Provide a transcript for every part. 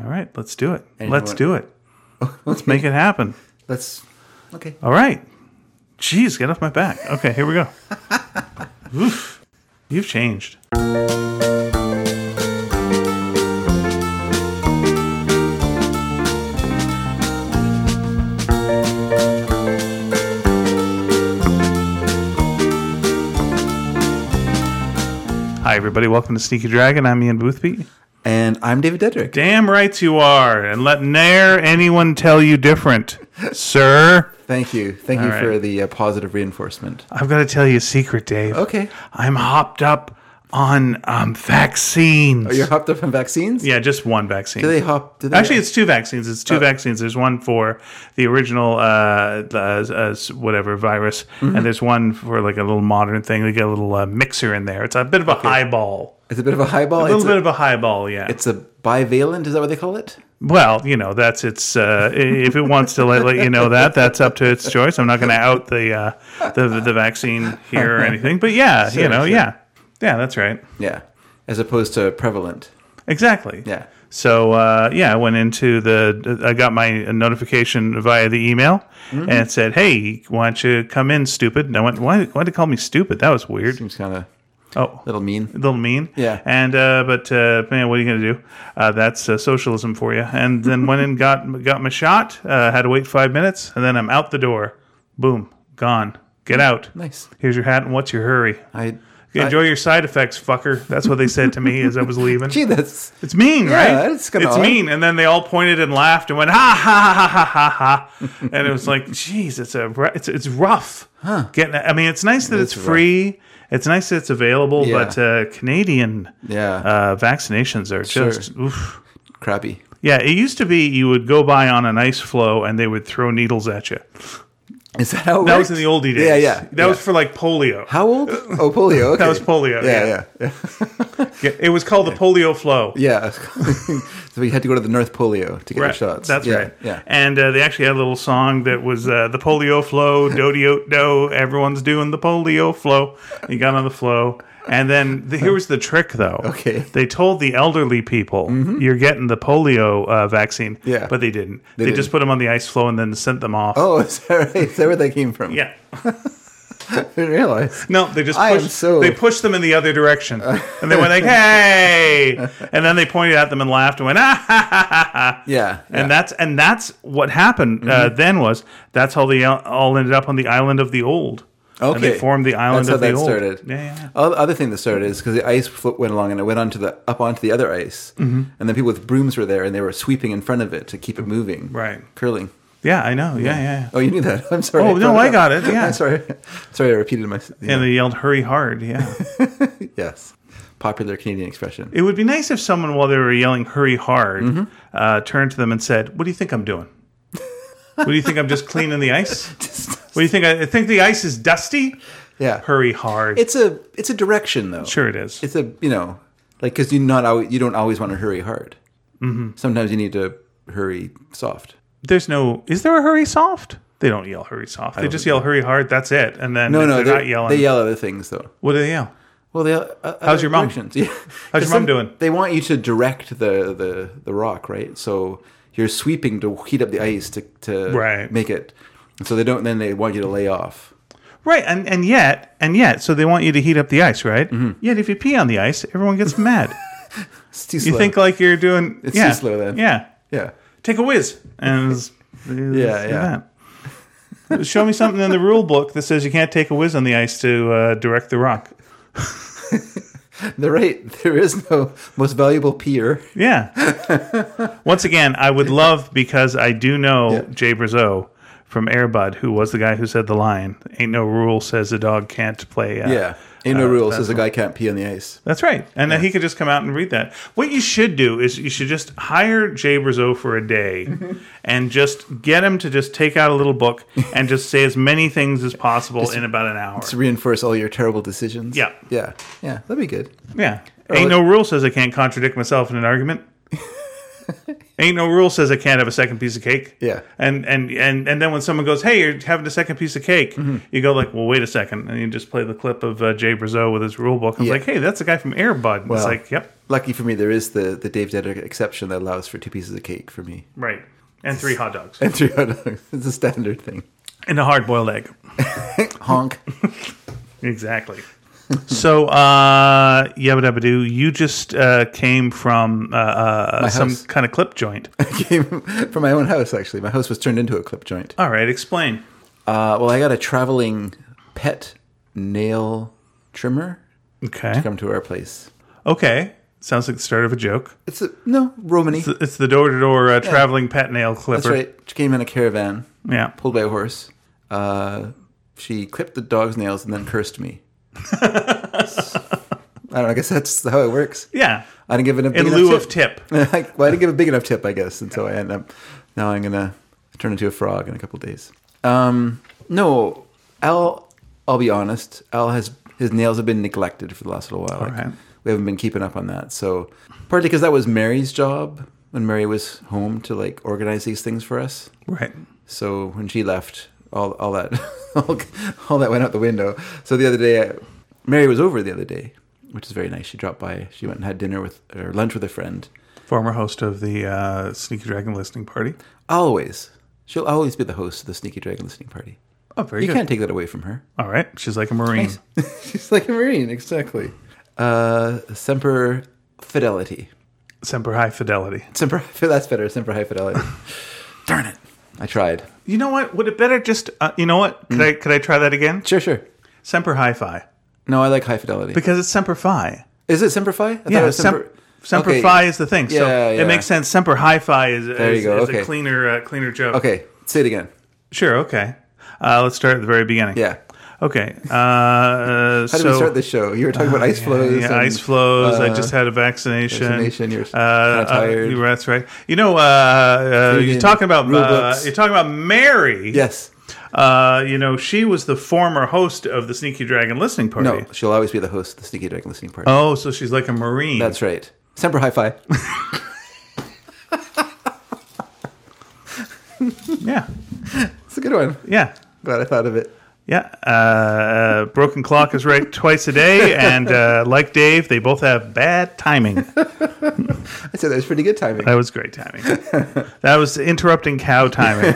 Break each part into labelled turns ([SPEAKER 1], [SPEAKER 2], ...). [SPEAKER 1] All right, let's do it.
[SPEAKER 2] And you
[SPEAKER 1] let's
[SPEAKER 2] want-
[SPEAKER 1] do it. Let's make it happen.
[SPEAKER 2] That's okay.
[SPEAKER 1] All right. Jeez, get off my back. Okay, here we go. Oof. You've changed. Hi, everybody. Welcome to Sneaky Dragon. I'm Ian Boothby.
[SPEAKER 2] And I'm David Dedrick.
[SPEAKER 1] Damn right you are. And let ne'er anyone tell you different, sir.
[SPEAKER 2] Thank you. Thank you
[SPEAKER 1] All right.
[SPEAKER 2] for the uh, positive reinforcement.
[SPEAKER 1] I've got to tell you a secret, Dave.
[SPEAKER 2] Okay.
[SPEAKER 1] I'm hopped up on um, vaccines.
[SPEAKER 2] Oh, You're hopped up on vaccines?
[SPEAKER 1] yeah, just one vaccine.
[SPEAKER 2] Do they Oh. hop? Do they
[SPEAKER 1] Actually, it's two vaccines. It's two vaccines. There's one for the original, uh, the, uh, whatever virus,
[SPEAKER 2] Mm-hmm.
[SPEAKER 1] and there's one for like a little modern thing. They get a little uh, mixer in there. It's a bit of a highball.
[SPEAKER 2] it's a bit of a
[SPEAKER 1] A
[SPEAKER 2] highball. It's
[SPEAKER 1] little
[SPEAKER 2] a,
[SPEAKER 1] bit of a highball, yeah.
[SPEAKER 2] it's a bivalent. Is that what they call it?
[SPEAKER 1] Well, you know, that's its. Uh, i- if it wants to let, let you know that, that's up to its choice. I'm not going to out the, uh, the the vaccine here or anything, but yeah, you know,
[SPEAKER 2] sure.
[SPEAKER 1] yeah, yeah, that's right,
[SPEAKER 2] Yeah. As opposed to prevalent.
[SPEAKER 1] exactly.
[SPEAKER 2] Yeah.
[SPEAKER 1] So uh, yeah, I went into the. I got my notification via the email,
[SPEAKER 2] Mm-hmm.
[SPEAKER 1] and it said, "Hey, why don't you come in, stupid?" And I went, "Why? Why did you call me stupid? That was weird."
[SPEAKER 2] Seems kind of
[SPEAKER 1] Oh,
[SPEAKER 2] a little mean.
[SPEAKER 1] little mean.
[SPEAKER 2] Yeah.
[SPEAKER 1] And uh, but uh, man, what are you gonna do? Uh, that's uh, socialism for you. And then went and got got my shot. Uh, had to wait five minutes, and then I'm out the door. Boom, gone. Get out.
[SPEAKER 2] Nice.
[SPEAKER 1] Here's your hat, and what's your hurry?
[SPEAKER 2] I.
[SPEAKER 1] Enjoy your side effects, fucker. That's what they said to me as I was leaving.
[SPEAKER 2] Gee, that's.
[SPEAKER 1] It's mean, right?
[SPEAKER 2] it's kinda odd.
[SPEAKER 1] mean. And then they all pointed and laughed and went ha ha ha ha ha ha, and it was like, geez, it's a ru- it's it's rough. Huh? Getting, I mean, it's nice that it's
[SPEAKER 2] is rough.
[SPEAKER 1] free. It's nice that it's available,
[SPEAKER 2] Yeah.
[SPEAKER 1] but uh, Canadian
[SPEAKER 2] Yeah.
[SPEAKER 1] uh, vaccinations are just oof.
[SPEAKER 2] crappy.
[SPEAKER 1] yeah. It used to be you would go by on an ice floe and they would throw needles at you.
[SPEAKER 2] Is that how it
[SPEAKER 1] That was in
[SPEAKER 2] works?
[SPEAKER 1] the oldie days.
[SPEAKER 2] Yeah, yeah.
[SPEAKER 1] That was for like polio.
[SPEAKER 2] How old? Oh, polio. Okay.
[SPEAKER 1] was polio,
[SPEAKER 2] Yeah,
[SPEAKER 1] yeah.
[SPEAKER 2] yeah, yeah.
[SPEAKER 1] Yeah, it was called the polio flow.
[SPEAKER 2] Yeah. so we had to go to the North Polio to get our
[SPEAKER 1] Right.
[SPEAKER 2] shots.
[SPEAKER 1] That's
[SPEAKER 2] yeah,
[SPEAKER 1] right.
[SPEAKER 2] Yeah.
[SPEAKER 1] And uh, they actually had a little song that was uh, the polio flow, dodio do. Everyone's doing the polio flow. You got on the flow. And then the, here was the trick, though.
[SPEAKER 2] Okay. Mm-hmm.
[SPEAKER 1] They told the elderly people, "You're getting the polio uh, vaccine."
[SPEAKER 2] Yeah.
[SPEAKER 1] But they didn't. They,
[SPEAKER 2] didn't.
[SPEAKER 1] just put them on the ice flow and then sent them off.
[SPEAKER 2] Oh, is that right? Is that where that came from?
[SPEAKER 1] Yeah.
[SPEAKER 2] I didn't realize.
[SPEAKER 1] No, they just
[SPEAKER 2] I am
[SPEAKER 1] pushed,
[SPEAKER 2] so-
[SPEAKER 1] they pushed them in the other direction, and they went like, "Hey!" And then they pointed at them and laughed and went, "Ah ha ha ha ha!"
[SPEAKER 2] Yeah. Mm-hmm.
[SPEAKER 1] and that's and that's what happened uh, then was that's how they all- all ended up on the island of the old. and they
[SPEAKER 2] Okay.
[SPEAKER 1] formed the island
[SPEAKER 2] That's how
[SPEAKER 1] of the
[SPEAKER 2] that
[SPEAKER 1] old.
[SPEAKER 2] started.
[SPEAKER 1] Yeah, yeah.
[SPEAKER 2] O- Other thing that started is because the ice flo- went along and it went onto the up onto the other ice, mm-hmm. and then people with brooms were there and they were sweeping in front of it to keep it moving,
[SPEAKER 1] Right.
[SPEAKER 2] Curling.
[SPEAKER 1] yeah, I know. Yeah, yeah.
[SPEAKER 2] Oh, you knew that. I'm sorry.
[SPEAKER 1] Oh, no,
[SPEAKER 2] brought
[SPEAKER 1] I got it.
[SPEAKER 2] up.
[SPEAKER 1] Yeah.
[SPEAKER 2] sorry. Sorry, I repeated my.
[SPEAKER 1] yeah. And they yelled, "Hurry hard!" Yeah.
[SPEAKER 2] Yes, popular Canadian expression.
[SPEAKER 1] it would be nice if someone, while they were yelling, "Hurry hard,"
[SPEAKER 2] Mm-hmm.
[SPEAKER 1] uh, turned to them and said, "What do you think I'm doing? what do you think I'm just cleaning the ice? What do you think? I, I think the ice is dusty.
[SPEAKER 2] yeah.
[SPEAKER 1] Hurry hard."
[SPEAKER 2] It's a it's a direction though.
[SPEAKER 1] sure, it is.
[SPEAKER 2] It's a you know like because you not always, you don't always want to hurry hard. Mm-hmm. Sometimes you need to hurry soft.
[SPEAKER 1] There's no. Is there a hurry soft? They don't yell hurry soft. They just yell hurry hard. That's it. And then
[SPEAKER 2] No,
[SPEAKER 1] if
[SPEAKER 2] no,
[SPEAKER 1] they're
[SPEAKER 2] they-
[SPEAKER 1] not yelling.
[SPEAKER 2] They yell other things though.
[SPEAKER 1] What do they yell?
[SPEAKER 2] Well, they, uh,
[SPEAKER 1] How's your mom?
[SPEAKER 2] Yeah.
[SPEAKER 1] How's your mom doing?
[SPEAKER 2] They want you to direct the, the, the rock, right? So you're sweeping to heat up the ice to, to
[SPEAKER 1] Right.
[SPEAKER 2] make it. So they don't. Then they want you to lay off.
[SPEAKER 1] Right, and, and yet, and yet, so they want you to heat up the ice, right?
[SPEAKER 2] Mm-hmm.
[SPEAKER 1] Yet, if you pee on the ice, everyone gets mad.
[SPEAKER 2] It's too
[SPEAKER 1] you
[SPEAKER 2] slow.
[SPEAKER 1] think like you're doing.
[SPEAKER 2] It's
[SPEAKER 1] yeah,
[SPEAKER 2] too slow then.
[SPEAKER 1] Yeah,
[SPEAKER 2] Yeah.
[SPEAKER 1] take a whiz, and it's-
[SPEAKER 2] Yeah, yeah.
[SPEAKER 1] that. Show me something in the rule book that says you can't take a whiz on the ice to uh, direct the rock.
[SPEAKER 2] They're right. There is no most valuable peer.
[SPEAKER 1] Yeah. Once again, I would love because I do know
[SPEAKER 2] Yeah.
[SPEAKER 1] Jay Brazo from Airbud, who was the guy who said the line, "Ain't no rule says a dog can't play." Uh,
[SPEAKER 2] Yeah. Ain't no rule says a guy can't pee on the ice.
[SPEAKER 1] That's right. And then he could just come out and read that. What you should do is you should just hire Jay Brazo for a day
[SPEAKER 2] Mm-hmm.
[SPEAKER 1] and just get him to just take out a little book and just say as many things as possible in about an hour.
[SPEAKER 2] To reinforce all your terrible decisions.
[SPEAKER 1] Yeah.
[SPEAKER 2] Yeah. Yeah. That'd be good.
[SPEAKER 1] Yeah. Ain't no rule says I can't contradict myself in an argument. Ain't no rule says I can't have a second piece of cake.
[SPEAKER 2] Yeah.
[SPEAKER 1] And and and and then when someone goes, "Hey, you're having a second piece of cake," you go like, "Well, wait a second. and you just play the clip of uh, Jay Brazil with his rule book. And
[SPEAKER 2] Yeah.
[SPEAKER 1] It's like, "Hey, that's the guy from Airbud." It's
[SPEAKER 2] Well.
[SPEAKER 1] like, "Yep,
[SPEAKER 2] Lucky for me, there is the, the Dave Dedrick exception that allows for two pieces of cake for me.
[SPEAKER 1] right." And three hot dogs
[SPEAKER 2] And three hot dogs. It's a standard thing.
[SPEAKER 1] and a hard boiled egg.
[SPEAKER 2] Honk.
[SPEAKER 1] Exactly. so, uh, yabba dabba doo, you just uh, came from uh, uh, some
[SPEAKER 2] house.
[SPEAKER 1] kind of clip joint.
[SPEAKER 2] came from my own house, actually. My house was turned into a clip joint.
[SPEAKER 1] All right, explain.
[SPEAKER 2] Uh, well, I got a traveling pet nail trimmer
[SPEAKER 1] Okay.
[SPEAKER 2] come to our place.
[SPEAKER 1] Okay. Sounds like the start of a joke.
[SPEAKER 2] It's a, no, Romany.
[SPEAKER 1] It's it's the door to door traveling pet nail clipper.
[SPEAKER 2] That's right. She came in a caravan,
[SPEAKER 1] Yeah.
[SPEAKER 2] pulled by a horse. Uh, she clipped the dog's nails and then cursed me. I don't know. I guess that's how it works.
[SPEAKER 1] Yeah.
[SPEAKER 2] I didn't give it a big
[SPEAKER 1] In
[SPEAKER 2] enough
[SPEAKER 1] lieu
[SPEAKER 2] tip.
[SPEAKER 1] of tip.
[SPEAKER 2] Like, well, I didn't give a big enough tip, I guess, and so I end up now I'm gonna turn into a frog in a couple days. Um, no, Al. I'll be honest. Al has his nails have been neglected for the last little while. Like,
[SPEAKER 1] right.
[SPEAKER 2] We haven't been keeping up on that. So partly because that was Mary's job when Mary was home to like organize these things for us.
[SPEAKER 1] Right.
[SPEAKER 2] So when she left, all all that all, all that went out the window. So the other day, I- Mary was over the other day, which is very nice. She dropped by. She went and had dinner with or lunch with a friend.
[SPEAKER 1] Former host of the uh, Sneaky Dragon listening party.
[SPEAKER 2] Always, she'll always be the host of the Sneaky Dragon listening party.
[SPEAKER 1] Oh, very
[SPEAKER 2] You
[SPEAKER 1] good.
[SPEAKER 2] can't take that away from her.
[SPEAKER 1] All right. She's like a Marine.
[SPEAKER 2] She's like a marine, exactly. Uh, semper fidelity.
[SPEAKER 1] Semper High Fidelity.
[SPEAKER 2] Semper. That's better. Semper high fidelity. Darn it! I tried.
[SPEAKER 1] You know what? Would it better just, uh, you know what?
[SPEAKER 2] Hmm.
[SPEAKER 1] Could, I, could I try that again?
[SPEAKER 2] Sure, sure.
[SPEAKER 1] Semper Hi Fi.
[SPEAKER 2] No, I like high fidelity.
[SPEAKER 1] Because it's Semper Fi.
[SPEAKER 2] Is it semper fi? I thought it
[SPEAKER 1] Yeah,
[SPEAKER 2] was
[SPEAKER 1] Semper, Semper
[SPEAKER 2] Oh, Okay.
[SPEAKER 1] Fi is the thing. so
[SPEAKER 2] Yeah, yeah.
[SPEAKER 1] it makes sense. Semper Hi-Fi is,
[SPEAKER 2] you
[SPEAKER 1] is,
[SPEAKER 2] go,
[SPEAKER 1] is a
[SPEAKER 2] okay.
[SPEAKER 1] cleaner, uh, cleaner joke.
[SPEAKER 2] Okay, say it again.
[SPEAKER 1] Sure. Okay. Uh, let's start at the very beginning.
[SPEAKER 2] Yeah.
[SPEAKER 1] Okay. Uh, uh,
[SPEAKER 2] How did
[SPEAKER 1] so,
[SPEAKER 2] we start the show? You were talking about Uh, ice flows.
[SPEAKER 1] Yeah,
[SPEAKER 2] and-
[SPEAKER 1] ice flows. I
[SPEAKER 2] uh,
[SPEAKER 1] just had a vaccination.
[SPEAKER 2] vaccination, you're
[SPEAKER 1] uh, uh,
[SPEAKER 2] kinda tired.
[SPEAKER 1] you were- that's right. You know, uh, uh,
[SPEAKER 2] Food
[SPEAKER 1] you're
[SPEAKER 2] in,
[SPEAKER 1] talking about
[SPEAKER 2] rule
[SPEAKER 1] uh,
[SPEAKER 2] books.
[SPEAKER 1] you're talking about Mary.
[SPEAKER 2] Yes.
[SPEAKER 1] Uh, you know, she was the former host of the Sneaky Dragon listening party.
[SPEAKER 2] No, she'll always be the host of the Sneaky Dragon Listening Party.
[SPEAKER 1] Oh, so she's like a marine.
[SPEAKER 2] That's right. Semper Hi Fi.
[SPEAKER 1] yeah,
[SPEAKER 2] It's a good one.
[SPEAKER 1] yeah.
[SPEAKER 2] Glad I thought of it.
[SPEAKER 1] Yeah, uh, uh, Broken Clock is right twice a day, and uh, like Dave, they both have bad timing.
[SPEAKER 2] I said that was pretty good timing.
[SPEAKER 1] That was great timing. That was interrupting cow timing.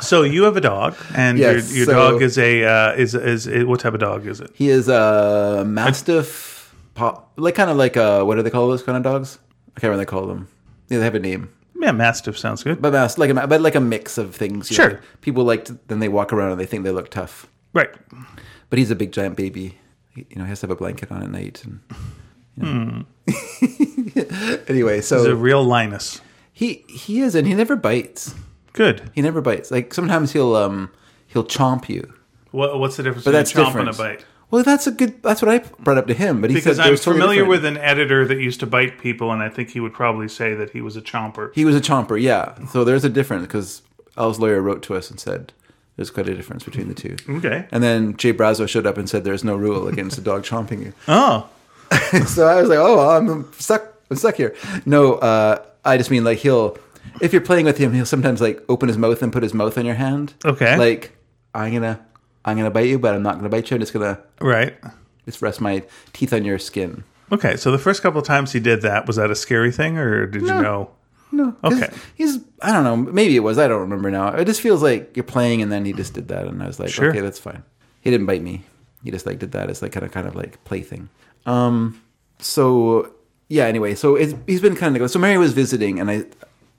[SPEAKER 1] so you have a dog, and
[SPEAKER 2] Yes,
[SPEAKER 1] your, your
[SPEAKER 2] so-
[SPEAKER 1] dog is a uh, is, is is what type of dog is it?
[SPEAKER 2] He is a mastiff, pop, like kind of like uh what do they call those kind of dogs? I can't remember what they call them. Yeah, they have a name,
[SPEAKER 1] Yeah, mastiff sounds good.
[SPEAKER 2] but mas- like a ma- but like a mix of things. you
[SPEAKER 1] Sure.
[SPEAKER 2] know. people like to, then they walk around and they think they look tough,
[SPEAKER 1] Right.
[SPEAKER 2] but he's a big giant baby. He- You know, he has to have a blanket on at night. And, you know.
[SPEAKER 1] Hmm.
[SPEAKER 2] anyway,
[SPEAKER 1] He's a
[SPEAKER 2] so
[SPEAKER 1] real Linus.
[SPEAKER 2] he he is, and he never bites.
[SPEAKER 1] Good.
[SPEAKER 2] He never bites. Like sometimes he'll um he'll chomp you,
[SPEAKER 1] What, what's the difference
[SPEAKER 2] but that's
[SPEAKER 1] between a chomp
[SPEAKER 2] different.
[SPEAKER 1] and a bite?
[SPEAKER 2] Well, that's a good. That's what I brought up to him, but he
[SPEAKER 1] Because
[SPEAKER 2] said
[SPEAKER 1] I'm
[SPEAKER 2] there's totally
[SPEAKER 1] familiar
[SPEAKER 2] different.
[SPEAKER 1] with an editor that used to bite people, and I think he would probably say that he was a chomper.
[SPEAKER 2] He was a chomper, yeah. So there's a difference because Al's lawyer wrote to us and said there's quite a difference between the two.
[SPEAKER 1] Okay.
[SPEAKER 2] And then Jay Brazo showed up and said there's no rule against a dog chomping you.
[SPEAKER 1] Oh,
[SPEAKER 2] so I was like, oh, I'm stuck. I'm stuck here. No, uh, I just mean like he'll, if you're playing with him, he'll sometimes like open his mouth and put his mouth on your hand.
[SPEAKER 1] Okay.
[SPEAKER 2] Like I'm gonna, I'm gonna bite you, but I'm not gonna bite you. I'm just gonna
[SPEAKER 1] right.
[SPEAKER 2] just rest my teeth on your skin.
[SPEAKER 1] Okay. So the first couple of times he did that, was that a scary thing, or did you know?
[SPEAKER 2] No. 'cause
[SPEAKER 1] Okay.
[SPEAKER 2] He's I don't know, maybe it was, I don't remember now. It just feels like you're playing and then he just did that and I was like,
[SPEAKER 1] Sure.
[SPEAKER 2] okay, that's fine. He didn't bite me. He just like did that as like kind of kind of like play thing. Um so yeah, anyway, so it's, he's been kind of so Mary was visiting and I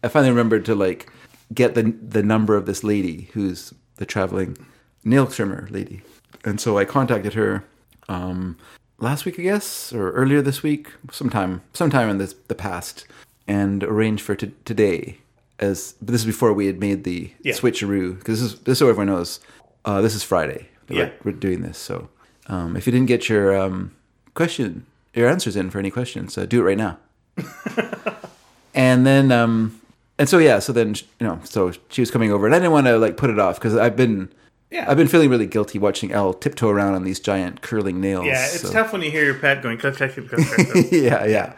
[SPEAKER 2] I finally remembered to like get the the number of this lady who's the traveling nail trimmer lady. And so I contacted her um last week, I guess, or earlier this week, sometime, sometime in this, the past, and arrange for t- today. As but this is before we had made the switcheroo, because this is this is so everyone knows. Uh, this is Friday. that
[SPEAKER 1] Yeah.
[SPEAKER 2] We're, we're doing this, so um, if you didn't get your um, question, your answers in for any questions, uh, do it right now. and then, um, and so yeah, so then you know, so she was coming over, and I didn't want to like put it off because I've been
[SPEAKER 1] Yeah.
[SPEAKER 2] I've been feeling really guilty watching Elle tiptoe around on these giant curling nails.
[SPEAKER 1] Yeah, it's
[SPEAKER 2] so-
[SPEAKER 1] tough when you hear your pet going click click click click. click, click.
[SPEAKER 2] yeah, yeah,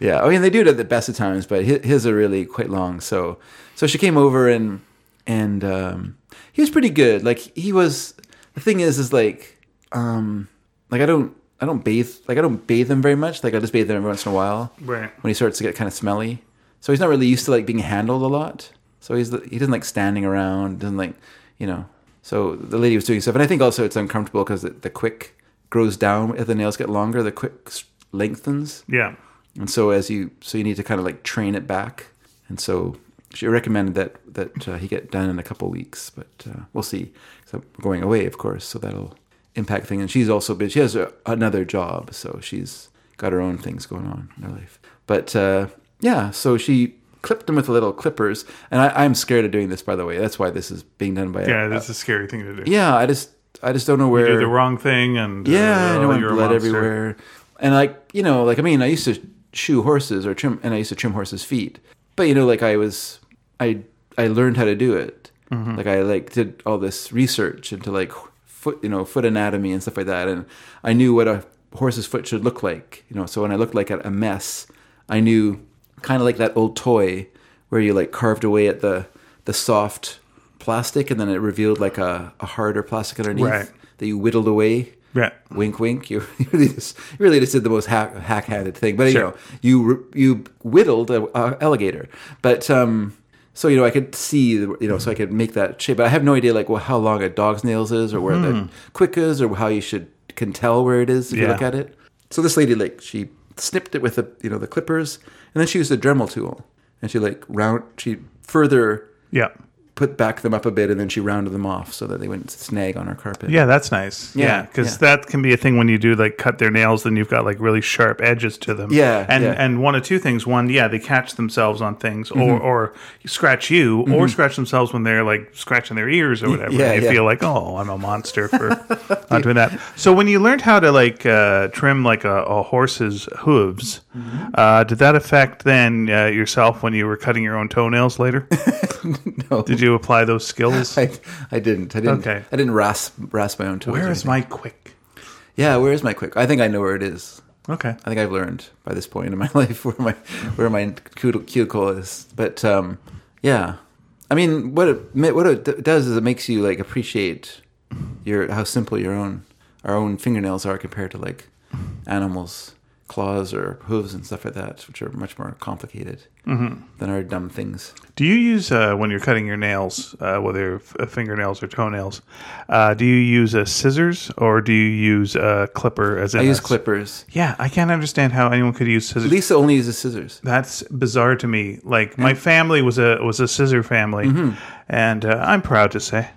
[SPEAKER 2] yeah. I mean, they do it at the best of times, but hi- his are really quite long. So, so she came over and and um, he was pretty good. Like he was. The thing is, is like, um, like I don't, I don't bathe, like I don't bathe them very much. Like I just bathe them every once in a while
[SPEAKER 1] right.
[SPEAKER 2] when he starts to get kind of smelly. So he's not really used to like being handled a lot. So he's he doesn't like standing around, doesn't like you know. So the lady was doing stuff, and I think also it's uncomfortable because the, the quick grows down as the nails get longer. The quick s- lengthens,
[SPEAKER 1] Yeah.
[SPEAKER 2] and so as you so you need to kind of like train it back. And so she recommended that that uh, he get done in a couple weeks, but uh, we'll see. So we're going away, of course, so that'll impact things. And she's also but she has a, another job, so she's got her own things going on in her life. But uh, yeah, so she clipped him with little clippers, and I, I'm scared of doing this. By the way, that's why this is being done by. a-
[SPEAKER 1] Yeah, that's a scary thing to do.
[SPEAKER 2] yeah. I just I just don't know where
[SPEAKER 1] Do the wrong thing and
[SPEAKER 2] yeah,
[SPEAKER 1] uh,
[SPEAKER 2] I know and
[SPEAKER 1] you're a
[SPEAKER 2] blood
[SPEAKER 1] monster.
[SPEAKER 2] everywhere. And like you know, like I mean, I used to shoe horses or trim, and I used to trim horses' feet. But you know, like I was, I I learned how to do it.
[SPEAKER 1] Mm-hmm.
[SPEAKER 2] Like I like did all this research into like foot, you know, foot anatomy and stuff like that, and I knew what a horse's foot should look like. You know, so when I looked like a a mess, I knew kind of like that old toy where you like carved away at the the soft plastic and then it revealed like a, a harder plastic underneath
[SPEAKER 1] Right.
[SPEAKER 2] that you whittled away
[SPEAKER 1] Yeah.
[SPEAKER 2] wink, wink. You really just, you really just did the most hack, hack-handed thing.
[SPEAKER 1] Sure.
[SPEAKER 2] But you know, you you whittled a, a alligator. But um, so you know, I could see, the- you know, so I could make that shape. But I have no idea, like, well, how long a dog's nails is, or where the quick is, or how you should can tell where it is if you
[SPEAKER 1] Hmm. Yeah.
[SPEAKER 2] look at it. So this lady, like, she snipped it with the you know the clippers, and then she used a Dremel tool, and she like round she further
[SPEAKER 1] Yeah.
[SPEAKER 2] put back them up a bit, and then she rounded them off so that they wouldn't snag on our carpet.
[SPEAKER 1] Yeah, that's nice. Yeah,
[SPEAKER 2] Yeah,
[SPEAKER 1] because
[SPEAKER 2] yeah.
[SPEAKER 1] that can be a thing when you do like cut their nails, then you've got like really sharp edges to them.
[SPEAKER 2] Yeah,
[SPEAKER 1] and
[SPEAKER 2] yeah. Mm-hmm.
[SPEAKER 1] and one of two things: one, yeah, they catch themselves on things, or or scratch you, or scratch themselves when they're like scratching their ears or whatever.
[SPEAKER 2] yeah,
[SPEAKER 1] and you
[SPEAKER 2] yeah.
[SPEAKER 1] feel like, oh, I'm a monster for not doing that. So when you learned how to like uh, trim like a, a horse's hooves,
[SPEAKER 2] Mm-hmm.
[SPEAKER 1] uh, did that affect then uh, yourself when you were cutting your own toenails later?
[SPEAKER 2] No.
[SPEAKER 1] Did you apply those skills?
[SPEAKER 2] I, I didn't. I didn't.
[SPEAKER 1] Okay.
[SPEAKER 2] I didn't rasp rasp my own toes.
[SPEAKER 1] Where is my quick?
[SPEAKER 2] Yeah, where is my quick? I think I know where it is.
[SPEAKER 1] Okay.
[SPEAKER 2] I think I've learned by this point in my life where my where my cuti- cuticle is. But um, yeah, I mean, what it ma- what it d- does is it makes you like appreciate your how simple your own our own fingernails are compared to like animals' claws or hooves and stuff like that, which are much more complicated
[SPEAKER 1] Mm-hmm.
[SPEAKER 2] than our dumb things.
[SPEAKER 1] Do you use uh, when you're cutting your nails, uh, whether f- fingernails or toenails? Uh, do you use a scissors or do you use a clipper? As in
[SPEAKER 2] I use
[SPEAKER 1] a-
[SPEAKER 2] clippers.
[SPEAKER 1] Yeah, I can't understand how anyone could use scissors.
[SPEAKER 2] Lisa only uses scissors.
[SPEAKER 1] That's bizarre to me. Like my family was a was a scissor family,
[SPEAKER 2] Mm-hmm.
[SPEAKER 1] and uh, I'm proud to say.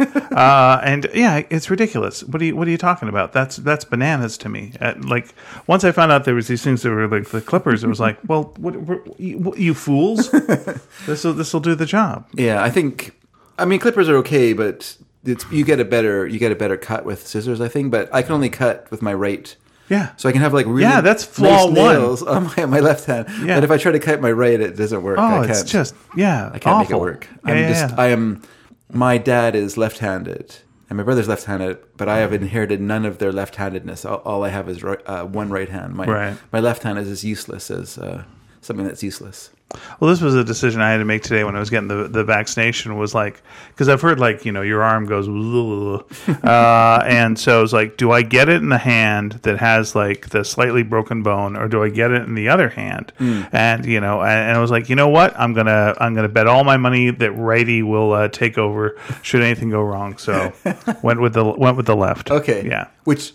[SPEAKER 1] uh, and yeah, it's ridiculous. What are you What are you talking about? That's that's bananas to me. Uh, like once I found out there was these things that were like the clippers, it was like, well, what, what, you, what, you fools! this will this will do the job.
[SPEAKER 2] Yeah, I think I mean clippers are okay, but it's you get a better you get a better cut with scissors, I think. But I can only cut with my right,
[SPEAKER 1] Yeah.
[SPEAKER 2] so I can have like really
[SPEAKER 1] Yeah, that's flaw
[SPEAKER 2] nice
[SPEAKER 1] one.
[SPEAKER 2] nails on my, my left hand.
[SPEAKER 1] Yeah.
[SPEAKER 2] But if I try to cut my right, it doesn't work.
[SPEAKER 1] Oh,
[SPEAKER 2] I can't,
[SPEAKER 1] it's just yeah.
[SPEAKER 2] I can't make it work.
[SPEAKER 1] Yeah,
[SPEAKER 2] I'm
[SPEAKER 1] yeah,
[SPEAKER 2] just
[SPEAKER 1] yeah.
[SPEAKER 2] I am my dad is left-handed. And my brother's left-handed, but I have inherited none of their left-handedness. All, all I have is right, uh, one right hand. My
[SPEAKER 1] Right.
[SPEAKER 2] my left hand is as useless as uh, something that's useless.
[SPEAKER 1] well, this was a decision I had to make today when I was getting the, the vaccination. Was like because I've heard like you know your arm goes, uh, and so it's like, do I get it in the hand that has like the slightly broken bone, or do I get it in the other hand?
[SPEAKER 2] Mm.
[SPEAKER 1] And you know, and, and I was like, you know what, I'm gonna I'm gonna bet all my money that righty will uh, take over should anything go wrong. So went with the went with the left.
[SPEAKER 2] Okay.
[SPEAKER 1] yeah,
[SPEAKER 2] Which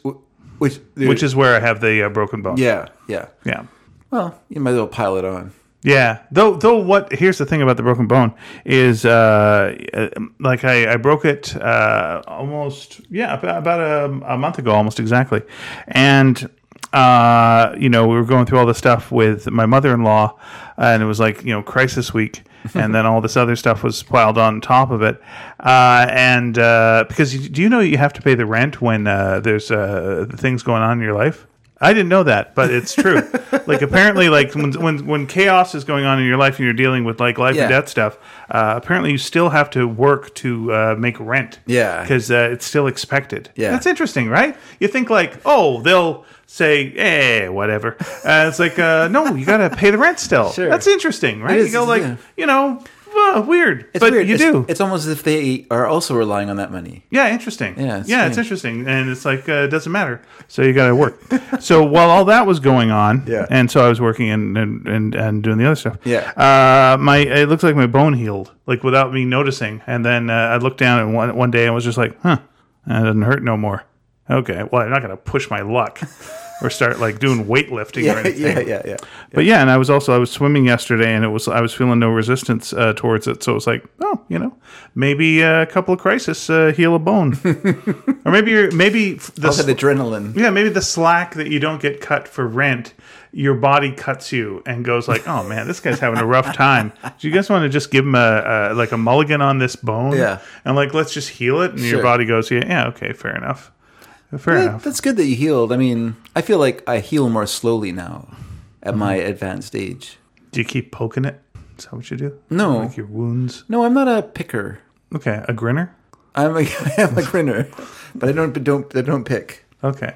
[SPEAKER 2] which
[SPEAKER 1] which is where I have the uh, broken bone.
[SPEAKER 2] yeah yeah.
[SPEAKER 1] yeah.
[SPEAKER 2] Well, you might as well pile it on.
[SPEAKER 1] Yeah, though though what here's the thing about the broken bone is uh, uh, like I, I broke it uh, almost yeah ab- about a, a month ago almost exactly, and uh, you know we were going through all this stuff with my mother in law, and it was like you know crisis week, and then all this other stuff was piled on top of it, uh, and uh, because you, do you know you have to pay the rent when uh, there's uh, things going on in your life. I didn't know that, but it's true. like apparently, like when, when when chaos is going on in your life and you're dealing with like life
[SPEAKER 2] Yeah.
[SPEAKER 1] and death stuff, uh, apparently you still have to work to uh, make rent.
[SPEAKER 2] Yeah.
[SPEAKER 1] because uh, it's still expected.
[SPEAKER 2] Yeah.
[SPEAKER 1] that's interesting, right? You think like, oh, they'll say, eh, whatever. Uh, it's like, uh, no, you gotta pay the rent still.
[SPEAKER 2] Sure.
[SPEAKER 1] That's interesting, right?
[SPEAKER 2] It is,
[SPEAKER 1] you go like,
[SPEAKER 2] yeah.
[SPEAKER 1] you know, uh, weird,
[SPEAKER 2] It's
[SPEAKER 1] but
[SPEAKER 2] weird.
[SPEAKER 1] you
[SPEAKER 2] It's-
[SPEAKER 1] do.
[SPEAKER 2] It's almost as if they are also relying on that money.
[SPEAKER 1] Yeah, interesting.
[SPEAKER 2] Yeah, it's
[SPEAKER 1] yeah, it's
[SPEAKER 2] strange.
[SPEAKER 1] interesting, and it's like uh, it doesn't matter. So you got to work. so while all that was going on,
[SPEAKER 2] Yeah.
[SPEAKER 1] and so I was working and and and, and doing the other stuff.
[SPEAKER 2] Yeah.
[SPEAKER 1] uh, my it looks like my bone healed, like without me noticing. And then uh, I looked down and one one day I was just like, huh, that doesn't hurt no more. Okay, well I'm not gonna push my luck or start like doing weightlifting or anything.
[SPEAKER 2] yeah, yeah.
[SPEAKER 1] But yeah, and I was also I was swimming yesterday, and it was I was feeling no resistance uh, towards it, so it was like, oh, you know, maybe uh, a couple of crisis uh, heal a bone, or maybe you're maybe f- the
[SPEAKER 2] Also
[SPEAKER 1] sl-
[SPEAKER 2] the adrenaline.
[SPEAKER 1] yeah maybe the slack that you don't get cut for rent, your body cuts you and goes like, oh man, this guy's having a rough time. Do you guys want to just give him a, a like a mulligan on this bone?
[SPEAKER 2] Yeah.
[SPEAKER 1] and like let's just heal it, and your
[SPEAKER 2] Sure.
[SPEAKER 1] body goes, yeah, yeah, okay, fair enough, fair
[SPEAKER 2] That-
[SPEAKER 1] enough.
[SPEAKER 2] that's good that you healed. I mean, I feel like I heal more slowly now at my advanced age.
[SPEAKER 1] Do you keep poking it? Is that what you do?
[SPEAKER 2] No.
[SPEAKER 1] like your wounds.
[SPEAKER 2] No, I'm not a picker.
[SPEAKER 1] Okay, a grinner.
[SPEAKER 2] I'm a I'm a grinner, but I don't don't I don't pick.
[SPEAKER 1] Okay.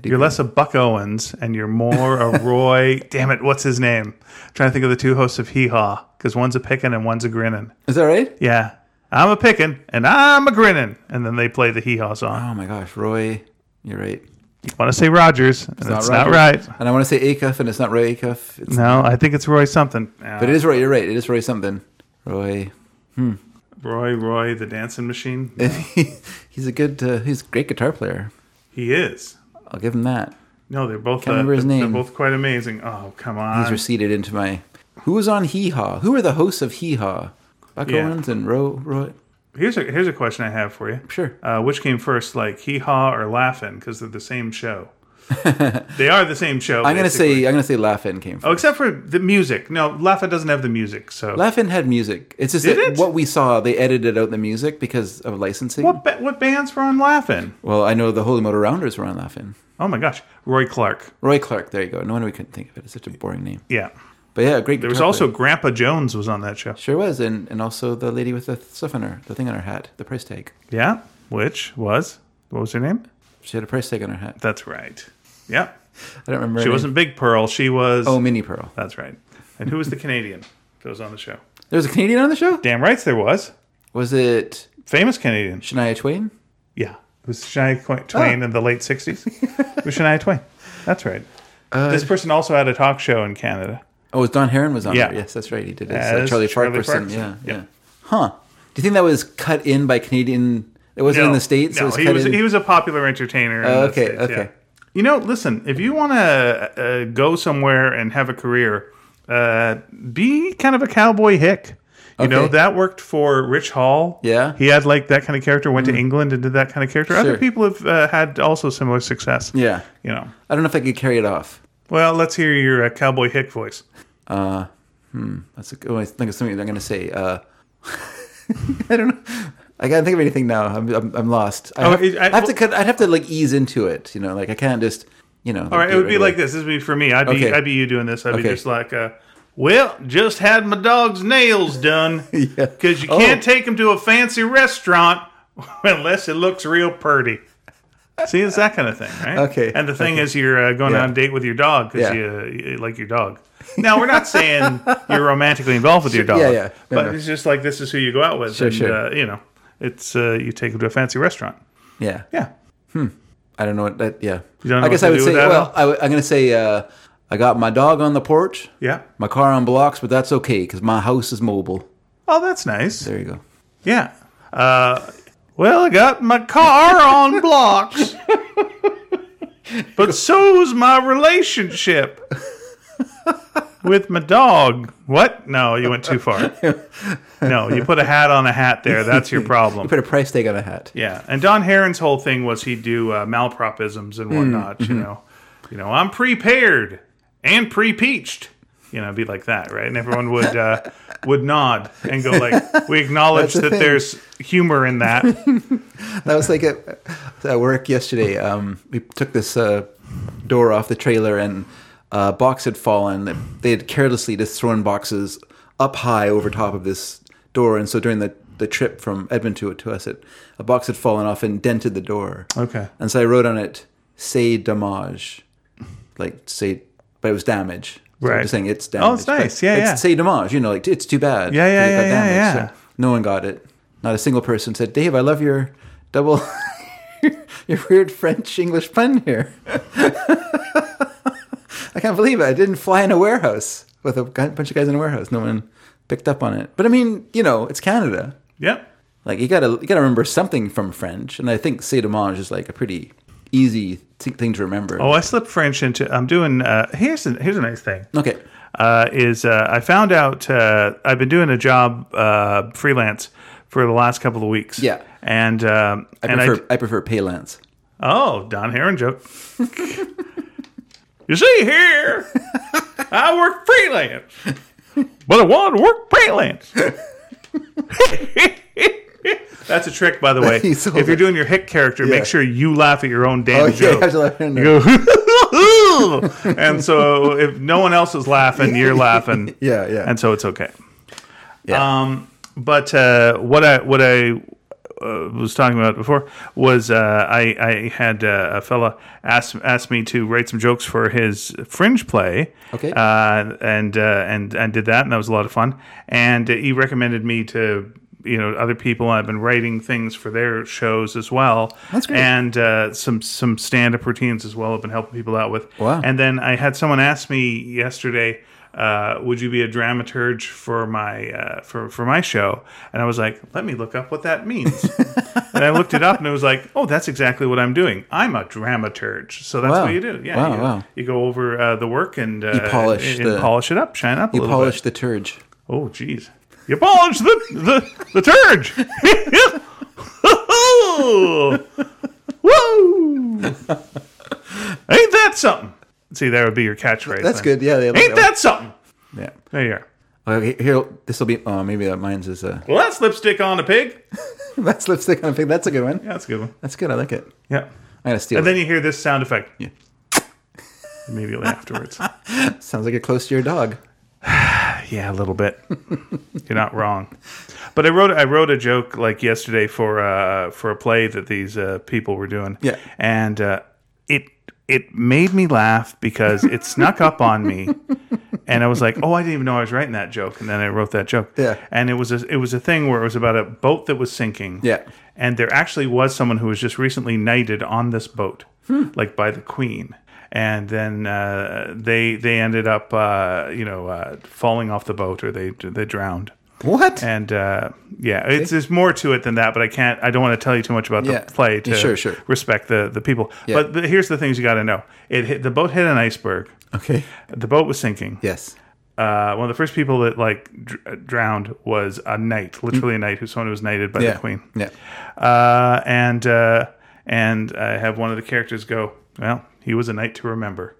[SPEAKER 2] do
[SPEAKER 1] You're
[SPEAKER 2] get
[SPEAKER 1] less a Buck Owens and you're more a Roy. damn it, what's his name? I'm trying to think of the two hosts of Hee Haw because one's a pickin' and one's a grinnin'.
[SPEAKER 2] Is that right?
[SPEAKER 1] Yeah. I'm a pickin' and I'm a grinnin'. And then they play the Hee Haw song.
[SPEAKER 2] Oh my gosh, Roy, you're right.
[SPEAKER 1] You want to say Rogers, and it's, not,
[SPEAKER 2] Rogers.
[SPEAKER 1] right.
[SPEAKER 2] And I want to say Acuff, and it's not Roy Acuff. It's,
[SPEAKER 1] No, I think it's Roy something. Uh,
[SPEAKER 2] But it is Roy. You're right. It is Roy something. Roy.
[SPEAKER 1] Roy, Roy, the dancing machine.
[SPEAKER 2] he's a good. Uh, he's a great guitar player.
[SPEAKER 1] He is.
[SPEAKER 2] I'll give him that.
[SPEAKER 1] No, they're both.
[SPEAKER 2] Can't
[SPEAKER 1] uh,
[SPEAKER 2] remember his
[SPEAKER 1] they're-
[SPEAKER 2] name.
[SPEAKER 1] They're both quite amazing. Oh, come
[SPEAKER 2] He's
[SPEAKER 1] on.
[SPEAKER 2] receded into my. Who was on Hee Haw? Who were the hosts of Hee Haw? Buck
[SPEAKER 1] Yeah.
[SPEAKER 2] Owens and Roy. Roy.
[SPEAKER 1] here's a here's a question I have for you.
[SPEAKER 2] Sure.
[SPEAKER 1] Uh, which came first, like Hee Haw or Laughing? Because they're the same show. they are the same show.
[SPEAKER 2] I'm gonna
[SPEAKER 1] basically.
[SPEAKER 2] say. I'm gonna say Laugh-In came
[SPEAKER 1] Oh,
[SPEAKER 2] from.
[SPEAKER 1] except for the music. No, Laughing doesn't have the music. So
[SPEAKER 2] Laugh-In had music. It's just
[SPEAKER 1] Oh. Did
[SPEAKER 2] that
[SPEAKER 1] it?
[SPEAKER 2] what we saw. They edited out the music because of licensing.
[SPEAKER 1] what ba- what bands were on Laughing?
[SPEAKER 2] Well, I know the Holy Motor Rounders were on Laughing.
[SPEAKER 1] Oh my gosh, Roy Clark.
[SPEAKER 2] Roy Clark. There you go. No wonder we couldn't think of it. It's such a boring name.
[SPEAKER 1] Yeah,
[SPEAKER 2] But yeah, great.
[SPEAKER 1] there was also Grandpa Jones was on that show.
[SPEAKER 2] Sure was, and, and also the lady with the stuff on her, the thing on her hat, the price tag.
[SPEAKER 1] Yeah, which was what was her name?
[SPEAKER 2] She had a price tag on her hat.
[SPEAKER 1] That's right. Yeah,
[SPEAKER 2] I don't remember. her
[SPEAKER 1] she
[SPEAKER 2] name.
[SPEAKER 1] wasn't Big Pearl. She was.
[SPEAKER 2] Oh, Mini Pearl.
[SPEAKER 1] that's right. And who was the Canadian that was on the show?
[SPEAKER 2] There was a Canadian on the show.
[SPEAKER 1] Damn rights there was
[SPEAKER 2] Was it
[SPEAKER 1] famous Canadian.
[SPEAKER 2] Shania Twain?
[SPEAKER 1] Yeah. It was Shania Qu- Twain in the late 60s. It was Shania Twain. That's right.
[SPEAKER 2] Uh,
[SPEAKER 1] this person also had a talk show in Canada.
[SPEAKER 2] Oh, it was Don Heron was on
[SPEAKER 1] Yeah.
[SPEAKER 2] there. Yes, that's right. He did it.
[SPEAKER 1] Yeah,
[SPEAKER 2] uh,
[SPEAKER 1] it's
[SPEAKER 2] Charlie,
[SPEAKER 1] Charlie
[SPEAKER 2] Parkerson.
[SPEAKER 1] Parkerson.
[SPEAKER 2] Yeah,
[SPEAKER 1] Yep.
[SPEAKER 2] yeah. Huh? Do you think that was cut in by Canadian? It wasn't in the states. it
[SPEAKER 1] No,
[SPEAKER 2] was
[SPEAKER 1] he
[SPEAKER 2] cut
[SPEAKER 1] was
[SPEAKER 2] in.
[SPEAKER 1] he was a popular entertainer. in
[SPEAKER 2] Oh,
[SPEAKER 1] the
[SPEAKER 2] okay,
[SPEAKER 1] States,
[SPEAKER 2] okay.
[SPEAKER 1] yeah. You know, listen, if you want to uh, go somewhere and have a career, uh, be kind of a cowboy hick. You know,
[SPEAKER 2] Okay.
[SPEAKER 1] that worked for Rich Hall.
[SPEAKER 2] Yeah. Mm-hmm.
[SPEAKER 1] He had like that kind of character, went to England and did that kind of character. Other
[SPEAKER 2] Sure.
[SPEAKER 1] people have uh, had also similar success.
[SPEAKER 2] yeah.
[SPEAKER 1] You know,
[SPEAKER 2] I don't know if I could carry it off.
[SPEAKER 1] well, let's hear your uh, cowboy hick voice.
[SPEAKER 2] That's a, oh, I think of something I'm going to say. Uh, I don't know. I can't think of anything now. I'm I'm, I'm lost. I
[SPEAKER 1] Oh,
[SPEAKER 2] have,
[SPEAKER 1] it- I-
[SPEAKER 2] I have to cut. I'd have to like ease into it. You know, like I can't just you know.
[SPEAKER 1] All right, it would be like this. This would be for me. I'd be
[SPEAKER 2] Okay.
[SPEAKER 1] I'd be you doing this. I'd be
[SPEAKER 2] Okay.
[SPEAKER 1] just like, uh, well, just had my dog's nails done
[SPEAKER 2] Yeah.
[SPEAKER 1] because you
[SPEAKER 2] Oh.
[SPEAKER 1] can't take him to a fancy restaurant unless it looks real purty. See, it's that kind of thing, right?
[SPEAKER 2] Okay.
[SPEAKER 1] And the thing is, you're uh, going
[SPEAKER 2] Yeah.
[SPEAKER 1] on a date with your dog because
[SPEAKER 2] Yeah.
[SPEAKER 1] you, you like your dog. Now, we're not saying you're romantically involved with your dog,
[SPEAKER 2] yeah, yeah. No,
[SPEAKER 1] but
[SPEAKER 2] no.
[SPEAKER 1] it's just like this is who you go out with,
[SPEAKER 2] Sure,
[SPEAKER 1] and
[SPEAKER 2] sure.
[SPEAKER 1] Uh, you know, it's uh, you take him to a fancy restaurant.
[SPEAKER 2] yeah.
[SPEAKER 1] Yeah.
[SPEAKER 2] I don't know what that. Yeah.
[SPEAKER 1] You don't know
[SPEAKER 2] I guess
[SPEAKER 1] what to
[SPEAKER 2] I would
[SPEAKER 1] do
[SPEAKER 2] say.
[SPEAKER 1] with that,
[SPEAKER 2] Well, I, am going to say. Uh, I got my dog on the porch.
[SPEAKER 1] Yeah.
[SPEAKER 2] My car on blocks, but that's okay because my house is mobile.
[SPEAKER 1] Oh, that's nice.
[SPEAKER 2] There you go.
[SPEAKER 1] Yeah. Uh, well, I got my car on blocks, but so's my relationship with my dog. What? No, you went too far. No, you put a hat on a hat there. That's your problem.
[SPEAKER 2] Put a price tag on a hat.
[SPEAKER 1] Yeah, and Don Heron's whole thing was he'd do uh, malpropisms
[SPEAKER 2] Hmm,
[SPEAKER 1] and whatnot. You know, you know, I'm prepared and pre-peached. You know, it'd be like that, right? And everyone would uh, would nod and go like, "We acknowledge
[SPEAKER 2] That's the
[SPEAKER 1] that
[SPEAKER 2] thing.
[SPEAKER 1] there's humor in that."
[SPEAKER 2] That was like at, at work yesterday. Um, we took this uh, door off the trailer and a box had fallen. They had carelessly just thrown boxes up high over top of this door, and so during the the trip from Edmonton to, to us, it, a box had fallen off and dented the door.
[SPEAKER 1] Okay.
[SPEAKER 2] And so I wrote on it, say damage, like say, but it was damage. So I'm
[SPEAKER 1] Right. Oh,
[SPEAKER 2] just saying it's damage.
[SPEAKER 1] it's
[SPEAKER 2] but
[SPEAKER 1] nice. Yeah,
[SPEAKER 2] it's
[SPEAKER 1] yeah.
[SPEAKER 2] Say damage, you know, like it's too bad.
[SPEAKER 1] Yeah, yeah,
[SPEAKER 2] that it got
[SPEAKER 1] yeah, yeah,
[SPEAKER 2] damaged.
[SPEAKER 1] yeah.
[SPEAKER 2] So no one got it. Not a single person said, Dave, I love your double, your weird French English pun here. I can't believe it. I didn't fly in a warehouse with a gu- bunch of guys in a warehouse. No one picked up on it. But I mean, you know, it's Canada.
[SPEAKER 1] Yep.
[SPEAKER 2] Like you gotta you gotta remember something from French, and I think c'est dommage is like a pretty easy t- thing to remember.
[SPEAKER 1] Oh, I slipped French into. I'm doing. Uh, here's a, here's a nice thing.
[SPEAKER 2] Okay,
[SPEAKER 1] uh, is uh, I found out uh, I've been doing a job uh, freelance for the last couple of weeks.
[SPEAKER 2] Yeah.
[SPEAKER 1] and um,
[SPEAKER 2] I
[SPEAKER 1] and
[SPEAKER 2] prefer I, prefer Palance.
[SPEAKER 1] I oh Don Heron joke. you see here, I work freelance, but I want to work freelance. That's a trick, by the way.
[SPEAKER 2] He sold
[SPEAKER 1] if you're
[SPEAKER 2] it.
[SPEAKER 1] doing your hick character,
[SPEAKER 2] Yeah.
[SPEAKER 1] make sure you laugh at your own damn
[SPEAKER 2] Oh yeah,
[SPEAKER 1] joke.
[SPEAKER 2] I have to let her know.
[SPEAKER 1] Go, and so if no one else is laughing, you're laughing.
[SPEAKER 2] Yeah, yeah.
[SPEAKER 1] And so it's okay.
[SPEAKER 2] Yeah.
[SPEAKER 1] Um, but uh, what I what I uh, was talking about before was uh, I I had uh, a fella ask asked me to write some jokes for his fringe play.
[SPEAKER 2] Okay.
[SPEAKER 1] Uh, and uh, and and did that, and that was a lot of fun. And he recommended me to you know other people. I've been writing things for their shows as well.
[SPEAKER 2] That's great.
[SPEAKER 1] And uh, some some stand up routines as well. I've been helping people out with.
[SPEAKER 2] Wow.
[SPEAKER 1] And then I had someone ask me yesterday, uh, "Would you be a dramaturge for my uh, for for my show?" And I was like, "Let me look up what that means." and I looked it up, and it was like, "Oh, that's exactly what I'm doing. I'm a dramaturge." So that's
[SPEAKER 2] Wow.
[SPEAKER 1] what you do. Yeah,
[SPEAKER 2] Wow,
[SPEAKER 1] you,
[SPEAKER 2] wow.
[SPEAKER 1] you go over uh, the work and uh,
[SPEAKER 2] polish
[SPEAKER 1] and, and
[SPEAKER 2] the-
[SPEAKER 1] polish it up, shine up. a
[SPEAKER 2] you
[SPEAKER 1] little
[SPEAKER 2] polish the turge.
[SPEAKER 1] Bit. Oh, jeez, you polish the the the turd. Woo! Ain't that something? See, that would be your catchphrase.
[SPEAKER 2] That's
[SPEAKER 1] then.
[SPEAKER 2] good. Yeah, they love
[SPEAKER 1] Ain't that something?
[SPEAKER 2] one. Yeah.
[SPEAKER 1] There you are.
[SPEAKER 2] Okay, Oh, here this will be. Oh, maybe that mine's is a
[SPEAKER 1] Well, that's lipstick on a pig.
[SPEAKER 2] that's lipstick on a pig. That's a good one.
[SPEAKER 1] Yeah, that's a good one.
[SPEAKER 2] That's good. I like it.
[SPEAKER 1] Yeah.
[SPEAKER 2] I'm gonna steal.
[SPEAKER 1] And
[SPEAKER 2] it.
[SPEAKER 1] then you hear this sound effect.
[SPEAKER 2] Yeah.
[SPEAKER 1] Immediately afterwards.
[SPEAKER 2] Sounds like you're close to your dog.
[SPEAKER 1] yeah, a little bit. You're not wrong. But I wrote I wrote a joke like yesterday for uh for a play that these uh, people were doing.
[SPEAKER 2] Yeah.
[SPEAKER 1] And uh, it it made me laugh because it snuck up on me. And I was like, "Oh, I didn't even know I was writing that joke." And then I wrote that joke.
[SPEAKER 2] Yeah.
[SPEAKER 1] And it was a, it was a thing where it was about a boat that was sinking.
[SPEAKER 2] Yeah.
[SPEAKER 1] And there actually was someone who was just recently knighted on this boat,
[SPEAKER 2] Hmm.
[SPEAKER 1] like by the queen. And then uh, they they ended up uh, you know uh, falling off the boat or they they drowned.
[SPEAKER 2] What?
[SPEAKER 1] And uh, yeah, it's there's more to it than that, but I can't. I don't want to tell you too much about the
[SPEAKER 2] Yeah.
[SPEAKER 1] play to
[SPEAKER 2] Sure, sure.
[SPEAKER 1] respect the the people.
[SPEAKER 2] Yeah.
[SPEAKER 1] But the, here's the things you got to know: it hit, the boat hit an iceberg.
[SPEAKER 2] Okay.
[SPEAKER 1] The boat was sinking
[SPEAKER 2] Yes.
[SPEAKER 1] uh, one of the first people that like dr- drowned was a knight, literally a knight, who someone who was knighted by
[SPEAKER 2] Hmm. Yeah.
[SPEAKER 1] the queen.
[SPEAKER 2] Yeah.
[SPEAKER 1] Uh, and uh, and I have one of the characters go, well, he was a knight to remember.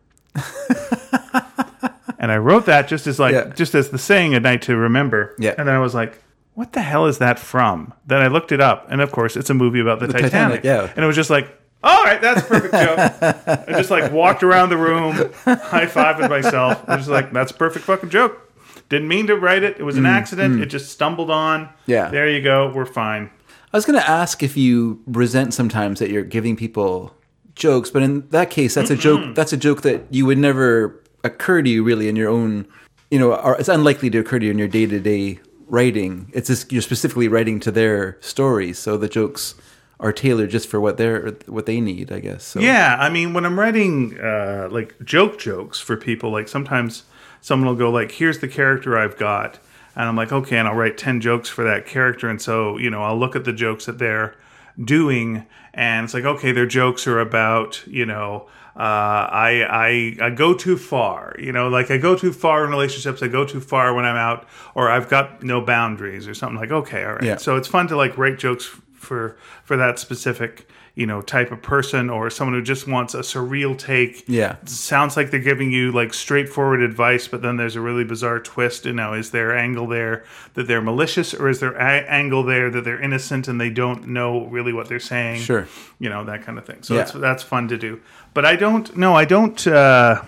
[SPEAKER 1] and I wrote that just as like
[SPEAKER 2] Yeah.
[SPEAKER 1] just as the saying a knight to remember.
[SPEAKER 2] Yeah.
[SPEAKER 1] And then I was like. What the hell is that from? Then I looked it up, and of course, it's a movie about the, Titanic.
[SPEAKER 2] Titanic, yeah.
[SPEAKER 1] And it was just like, all right, that's a perfect joke. I just like walked around the room, high fiving myself. I was just like, that's a perfect fucking joke. Didn't mean to write it. It was an accident. It just stumbled on.
[SPEAKER 2] Mm, Yeah.
[SPEAKER 1] There you go. We're fine.
[SPEAKER 2] I was going to ask if you resent sometimes that you're giving people jokes, but in that case, that's a joke. That's a joke that you would never occur to you really in your own. You know, or it's unlikely to occur to you in your day to day writing. It's just you're specifically writing to their stories, so the jokes are tailored just for what they're what they need, I guess. So.
[SPEAKER 1] Yeah, I mean, when I'm writing uh, like joke jokes for people, like sometimes someone will go like, "Here's the character I've got," and I'm like, "Okay," and I'll write ten jokes for that character, and so you know, I'll look at the jokes that they're doing, and it's like, okay, their jokes are about you know. Uh, I, I I go too far, you know. Like I go too far in relationships. I go too far when I'm out, or I've got no boundaries, or something like. Okay, all right.
[SPEAKER 2] Yeah.
[SPEAKER 1] So it's fun to like write jokes for for that specific you know type of person or someone who just wants a surreal take.
[SPEAKER 2] Yeah.
[SPEAKER 1] sounds like they're giving you like straightforward advice, but then there's a really bizarre twist. You know, is their angle there that they're malicious, or is their a- angle there that they're innocent and they don't know really what they're saying?
[SPEAKER 2] Sure.
[SPEAKER 1] you know that kind of thing. So
[SPEAKER 2] Yeah.
[SPEAKER 1] that's that's fun to do. But I don't. No, I don't. Uh,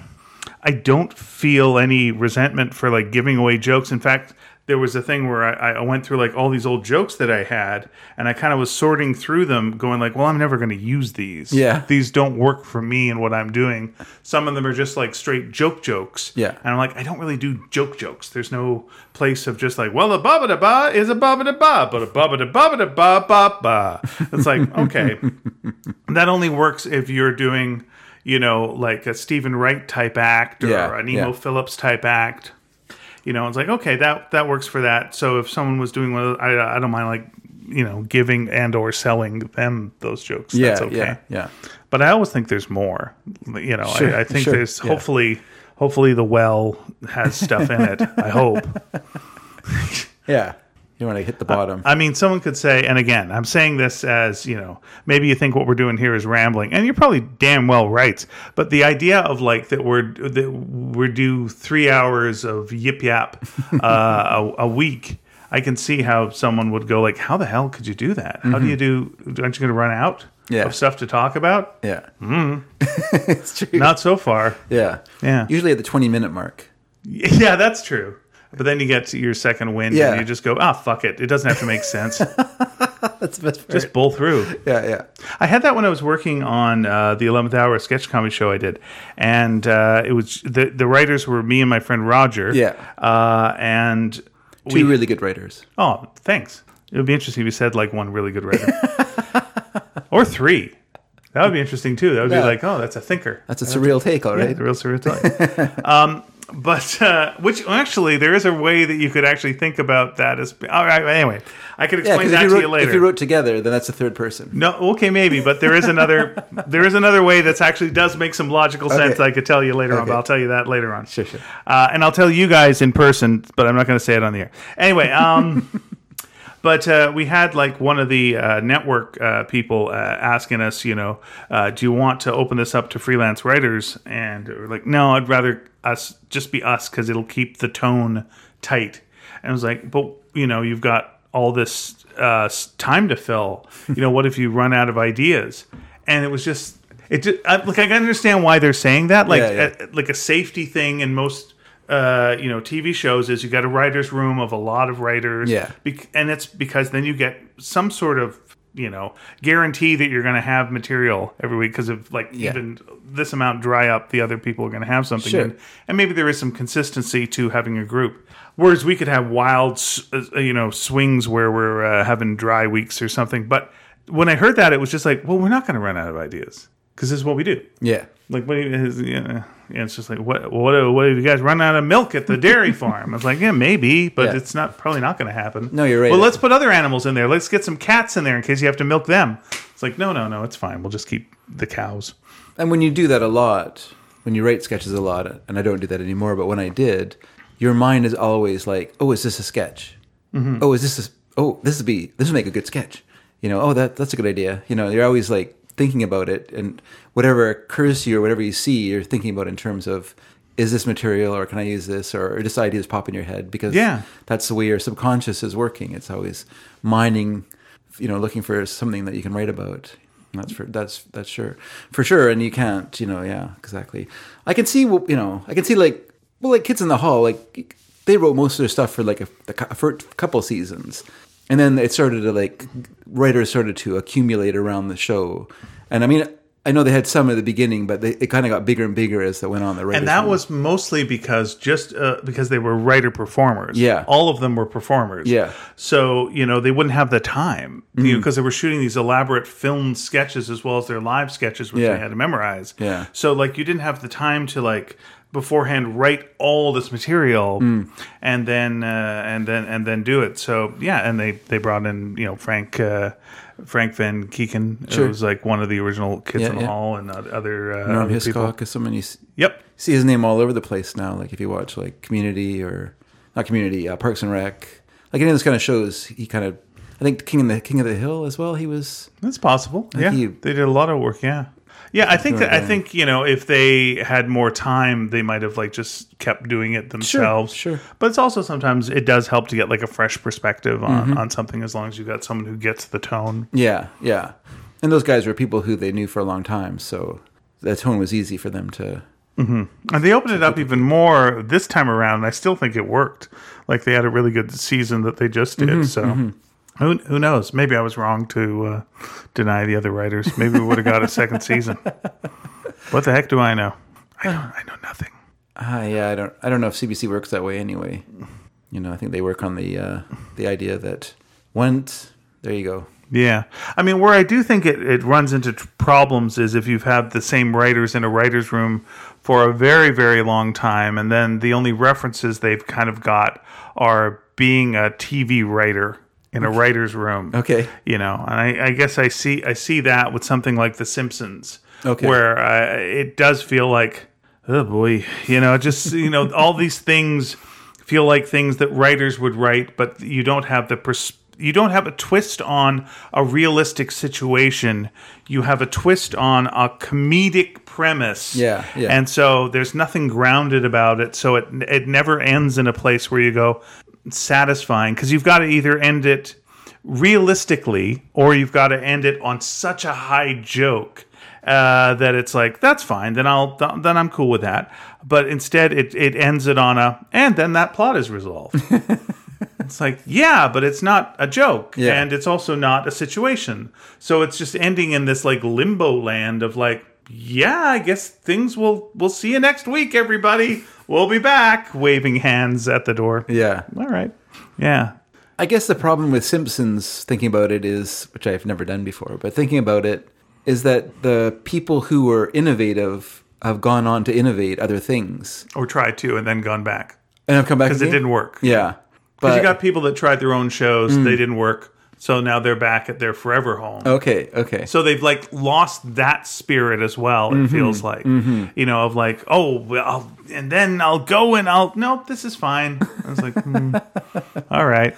[SPEAKER 1] I don't feel any resentment for like giving away jokes. In fact, there was a thing where I, I went through like all these old jokes that I had, and I kind of was sorting through them, going like, "Well, I'm never going to use these.
[SPEAKER 2] Yeah.
[SPEAKER 1] these don't work for me and what I'm doing." Some of them are just like straight joke jokes.
[SPEAKER 2] Yeah.
[SPEAKER 1] and I'm like, I don't really do joke jokes. There's no place of just like, "Well, a baba da ba is a baba da ba, but a baba da baba da ba ba ba." It's like, okay, that only works if you're doing, you know, like a Stephen Wright type act or
[SPEAKER 2] Yeah,
[SPEAKER 1] an Emo
[SPEAKER 2] yeah.
[SPEAKER 1] Phillips type act. You know, it's like okay, that that works for that. So if someone was doing one, of those, I I don't mind like you know giving and or selling them those jokes.
[SPEAKER 2] Yeah,
[SPEAKER 1] That's okay.
[SPEAKER 2] yeah, yeah.
[SPEAKER 1] But I always think there's more. You know,
[SPEAKER 2] Sure,
[SPEAKER 1] I, I think
[SPEAKER 2] sure,
[SPEAKER 1] there's
[SPEAKER 2] yeah.
[SPEAKER 1] hopefully hopefully the well has stuff in it. I hope.
[SPEAKER 2] Yeah. You want to hit the bottom.
[SPEAKER 1] I mean, someone could say, and again, I'm saying this as, you know, maybe you think what we're doing here is rambling, and you're probably damn well right. But the idea of like that we're that we're due three hours of yip yap uh, a, a week, I can see how someone would go like, how the hell could you do that? How do you do? Aren't you going to run out
[SPEAKER 2] Mm-hmm. Yeah.
[SPEAKER 1] of stuff to talk about?
[SPEAKER 2] yeah. Mm. it's true.
[SPEAKER 1] Not so far.
[SPEAKER 2] yeah.
[SPEAKER 1] Yeah.
[SPEAKER 2] Usually at the 20 minute mark.
[SPEAKER 1] Yeah, that's true. But then you get to your second wind,
[SPEAKER 2] Yeah.
[SPEAKER 1] and you just go, ah, fuck it. It doesn't have to make sense.
[SPEAKER 2] That's the best
[SPEAKER 1] just bowl through.
[SPEAKER 2] Yeah, yeah.
[SPEAKER 1] I had that when I was working on uh, the Eleventh Hour sketch comedy show I did, and uh, it was the the writers were me and my friend Roger.
[SPEAKER 2] Yeah.
[SPEAKER 1] uh, and
[SPEAKER 2] Two
[SPEAKER 1] we
[SPEAKER 2] really good writers.
[SPEAKER 1] oh thanks. It would be interesting if you said like one really good writer or three. That would be interesting too. That would
[SPEAKER 2] Yeah.
[SPEAKER 1] be like oh that's a thinker.
[SPEAKER 2] That's a surreal take, all right.
[SPEAKER 1] The real surreal time. um, but uh, which well, actually, there is a way that you could actually think about that as. All right, anyway, I could
[SPEAKER 2] Yeah,
[SPEAKER 1] explain
[SPEAKER 2] because
[SPEAKER 1] that
[SPEAKER 2] if,
[SPEAKER 1] to
[SPEAKER 2] you
[SPEAKER 1] you
[SPEAKER 2] wrote-
[SPEAKER 1] later.
[SPEAKER 2] if you wrote together, then that's the third person.
[SPEAKER 1] No, okay, maybe, but there is another there is another way that's actually does make some logical sense.
[SPEAKER 2] Okay.
[SPEAKER 1] I could tell you later on,
[SPEAKER 2] Okay.
[SPEAKER 1] but I'll tell you that later on.
[SPEAKER 2] Sure, sure.
[SPEAKER 1] Uh, and I'll tell you guys in person, but I'm not going to say it on the air. Anyway, um, but uh, we had like one of the uh, network uh, people uh, asking us, you know, uh, do you want to open this up to freelance writers? And we're like, no, I'd rather us just be us because it'll keep the tone tight. And I was like, but you know, you've got all this uh, s- time to fill. You know, what if you run out of ideas? And it was just. It just, I, like I can understand why they're saying that, like
[SPEAKER 2] Yeah, yeah.
[SPEAKER 1] uh, like a safety thing in most uh, you know TV shows is you got a writers room of a lot of writers.
[SPEAKER 2] Yeah.
[SPEAKER 1] Bec- and it's because then you get some sort of you know guarantee that you're going to have material every week because if like
[SPEAKER 2] Yeah.
[SPEAKER 1] even this amount dry up, the other people are going to have something.
[SPEAKER 2] Sure.
[SPEAKER 1] And, and maybe there is some consistency to having a group. Whereas we could have wild, s- uh, you know, swings where we're uh, having dry weeks or something. But when I heard that, it was just like, well, we're not going to run out of ideas because this is what we do.
[SPEAKER 2] Yeah.
[SPEAKER 1] Like what? do you- Is, yeah, yeah, it's just like what? What? What have you guys run out of milk at the dairy farm? I was like, yeah, maybe, but
[SPEAKER 2] Yeah.
[SPEAKER 1] it's not probably not going to happen.
[SPEAKER 2] No, you're right.
[SPEAKER 1] Well, let's put other animals in there. Let's get some cats in there in case you have to milk them. It's like, no, no, no, it's fine. We'll just keep the cows.
[SPEAKER 2] And when you do that a lot, when you write sketches a lot, and I don't do that anymore, but when I did, your mind is always like, "Oh, is this a sketch? Oh, is this a, oh this would be this would make a good sketch? You know, oh that that's a good idea. You know, you're always like thinking about it, and whatever occurs to you or whatever you see, you're thinking about in terms of is this material or can I use this or, or just ideas pop in your head because
[SPEAKER 1] Yeah.
[SPEAKER 2] that's the way your subconscious is working. It's always mining, you know, looking for something that you can write about. That's for that's that's sure for sure. And you can't, you know, yeah, exactly. I can see, what you know, I can see like well, like Kids in the Hall, like they wrote most of their stuff for like a, a cou- for a couple seasons, and then it started to like writers started to accumulate around the show, and I mean. I know they had some at the beginning, but they, it kind of got bigger and bigger as that went on. The writers
[SPEAKER 1] And that
[SPEAKER 2] room.
[SPEAKER 1] was mostly because just uh, because they were writer performers.
[SPEAKER 2] Yeah.
[SPEAKER 1] all of them were performers.
[SPEAKER 2] Yeah. Mm-hmm.
[SPEAKER 1] so you know they wouldn't have the time because they were shooting these elaborate film sketches as well as their live sketches, which
[SPEAKER 2] Yeah.
[SPEAKER 1] they had to memorize.
[SPEAKER 2] Yeah.
[SPEAKER 1] so like you didn't have the time to like beforehand write all this material
[SPEAKER 2] Mm.
[SPEAKER 1] and then uh, and then and then do it. So yeah, and they they brought in you know Frank. Uh, Frank Van Keeken, who
[SPEAKER 2] Sure.
[SPEAKER 1] was like one of the original Kids
[SPEAKER 2] Yeah,
[SPEAKER 1] in the
[SPEAKER 2] yeah.
[SPEAKER 1] Hall and other, uh,
[SPEAKER 2] Norm
[SPEAKER 1] other people.
[SPEAKER 2] Hiscock is so many
[SPEAKER 1] Yep,
[SPEAKER 2] see his name all over the place now. Like if you watch like Community or not Community, uh, Parks and Rec, like any of those kind of shows, he kind of I think King of the King of the Hill as well. He was
[SPEAKER 1] That's possible. yeah,
[SPEAKER 2] he-
[SPEAKER 1] they did a lot of work. Yeah, yeah. I think that I think you know if they had more time, they might have like just kept doing it themselves.
[SPEAKER 2] sure.
[SPEAKER 1] But it's also sometimes it does help to get like a fresh perspective on
[SPEAKER 2] Mm-hmm.
[SPEAKER 1] on something as long as you've got someone who gets the tone.
[SPEAKER 2] yeah yeah, and those guys were people who they knew for a long time, so the tone was easy for them to.
[SPEAKER 1] And they opened it up even more this time around, and I still think it worked. Like they had a really good season that they just
[SPEAKER 2] Mm-hmm,
[SPEAKER 1] did. so. Who, who knows? Maybe I was wrong to uh, deny the other writers. Maybe we would have got a second season. What the heck do I know? I don't. I know nothing.
[SPEAKER 2] Ah, yeah, I don't I don't know if CBC works that way anyway. You know, I think they work on the uh, the idea that once there you go.
[SPEAKER 1] Yeah. I mean, where I do think it, it runs into tr- problems is if you've had the same writers in a writer's room for a very, very long time, and then the only references they've kind of got are being a TV writer in a writer's room.
[SPEAKER 2] Okay.
[SPEAKER 1] You know, and I, I guess I see I see that with something like The Simpsons,
[SPEAKER 2] Okay.
[SPEAKER 1] where uh, it does feel like, oh boy, you know, just you know, all these things feel like things that writers would write, but you don't have the pers- you don't have a twist on a realistic situation. You have a twist on a comedic premise.
[SPEAKER 2] Yeah, yeah.
[SPEAKER 1] And so there's nothing grounded about it. So it it never ends in a place where you go satisfying because you've got to either end it realistically or you've got to end it on such a high joke uh, that it's like that's fine then i'll th- then i'm cool with that but instead it, it ends it on a and then that plot is resolved it's like yeah but it's not a joke
[SPEAKER 2] Yeah.
[SPEAKER 1] and it's also not a situation so it's just ending in this like limbo land of like yeah i guess things will we'll see you next week everybody we'll be back waving hands at the door
[SPEAKER 2] Yeah.
[SPEAKER 1] all right yeah
[SPEAKER 2] I guess the problem with Simpsons, thinking about it, is which I've never done before, but thinking about it is that the people who were innovative have gone on to innovate other things
[SPEAKER 1] or tried to and then gone back
[SPEAKER 2] and have come back
[SPEAKER 1] because it didn't work.
[SPEAKER 2] Yeah,
[SPEAKER 1] Because
[SPEAKER 2] but Mm.
[SPEAKER 1] you got people that tried their own shows, they didn't work, so now they're back at their forever home.
[SPEAKER 2] okay, okay,
[SPEAKER 1] So they've like lost that spirit as well. It
[SPEAKER 2] Mm-hmm.
[SPEAKER 1] feels like you know of like oh well, I'll, and then I'll go and I'll nope this is fine. I was like hmm, all right,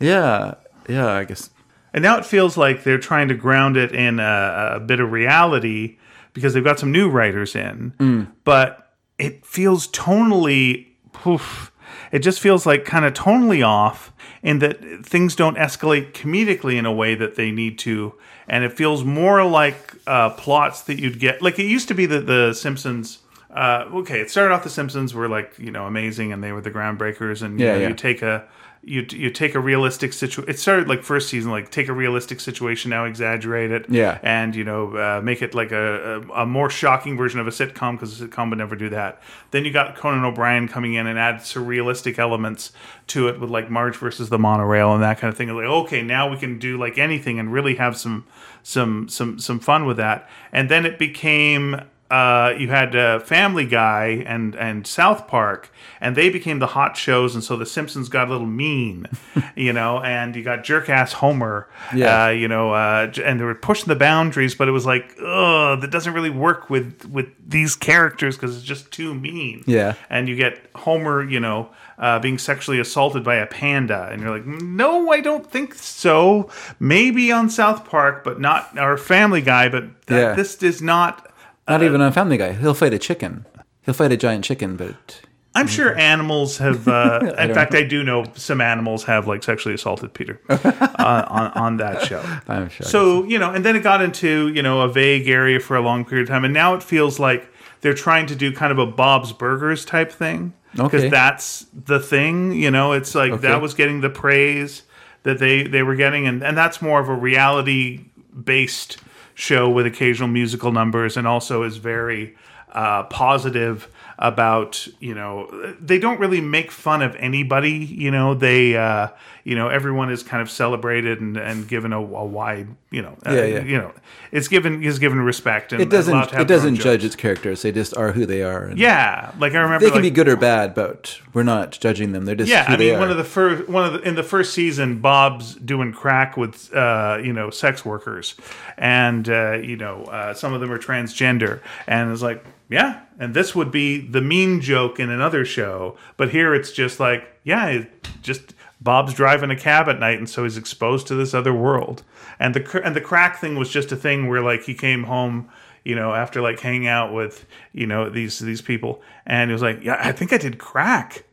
[SPEAKER 2] yeah, yeah. I guess
[SPEAKER 1] and now it feels like they're trying to ground it in a, a bit of reality because they've got some new writers in,
[SPEAKER 2] Mm.
[SPEAKER 1] but it feels tonally poof. It just feels like kind of tonally off, in that things don't escalate comedically in a way that they need to, and it feels more like uh, plots that you'd get. Like it used to be that the Simpsons. Uh, okay, it started off the Simpsons were like you know amazing, and they were the groundbreakers, and you
[SPEAKER 2] Yeah,
[SPEAKER 1] know,
[SPEAKER 2] yeah.
[SPEAKER 1] you take a you you take a realistic situation. It started like first season, like take a realistic situation, now exaggerate it,
[SPEAKER 2] Yeah.
[SPEAKER 1] and you know uh, make it like a, a a more shocking version of a sitcom because a sitcom would never do that. Then you got Conan O'Brien coming in and add surrealistic elements to it with like Marge versus the monorail and that kind of thing. Like okay, now we can do like anything and really have some some some some fun with that. And then it became uh, you had uh, Family Guy and and South Park, and they became the hot shows, and so The Simpsons got a little mean, you know. And you got jerkass Homer,
[SPEAKER 2] Yeah.
[SPEAKER 1] uh, you know, uh, j- and they were pushing the boundaries, but it was like, ugh, that doesn't really work with with these characters because it's just too mean.
[SPEAKER 2] Yeah.
[SPEAKER 1] and you get Homer, you know. Uh, being sexually assaulted by a panda, and you're like, no, I don't think so. Maybe on South Park, but not our Family Guy. But that,
[SPEAKER 2] Yeah.
[SPEAKER 1] this is not
[SPEAKER 2] not even on Family Guy. He'll fight a chicken. He'll fight a giant chicken, but
[SPEAKER 1] I'm sure animals have. Uh, in
[SPEAKER 2] don't
[SPEAKER 1] fact, I do know some animals have like sexually assaulted Peter uh, on on that show.
[SPEAKER 2] I'm sure.
[SPEAKER 1] So you know, and then it got into you know a vague area for a long period of time, and now it feels like they're trying to do kind of a Bob's Burgers type thing because
[SPEAKER 2] Okay.
[SPEAKER 1] that's the thing. You know, it's like that was getting the praise that they they were getting, and and that's more of a reality based show with occasional musical numbers, and also is very uh, positive about you know they don't really make fun of anybody you know they uh you know everyone is kind of celebrated and and given a, a wide you know uh,
[SPEAKER 2] Yeah, yeah.
[SPEAKER 1] you know it's given is given respect and
[SPEAKER 2] it doesn't it doesn't
[SPEAKER 1] judge.
[SPEAKER 2] judge its characters. They just are who they are. And
[SPEAKER 1] Yeah, like I remember,
[SPEAKER 2] They can
[SPEAKER 1] like,
[SPEAKER 2] be good or bad, but we're not judging them. They're just
[SPEAKER 1] yeah.
[SPEAKER 2] who
[SPEAKER 1] I
[SPEAKER 2] they
[SPEAKER 1] mean,
[SPEAKER 2] are.
[SPEAKER 1] one of the first, one of the, in the first season, Bob's doing crack with uh, you know sex workers, and uh, you know uh, some of them are transgender, and it's like yeah, and this would be the mean joke in another show, but here it's just like yeah, it just Bob's driving a cab at night, and so he's exposed to this other world. And the cr- and the crack thing was just a thing where like he came home, you know, after like hanging out with you know these these people, and he was like, yeah, I think I did crack.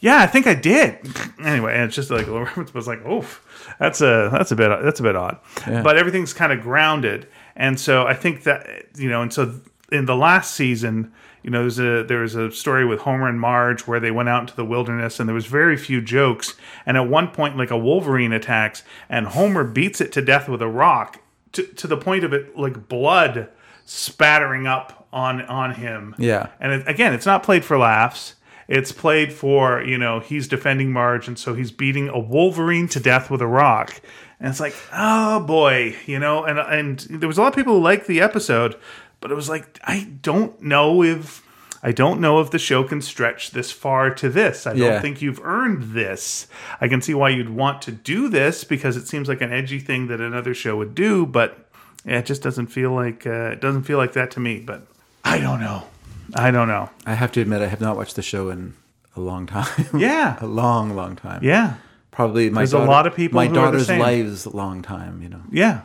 [SPEAKER 1] Yeah, I think I did. Anyway, and it's just like a little reference, but it's like, oof, that's a that's a bit that's a bit odd. But everything's kind of grounded, and so I think that you know, and so in the last season, you know, there's a there was a story with Homer and Marge where they went out into the wilderness and there was very few jokes. And at one point, like a Wolverine attacks, and Homer beats it to death with a rock to to the point of it like blood spattering up on on him.
[SPEAKER 2] Yeah.
[SPEAKER 1] And it, again, it's not played for laughs. It's played for you know he's defending Marge, and so he's beating a Wolverine to death with a rock. And it's like, oh boy, you know. And and there was a lot of people who liked the episode, but it was like I don't know if I don't know if the show can stretch this far to this. I
[SPEAKER 2] Yeah.
[SPEAKER 1] don't think you've earned this. I can see why you'd want to do this because it seems like an edgy thing that another show would do, but yeah, it just doesn't feel like uh, it doesn't feel like that to me. But I don't know. I don't know.
[SPEAKER 2] I have to admit, I have not watched the show in a long time.
[SPEAKER 1] Yeah.
[SPEAKER 2] a long, long time.
[SPEAKER 1] Yeah.
[SPEAKER 2] probably my
[SPEAKER 1] There's a
[SPEAKER 2] daughter-
[SPEAKER 1] lot of people
[SPEAKER 2] My
[SPEAKER 1] who are the
[SPEAKER 2] daughter's
[SPEAKER 1] same.
[SPEAKER 2] lives long time, you know,
[SPEAKER 1] Yeah.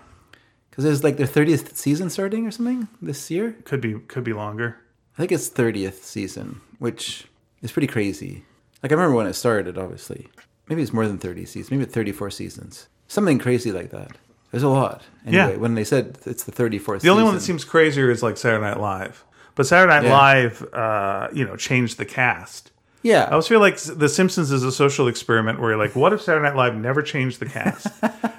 [SPEAKER 2] because there's like their thirtieth season starting or something this year.
[SPEAKER 1] Could be could be longer.
[SPEAKER 2] I think it's thirtieth season, which is pretty crazy. Like I remember when it started, obviously. Maybe it's more than thirty seasons. Maybe it's thirty-four seasons. Something crazy like that. There's a lot. Anyway,
[SPEAKER 1] Yeah.
[SPEAKER 2] when they said it's the thirty-fourth,
[SPEAKER 1] The only one that seems crazier is like Saturday Night Live. But Saturday Night
[SPEAKER 2] Yeah.
[SPEAKER 1] Live uh, you know, changed the cast.
[SPEAKER 2] yeah,
[SPEAKER 1] I always feel like The Simpsons is a social experiment where you're like, what if Saturday Night Live never changed the cast?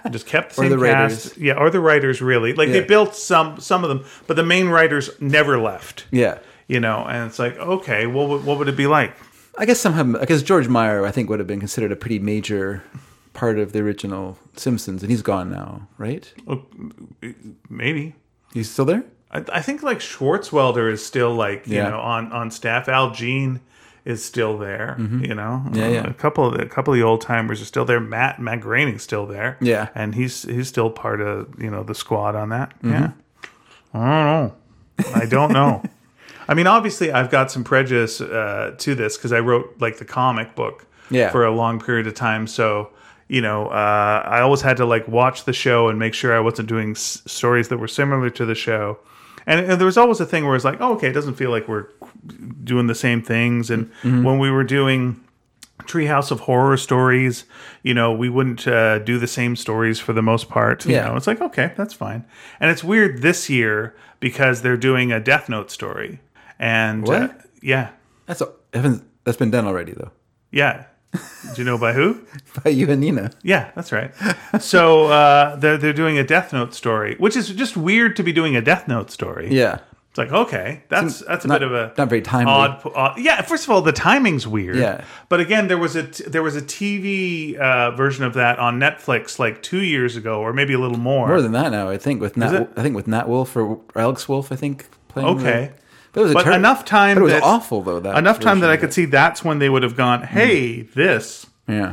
[SPEAKER 1] And just kept the same
[SPEAKER 2] the
[SPEAKER 1] cast.
[SPEAKER 2] writers.
[SPEAKER 1] Yeah, or the writers really. Like they
[SPEAKER 2] Yeah.
[SPEAKER 1] built some some of them, but the main writers never left.
[SPEAKER 2] yeah.
[SPEAKER 1] You know, and it's like, okay, well, what, what would it be like?
[SPEAKER 2] I guess somehow, I guess George Meyer, I think, would have been considered a pretty major part of the original Simpsons, and he's gone now, right?
[SPEAKER 1] Maybe.
[SPEAKER 2] He's still there.
[SPEAKER 1] I, I think like Schwartzwelder is still like you
[SPEAKER 2] Yeah.
[SPEAKER 1] know on on staff. Al Jean is still there. You know, Uh,
[SPEAKER 2] Mm-hmm. yeah.
[SPEAKER 1] A couple of the, a couple of the old timers are still there. Matt Matt Groening's still there.
[SPEAKER 2] Yeah.
[SPEAKER 1] and he's he's still part of you know the squad on that.
[SPEAKER 2] Mm-hmm.
[SPEAKER 1] Yeah, I don't know. I don't know. I mean, obviously, I've got some prejudice uh, to this because I wrote like the comic book
[SPEAKER 2] Yeah.
[SPEAKER 1] for a long period of time. So, you know, uh, I always had to like watch the show and make sure I wasn't doing s- stories that were similar to the show. And, and there was always a thing where it's like, oh, okay, it doesn't feel like we're doing the same things. And
[SPEAKER 2] Mm-hmm.
[SPEAKER 1] when we were doing Treehouse of Horror stories, you know, we wouldn't uh, do the same stories for the most part. You
[SPEAKER 2] Yeah.
[SPEAKER 1] know, it's like, okay, that's fine. And it's weird this year because they're doing a Death Note story. And uh,
[SPEAKER 2] What?
[SPEAKER 1] yeah,
[SPEAKER 2] That's a, haven't, that's been done already though
[SPEAKER 1] yeah. Do you know by who?
[SPEAKER 2] by you and Nina.
[SPEAKER 1] Yeah, that's right. so uh, they're they're doing a Death Note story, which is just weird to be doing a Death Note story.
[SPEAKER 2] Yeah,
[SPEAKER 1] it's like okay, that's that's a
[SPEAKER 2] not-
[SPEAKER 1] bit of a
[SPEAKER 2] not very timely.
[SPEAKER 1] Odd, odd. Yeah, first of all, the timing's weird.
[SPEAKER 2] Yeah.
[SPEAKER 1] but again, there was a t- there was a TV uh, version of that on Netflix like two years ago, or maybe a little more.
[SPEAKER 2] more than that now. I think with Nat,
[SPEAKER 1] it?
[SPEAKER 2] I think with Nat Wolf or Alex Wolf, I think playing. the-
[SPEAKER 1] Okay.
[SPEAKER 2] but it was a
[SPEAKER 1] but
[SPEAKER 2] ter-
[SPEAKER 1] enough time
[SPEAKER 2] But it was
[SPEAKER 1] that-
[SPEAKER 2] awful though. That
[SPEAKER 1] enough time that I
[SPEAKER 2] version
[SPEAKER 1] could see that's when they would have gone, hey, this
[SPEAKER 2] of it. Yeah,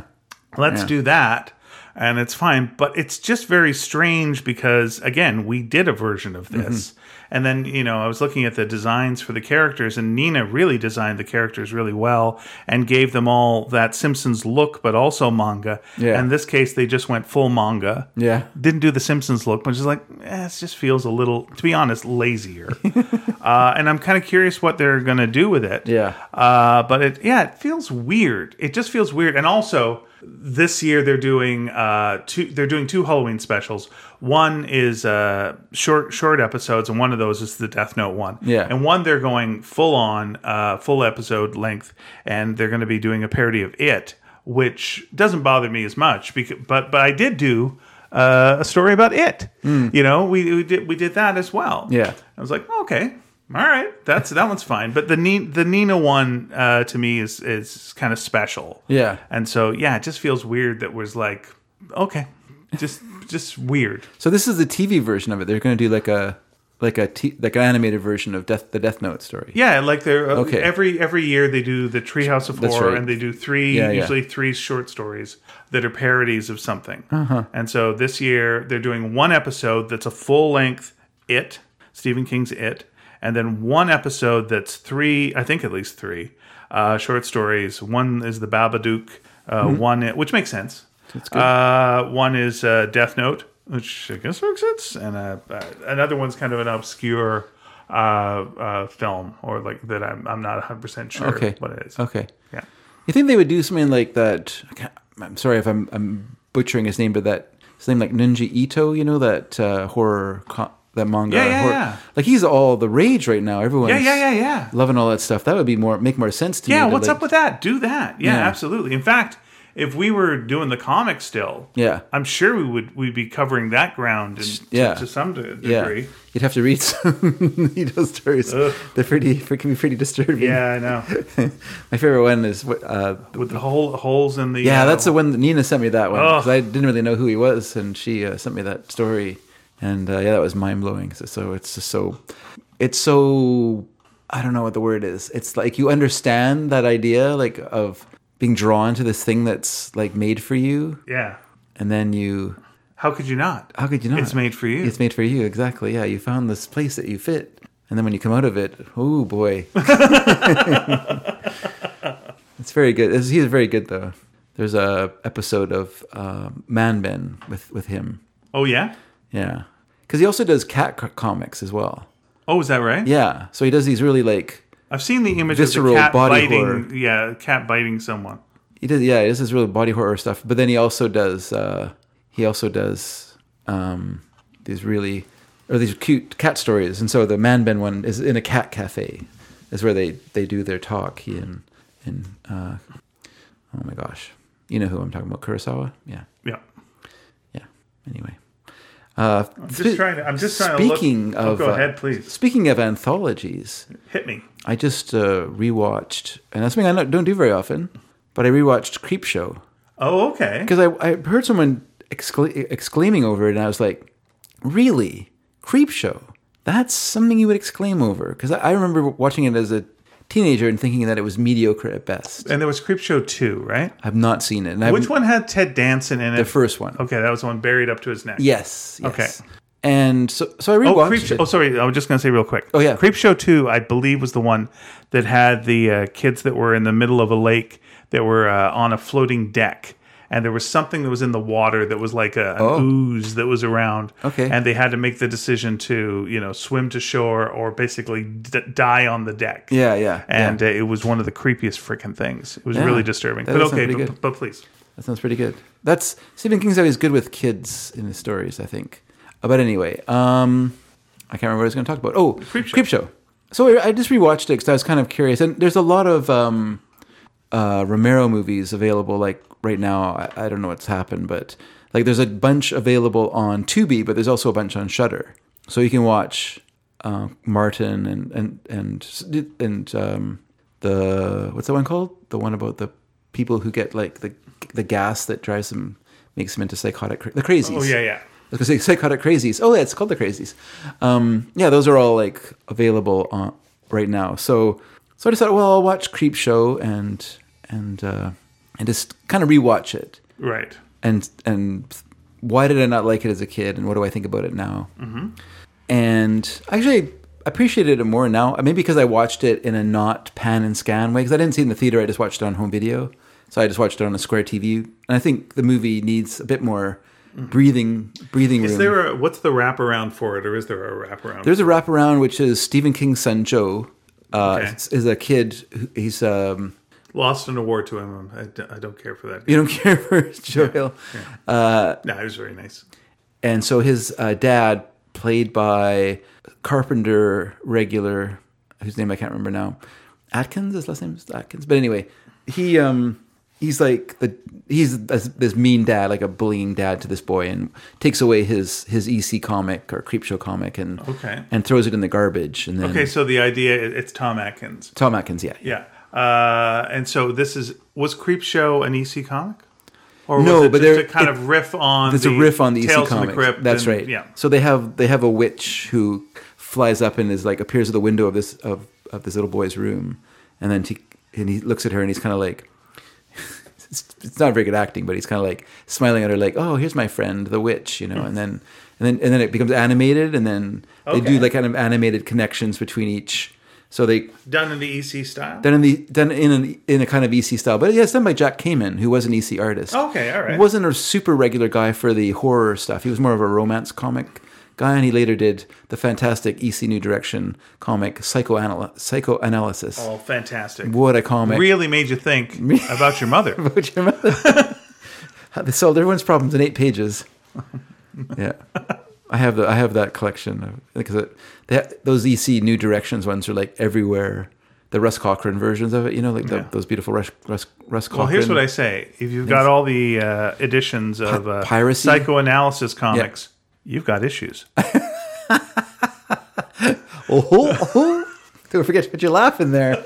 [SPEAKER 1] let's
[SPEAKER 2] Yeah.
[SPEAKER 1] do that and it's fine but it's just very strange because again we did a version
[SPEAKER 2] Mm-hmm.
[SPEAKER 1] of this and then you know i was looking at the designs for the characters and nina really designed the characters really well and gave them all that simpsons look but also manga
[SPEAKER 2] Yeah.
[SPEAKER 1] in this case they just went full manga
[SPEAKER 2] yeah.
[SPEAKER 1] didn't do the Simpsons look, which is like eh, it just feels a little, to be honest, lazier. uh, and I'm kind of curious what they're gonna do with it.
[SPEAKER 2] Yeah.
[SPEAKER 1] Uh, but it, yeah, it feels weird. It just feels weird. And also, this year they're doing uh, two. They're doing two Halloween specials. One is uh, short short episodes, and one of those is the Death Note one.
[SPEAKER 2] Yeah.
[SPEAKER 1] And one they're going full on, uh, full episode length, and they're going to be doing a parody of it, which doesn't bother me as much. Because, but but I did do uh, a story about it. You know, we, we did we did that as well.
[SPEAKER 2] Yeah.
[SPEAKER 1] I was like, "Oh, okay, all right, that's that one's fine. But the Ni- the Nina one uh, to me is is kind of special.
[SPEAKER 2] Yeah.
[SPEAKER 1] And so yeah, it just feels weird that was like, okay, just just weird.
[SPEAKER 2] So this is the TV version of it. They're going to do like a like a t- like an animated version of Death the Death Note story.
[SPEAKER 1] Yeah, like they're uh,
[SPEAKER 2] Okay.
[SPEAKER 1] every every year they do the Treehouse of
[SPEAKER 2] That's
[SPEAKER 1] Horror,
[SPEAKER 2] right.
[SPEAKER 1] and they do three
[SPEAKER 2] Yeah, yeah.
[SPEAKER 1] usually three short stories that are parodies of something.
[SPEAKER 2] Uh-huh.
[SPEAKER 1] And so this year they're doing one episode that's a full length It Stephen King's It, and then one episode that's three I think at least three uh, short stories. One is the Babadook. Uh,
[SPEAKER 2] Mm-hmm.
[SPEAKER 1] One, i- which makes sense. Uh, one is uh, Death Note, which I guess makes sense, and uh, uh, another one's kind of an obscure uh, uh, film or like that. I'm I'm not 100 percent sure
[SPEAKER 2] Okay.
[SPEAKER 1] what it is.
[SPEAKER 2] Okay.
[SPEAKER 1] Yeah.
[SPEAKER 2] You think they would do something like that? I can't- I'm sorry if I'm, I'm butchering his name, but that his name like Ninja Ito, you know that uh, horror co- that manga.
[SPEAKER 1] Yeah, yeah,
[SPEAKER 2] horror-
[SPEAKER 1] yeah.
[SPEAKER 2] Like he's all the rage right now. Everyone's
[SPEAKER 1] Yeah, yeah, yeah, yeah.
[SPEAKER 2] loving all that stuff. That would be more make more sense to me.
[SPEAKER 1] Yeah,
[SPEAKER 2] to,
[SPEAKER 1] what's
[SPEAKER 2] like-
[SPEAKER 1] up with that? Do that. Yeah,
[SPEAKER 2] Yeah.
[SPEAKER 1] absolutely. In fact, if we were doing the comic still,
[SPEAKER 2] Yeah.
[SPEAKER 1] I'm sure we would we'd be covering that ground in, to-
[SPEAKER 2] Yeah.
[SPEAKER 1] to, some de-
[SPEAKER 2] Yeah,
[SPEAKER 1] degree. Yeah.
[SPEAKER 2] you'd have to read some Ito stories.
[SPEAKER 1] Ugh.
[SPEAKER 2] They're pretty, they can be pretty disturbing.
[SPEAKER 1] I know.
[SPEAKER 2] my favorite one is what, uh,
[SPEAKER 1] With the hole holes in the
[SPEAKER 2] Yeah,
[SPEAKER 1] uh,
[SPEAKER 2] that's the one that Nina sent me that one
[SPEAKER 1] Ugh.
[SPEAKER 2] because I didn't really know who he was, and she uh, sent me that story, and uh, yeah, that was mind blowing. So, so it's just so, it's so I don't know what the word is. It's like you understand that idea like of being drawn to this thing that's like made for you,
[SPEAKER 1] yeah.
[SPEAKER 2] and then you
[SPEAKER 1] How could you not?
[SPEAKER 2] how could you not?
[SPEAKER 1] It's made for you.
[SPEAKER 2] It's made for you exactly. Yeah, you found this place that you fit, and then when you come out of it, oh boy, it's very good. It's, he's very good though. There's a episode of uh, Man Men with with him.
[SPEAKER 1] oh yeah.
[SPEAKER 2] Yeah, because he also does cat co- comics as well.
[SPEAKER 1] Oh, is that right?
[SPEAKER 2] Yeah, so he does these really like
[SPEAKER 1] I've seen the image
[SPEAKER 2] Visceral
[SPEAKER 1] of the cat
[SPEAKER 2] body
[SPEAKER 1] biting.
[SPEAKER 2] horror.
[SPEAKER 1] Yeah, cat biting someone.
[SPEAKER 2] he does yeah he does this really body horror stuff. But then he also does uh, he also does um, these really or these cute cat stories. And so the Man Ben one is in a cat cafe, is where they they do their talk. He and and uh, oh my gosh, you know who I'm talking about? Kurosawa. Yeah,
[SPEAKER 1] Yeah.
[SPEAKER 2] yeah. Anyway, uh, I'm
[SPEAKER 1] Just trying to. I'm just trying
[SPEAKER 2] speaking
[SPEAKER 1] to. Look,
[SPEAKER 2] of
[SPEAKER 1] oh, go
[SPEAKER 2] uh,
[SPEAKER 1] ahead, please
[SPEAKER 2] Speaking of anthologies,
[SPEAKER 1] hit me.
[SPEAKER 2] I just uh, rewatched, and that's something I don't- don't do very often. But I rewatched Creepshow
[SPEAKER 1] Oh, okay.
[SPEAKER 2] because I, I heard someone excla- exclaiming over it, and I was like, "Really, creep show? That's something you would exclaim over?" Because I, I remember watching it as a teenager and thinking that it was mediocre at best.
[SPEAKER 1] And there was Creepshow two, right?
[SPEAKER 2] I've not seen it, and I've,
[SPEAKER 1] Which one had Ted Danson in it?
[SPEAKER 2] the first one?
[SPEAKER 1] Okay, that was the one buried up to his neck.
[SPEAKER 2] Yes, yes.
[SPEAKER 1] Okay.
[SPEAKER 2] And so, so I
[SPEAKER 1] Oh,
[SPEAKER 2] rewatched
[SPEAKER 1] Creep
[SPEAKER 2] it.
[SPEAKER 1] oh, sorry. I was just going to say real quick.
[SPEAKER 2] Oh, yeah.
[SPEAKER 1] Creep Show 2, I believe, was the one that had the uh, kids that were in the middle of a lake that were uh, on a floating deck. And there was something that was in the water that was like a, an ooze that was around.
[SPEAKER 2] Oh. Okay.
[SPEAKER 1] And they had to make the decision to, you know, swim to shore or basically d- die on the deck.
[SPEAKER 2] Yeah, yeah,
[SPEAKER 1] And Uh, it was one of the creepiest freaking things. It was really disturbing.
[SPEAKER 2] that
[SPEAKER 1] But
[SPEAKER 2] does sound
[SPEAKER 1] okay,
[SPEAKER 2] pretty
[SPEAKER 1] but,
[SPEAKER 2] good.
[SPEAKER 1] but please.
[SPEAKER 2] That sounds pretty good. That's Stephen King's always good with kids in his stories, I think. Uh, But anyway, um, I can't remember what I was going to talk about. Oh, Creepshow. So I I just rewatched it because I was kind of curious, and there's a lot of um, uh, Romero movies available. Like right now, I, I don't know what's happened, but like there's a bunch available on Tubi, but there's also a bunch on Shutter, so you can watch uh, Martin and and and and um, the what's that one called? The one about the people who get like the the gas that drives them makes them into psychotic cra- the crazies.
[SPEAKER 1] Oh, yeah, yeah.
[SPEAKER 2] I was gonna say psychotic crazies. Oh, yeah, it's called the crazies. Um, yeah, those are all like available on, right now. So, so I decided, well, I'll watch Creep Show and and uh, and just kind of rewatch it.
[SPEAKER 1] Right.
[SPEAKER 2] And and why did I not like it as a kid? And what do I think about it now? Mm-hmm. And actually, I appreciated it more now. uh, Maybe because I watched it in a not pan and scan way. Because I didn't see it in the theater. I just watched it on home video. So I just watched it on a square TV. And I think the movie needs a bit more. Breathing, breathing room.
[SPEAKER 1] Mm-hmm. Is there a, what's the wraparound for it, or is there a wraparound?
[SPEAKER 2] There's a wraparound which is Stephen King's son Joe. Uh,
[SPEAKER 1] Okay.
[SPEAKER 2] is- Is a kid. Who, he's um.
[SPEAKER 1] Lost an award to him. I, d- I don't care for that.
[SPEAKER 2] You don't care for Joe Hill,
[SPEAKER 1] No, it was very nice.
[SPEAKER 2] and so his uh, dad, played by Carpenter regular, whose name I can't remember now, Atkins. His last name is Atkins. But anyway, he um he's like the he's this, this mean dad, like a bullying dad to this boy, and takes away his his EC comic or Creepshow comic, and
[SPEAKER 1] Okay.
[SPEAKER 2] and throws it in the garbage, and then
[SPEAKER 1] Okay, so the idea i- it's Tom Atkins.
[SPEAKER 2] Tom Atkins, yeah,
[SPEAKER 1] Yeah. Uh, and so this is was Creepshow an EC comic? Or
[SPEAKER 2] No,
[SPEAKER 1] was it
[SPEAKER 2] but
[SPEAKER 1] just
[SPEAKER 2] there-
[SPEAKER 1] a kind
[SPEAKER 2] it-
[SPEAKER 1] of riff on
[SPEAKER 2] It's a riff on the EC
[SPEAKER 1] Tales from
[SPEAKER 2] comics.
[SPEAKER 1] the Crypt.
[SPEAKER 2] That's
[SPEAKER 1] and-
[SPEAKER 2] right.
[SPEAKER 1] Yeah.
[SPEAKER 2] So they have they have a witch who flies up and is like appears at the window of this of, of this little boy's room, and then she, and he looks at her and he's kind of like, it's, it's not very good acting, but he's kind of like smiling at her like, oh, here's my friend, the witch, you know,
[SPEAKER 1] Hmm.
[SPEAKER 2] and then and then and then it becomes animated, and then they do
[SPEAKER 1] Okay.
[SPEAKER 2] like kind of animated connections between each. So they
[SPEAKER 1] Done in the EC style.
[SPEAKER 2] done in the done in an, in a kind of EC style, but yeah, it's done by Jack Kamen, who was an EC artist.
[SPEAKER 1] Okay, all right.
[SPEAKER 2] wasn't a super regular guy for the horror stuff. He was more of a romance comic guy, and he later did the fantastic EC New Direction comic Psychoanal- Psychoanalysis.
[SPEAKER 1] oh, fantastic.
[SPEAKER 2] What a comic!
[SPEAKER 1] Really made you think about your mother.
[SPEAKER 2] Would you remember? they solved everyone's problems in eight pages. yeah, I have the I have that collection of- because it, they ha those EC New Directions ones are like everywhere. The Russ Cochran versions of it, you know, like the,
[SPEAKER 1] Yeah.
[SPEAKER 2] those beautiful Russ Russ, Russ Cochran.
[SPEAKER 1] Well, here's what I say: if you've got all the uh, editions of uh,
[SPEAKER 2] piracy?
[SPEAKER 1] psychoanalysis comics, you've got issues.
[SPEAKER 2] Oh, oh, oh. Don't forget to put your laugh in there.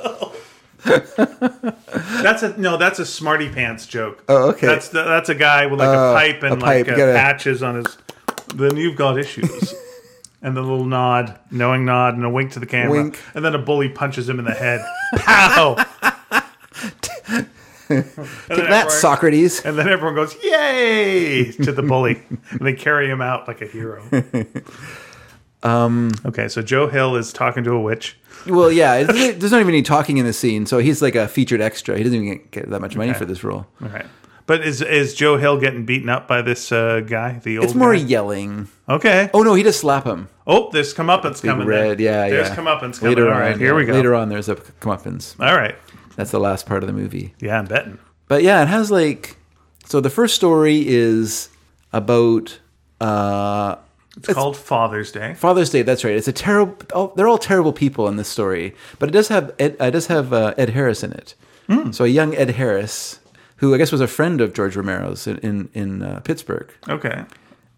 [SPEAKER 1] That's a no. That's a smarty pants joke.
[SPEAKER 2] Oh, okay. Oh,
[SPEAKER 1] That's the, that's a guy with like a pipe and
[SPEAKER 2] a
[SPEAKER 1] like
[SPEAKER 2] pipe, you
[SPEAKER 1] uh,
[SPEAKER 2] gotta-
[SPEAKER 1] patches on his. Then you've got issues. and the little nod, knowing nod, and a wink to the camera,
[SPEAKER 2] Wink.
[SPEAKER 1] and then a bully punches him in the head. Pow! And then
[SPEAKER 2] That
[SPEAKER 1] everyone-
[SPEAKER 2] Socrates.
[SPEAKER 1] And then everyone goes yay to the bully, and they carry him out like a hero. Um.
[SPEAKER 2] Um,
[SPEAKER 1] Okay, so Joe Hill is talking to a witch.
[SPEAKER 2] Well, yeah, it's- there's not even any talking in the scene, so he's like a featured extra. He doesn't even get, get that much money for this role.
[SPEAKER 1] All right. But is is Joe Hill getting beaten up by this uh, guy? The old
[SPEAKER 2] It's more
[SPEAKER 1] guy?
[SPEAKER 2] yelling.
[SPEAKER 1] okay.
[SPEAKER 2] Oh no, he does slap him.
[SPEAKER 1] Oh, there's comeuppance coming.
[SPEAKER 2] Red,
[SPEAKER 1] then.
[SPEAKER 2] yeah,
[SPEAKER 1] there's
[SPEAKER 2] yeah.
[SPEAKER 1] comeuppance coming.
[SPEAKER 2] Later
[SPEAKER 1] All right,
[SPEAKER 2] on,
[SPEAKER 1] here we go.
[SPEAKER 2] Later on, there's a comeuppance.
[SPEAKER 1] All right.
[SPEAKER 2] That's the last part of the movie.
[SPEAKER 1] Yeah, I'm betting.
[SPEAKER 2] But yeah, it has like so. The first story is about uh,
[SPEAKER 1] It's, called Father's Day.
[SPEAKER 2] Father's Day. That's right. It's a terrible. Oh, they're all terrible people in this story, but it does have Ed, it does have uh, Ed Harris in it.
[SPEAKER 1] Hmm.
[SPEAKER 2] So a young Ed Harris, who I guess was a friend of George Romero's in in, in uh, Pittsburgh,
[SPEAKER 1] Okay.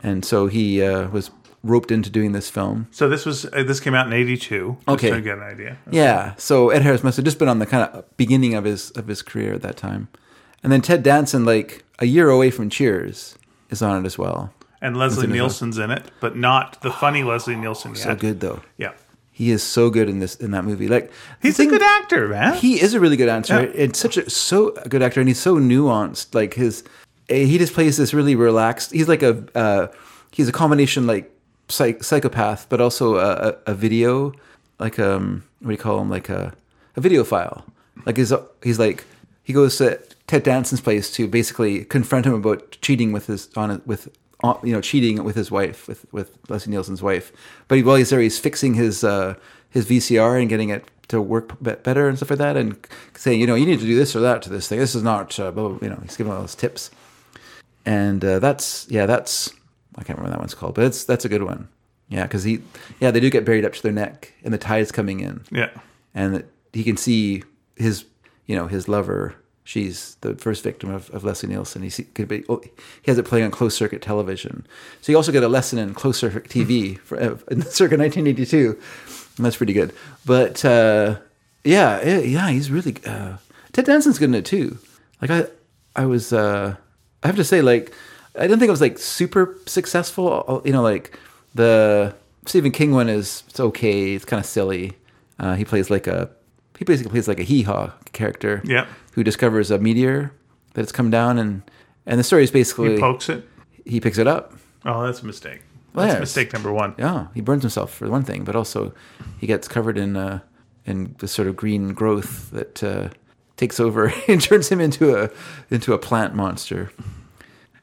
[SPEAKER 2] and so he uh, was roped into doing this film.
[SPEAKER 1] So this was uh, this came out in '82. Just
[SPEAKER 2] Okay.
[SPEAKER 1] To get an idea.
[SPEAKER 2] Yeah. So Ed Harris must have just been on the kind of beginning of his of his career at that time, and then Ted Danson, like a year away from Cheers, is on it as well.
[SPEAKER 1] And Leslie Nielsen's in it, but not the funny Leslie Nielsen yet.
[SPEAKER 2] Oh, So good though.
[SPEAKER 1] Yeah.
[SPEAKER 2] He is so good in this in that movie. Like
[SPEAKER 1] He's
[SPEAKER 2] the
[SPEAKER 1] a
[SPEAKER 2] thing-
[SPEAKER 1] good actor, man.
[SPEAKER 2] He is a really good actor.
[SPEAKER 1] Yeah.
[SPEAKER 2] It's such a so a good actor, and he's so nuanced. Like his, eh, he just plays this really relaxed. He's like a uh, he's a combination like psych, psychopath, but also a, a, a video like um what do you call him like a a video file. Like he's a- he's like he goes to Ted Danson's place to basically confront him about cheating with his on with on- you know cheating with his wife with with Leslie Nielsen's wife. But he, while he's there, he's fixing his uh, his VCR and getting it to work be- better and stuff like that, and saying you know you need to do this or that to this thing. This is not uh, blah, blah, blah, you know he's giving all those tips. And uh, that's yeah that's I can't remember what that one's called, but it's that's a good one. Yeah, because he yeah they do get buried up to their neck and the tide's coming in
[SPEAKER 1] yeah.
[SPEAKER 2] and that he can see his you know his lover she's the first victim of, of leslie nielsen he see, could be oh, he has it playing on closed circuit television so you also get a lesson in closed circuit tv for, uh, in circa 1982 and that's pretty good but uh, yeah eh, yeah he's really uh, ted danson's good in it too like i i was uh i have to say like i didn't think it was like super successful you know like the stephen king one is it's okay it's kind of silly uh, he plays like a he basically plays like a hee haw character.
[SPEAKER 1] Yeah.
[SPEAKER 2] Who discovers a meteor that has come down and and the story is basically
[SPEAKER 1] He
[SPEAKER 2] he,
[SPEAKER 1] pokes it.
[SPEAKER 2] picks it up.
[SPEAKER 1] Oh, that's a mistake.
[SPEAKER 2] Well,
[SPEAKER 1] That's
[SPEAKER 2] yeah.
[SPEAKER 1] mistake number one.
[SPEAKER 2] Yeah, he burns himself for one thing, but also he gets covered in uh, in this sort of green growth that uh, takes over and turns him into a into a plant monster.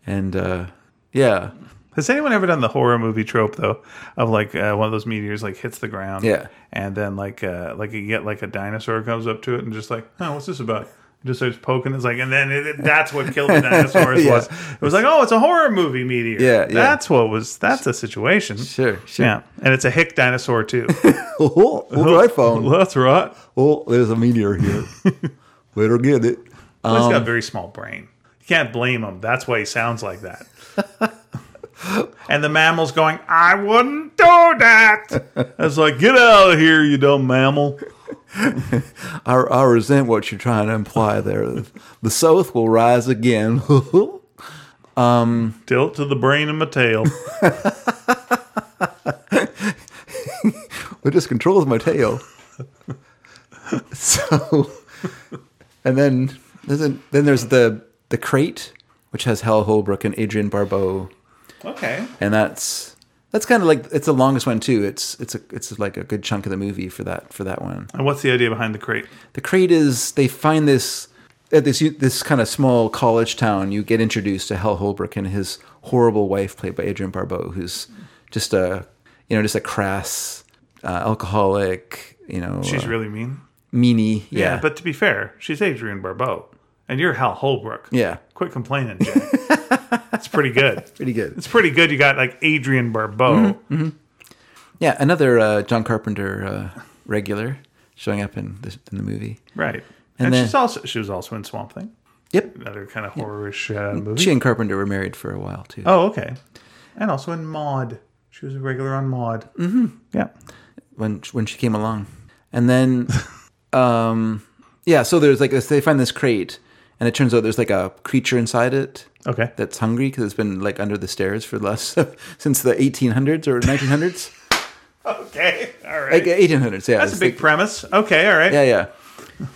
[SPEAKER 2] And uh, yeah,
[SPEAKER 1] Has anyone ever done the horror movie trope though, of like uh, one of those meteors like hits the ground,
[SPEAKER 2] Yeah.
[SPEAKER 1] and then like uh, like you get like a dinosaur comes up to it and just like, oh, what's this about? It just starts poking. It's like, and then it, it- that's what killed the dinosaurs.
[SPEAKER 2] Yeah.
[SPEAKER 1] Was it was like, oh, it's a horror movie meteor.
[SPEAKER 2] Yeah, yeah.
[SPEAKER 1] that's what was. That's a situation.
[SPEAKER 2] sure, sure.
[SPEAKER 1] Yeah, and it's a hick dinosaur too.
[SPEAKER 2] Oh, what I found?
[SPEAKER 1] that's right.
[SPEAKER 2] Oh, there's a meteor here. Better get it.
[SPEAKER 1] Well, he's
[SPEAKER 2] Um,
[SPEAKER 1] got a very small brain. You can't blame him. That's why he sounds like that. and the mammal's going, I wouldn't do that. I was like, get out of here, you dumb mammal.
[SPEAKER 2] I, I resent what you're trying to imply there. The South will rise again.
[SPEAKER 1] Tilt to the brain and my tail.
[SPEAKER 2] it just controls my tail. So, and then there's a, then there's the the crate, which has Hal Holbrook and Adrian Barbeau,
[SPEAKER 1] Okay.
[SPEAKER 2] and that's That's kind of like it's the longest one too. It's it's a it's like a good chunk of the movie for that for that one.
[SPEAKER 1] And what's the idea behind the crate?
[SPEAKER 2] The crate is they find this at this this kind of small college town. You get introduced to Hal Holbrook and his horrible wife, played by Adrian Barbeau, who's just a you know just a crass uh, alcoholic. You know,
[SPEAKER 1] She's
[SPEAKER 2] uh,
[SPEAKER 1] really mean.
[SPEAKER 2] meanie. Yeah,
[SPEAKER 1] But to be fair, she's Adrienne Barbeau, and you're Hal Holbrook.
[SPEAKER 2] yeah,
[SPEAKER 1] Quit complaining, Jay. it's pretty good.
[SPEAKER 2] pretty good.
[SPEAKER 1] It's pretty good. You got like Adrian Barbeau.
[SPEAKER 2] Mm-hmm. Yeah, another uh, John Carpenter uh, regular showing up in the, in the movie.
[SPEAKER 1] Right. And,
[SPEAKER 2] And then-
[SPEAKER 1] she's also she was also in Swamp Thing,
[SPEAKER 2] Yep,
[SPEAKER 1] another kind of horrorish uh, movie.
[SPEAKER 2] Mm-hmm. she and Carpenter were married for a while too.
[SPEAKER 1] oh, okay. And also in Maud. She was a regular on Maud. Mm-hmm. Yeah.
[SPEAKER 2] when when she came along, and then, um, yeah. So there's like this, they find this crate, and it turns out there's like a creature inside it
[SPEAKER 1] Okay.
[SPEAKER 2] that's hungry because it's been like under the stairs for the last since the 1800s or 1900s,
[SPEAKER 1] Okay. All right.
[SPEAKER 2] like 1800s. Yeah,
[SPEAKER 1] That's a
[SPEAKER 2] it's
[SPEAKER 1] big
[SPEAKER 2] like-
[SPEAKER 1] premise. Okay. All right.
[SPEAKER 2] yeah, yeah.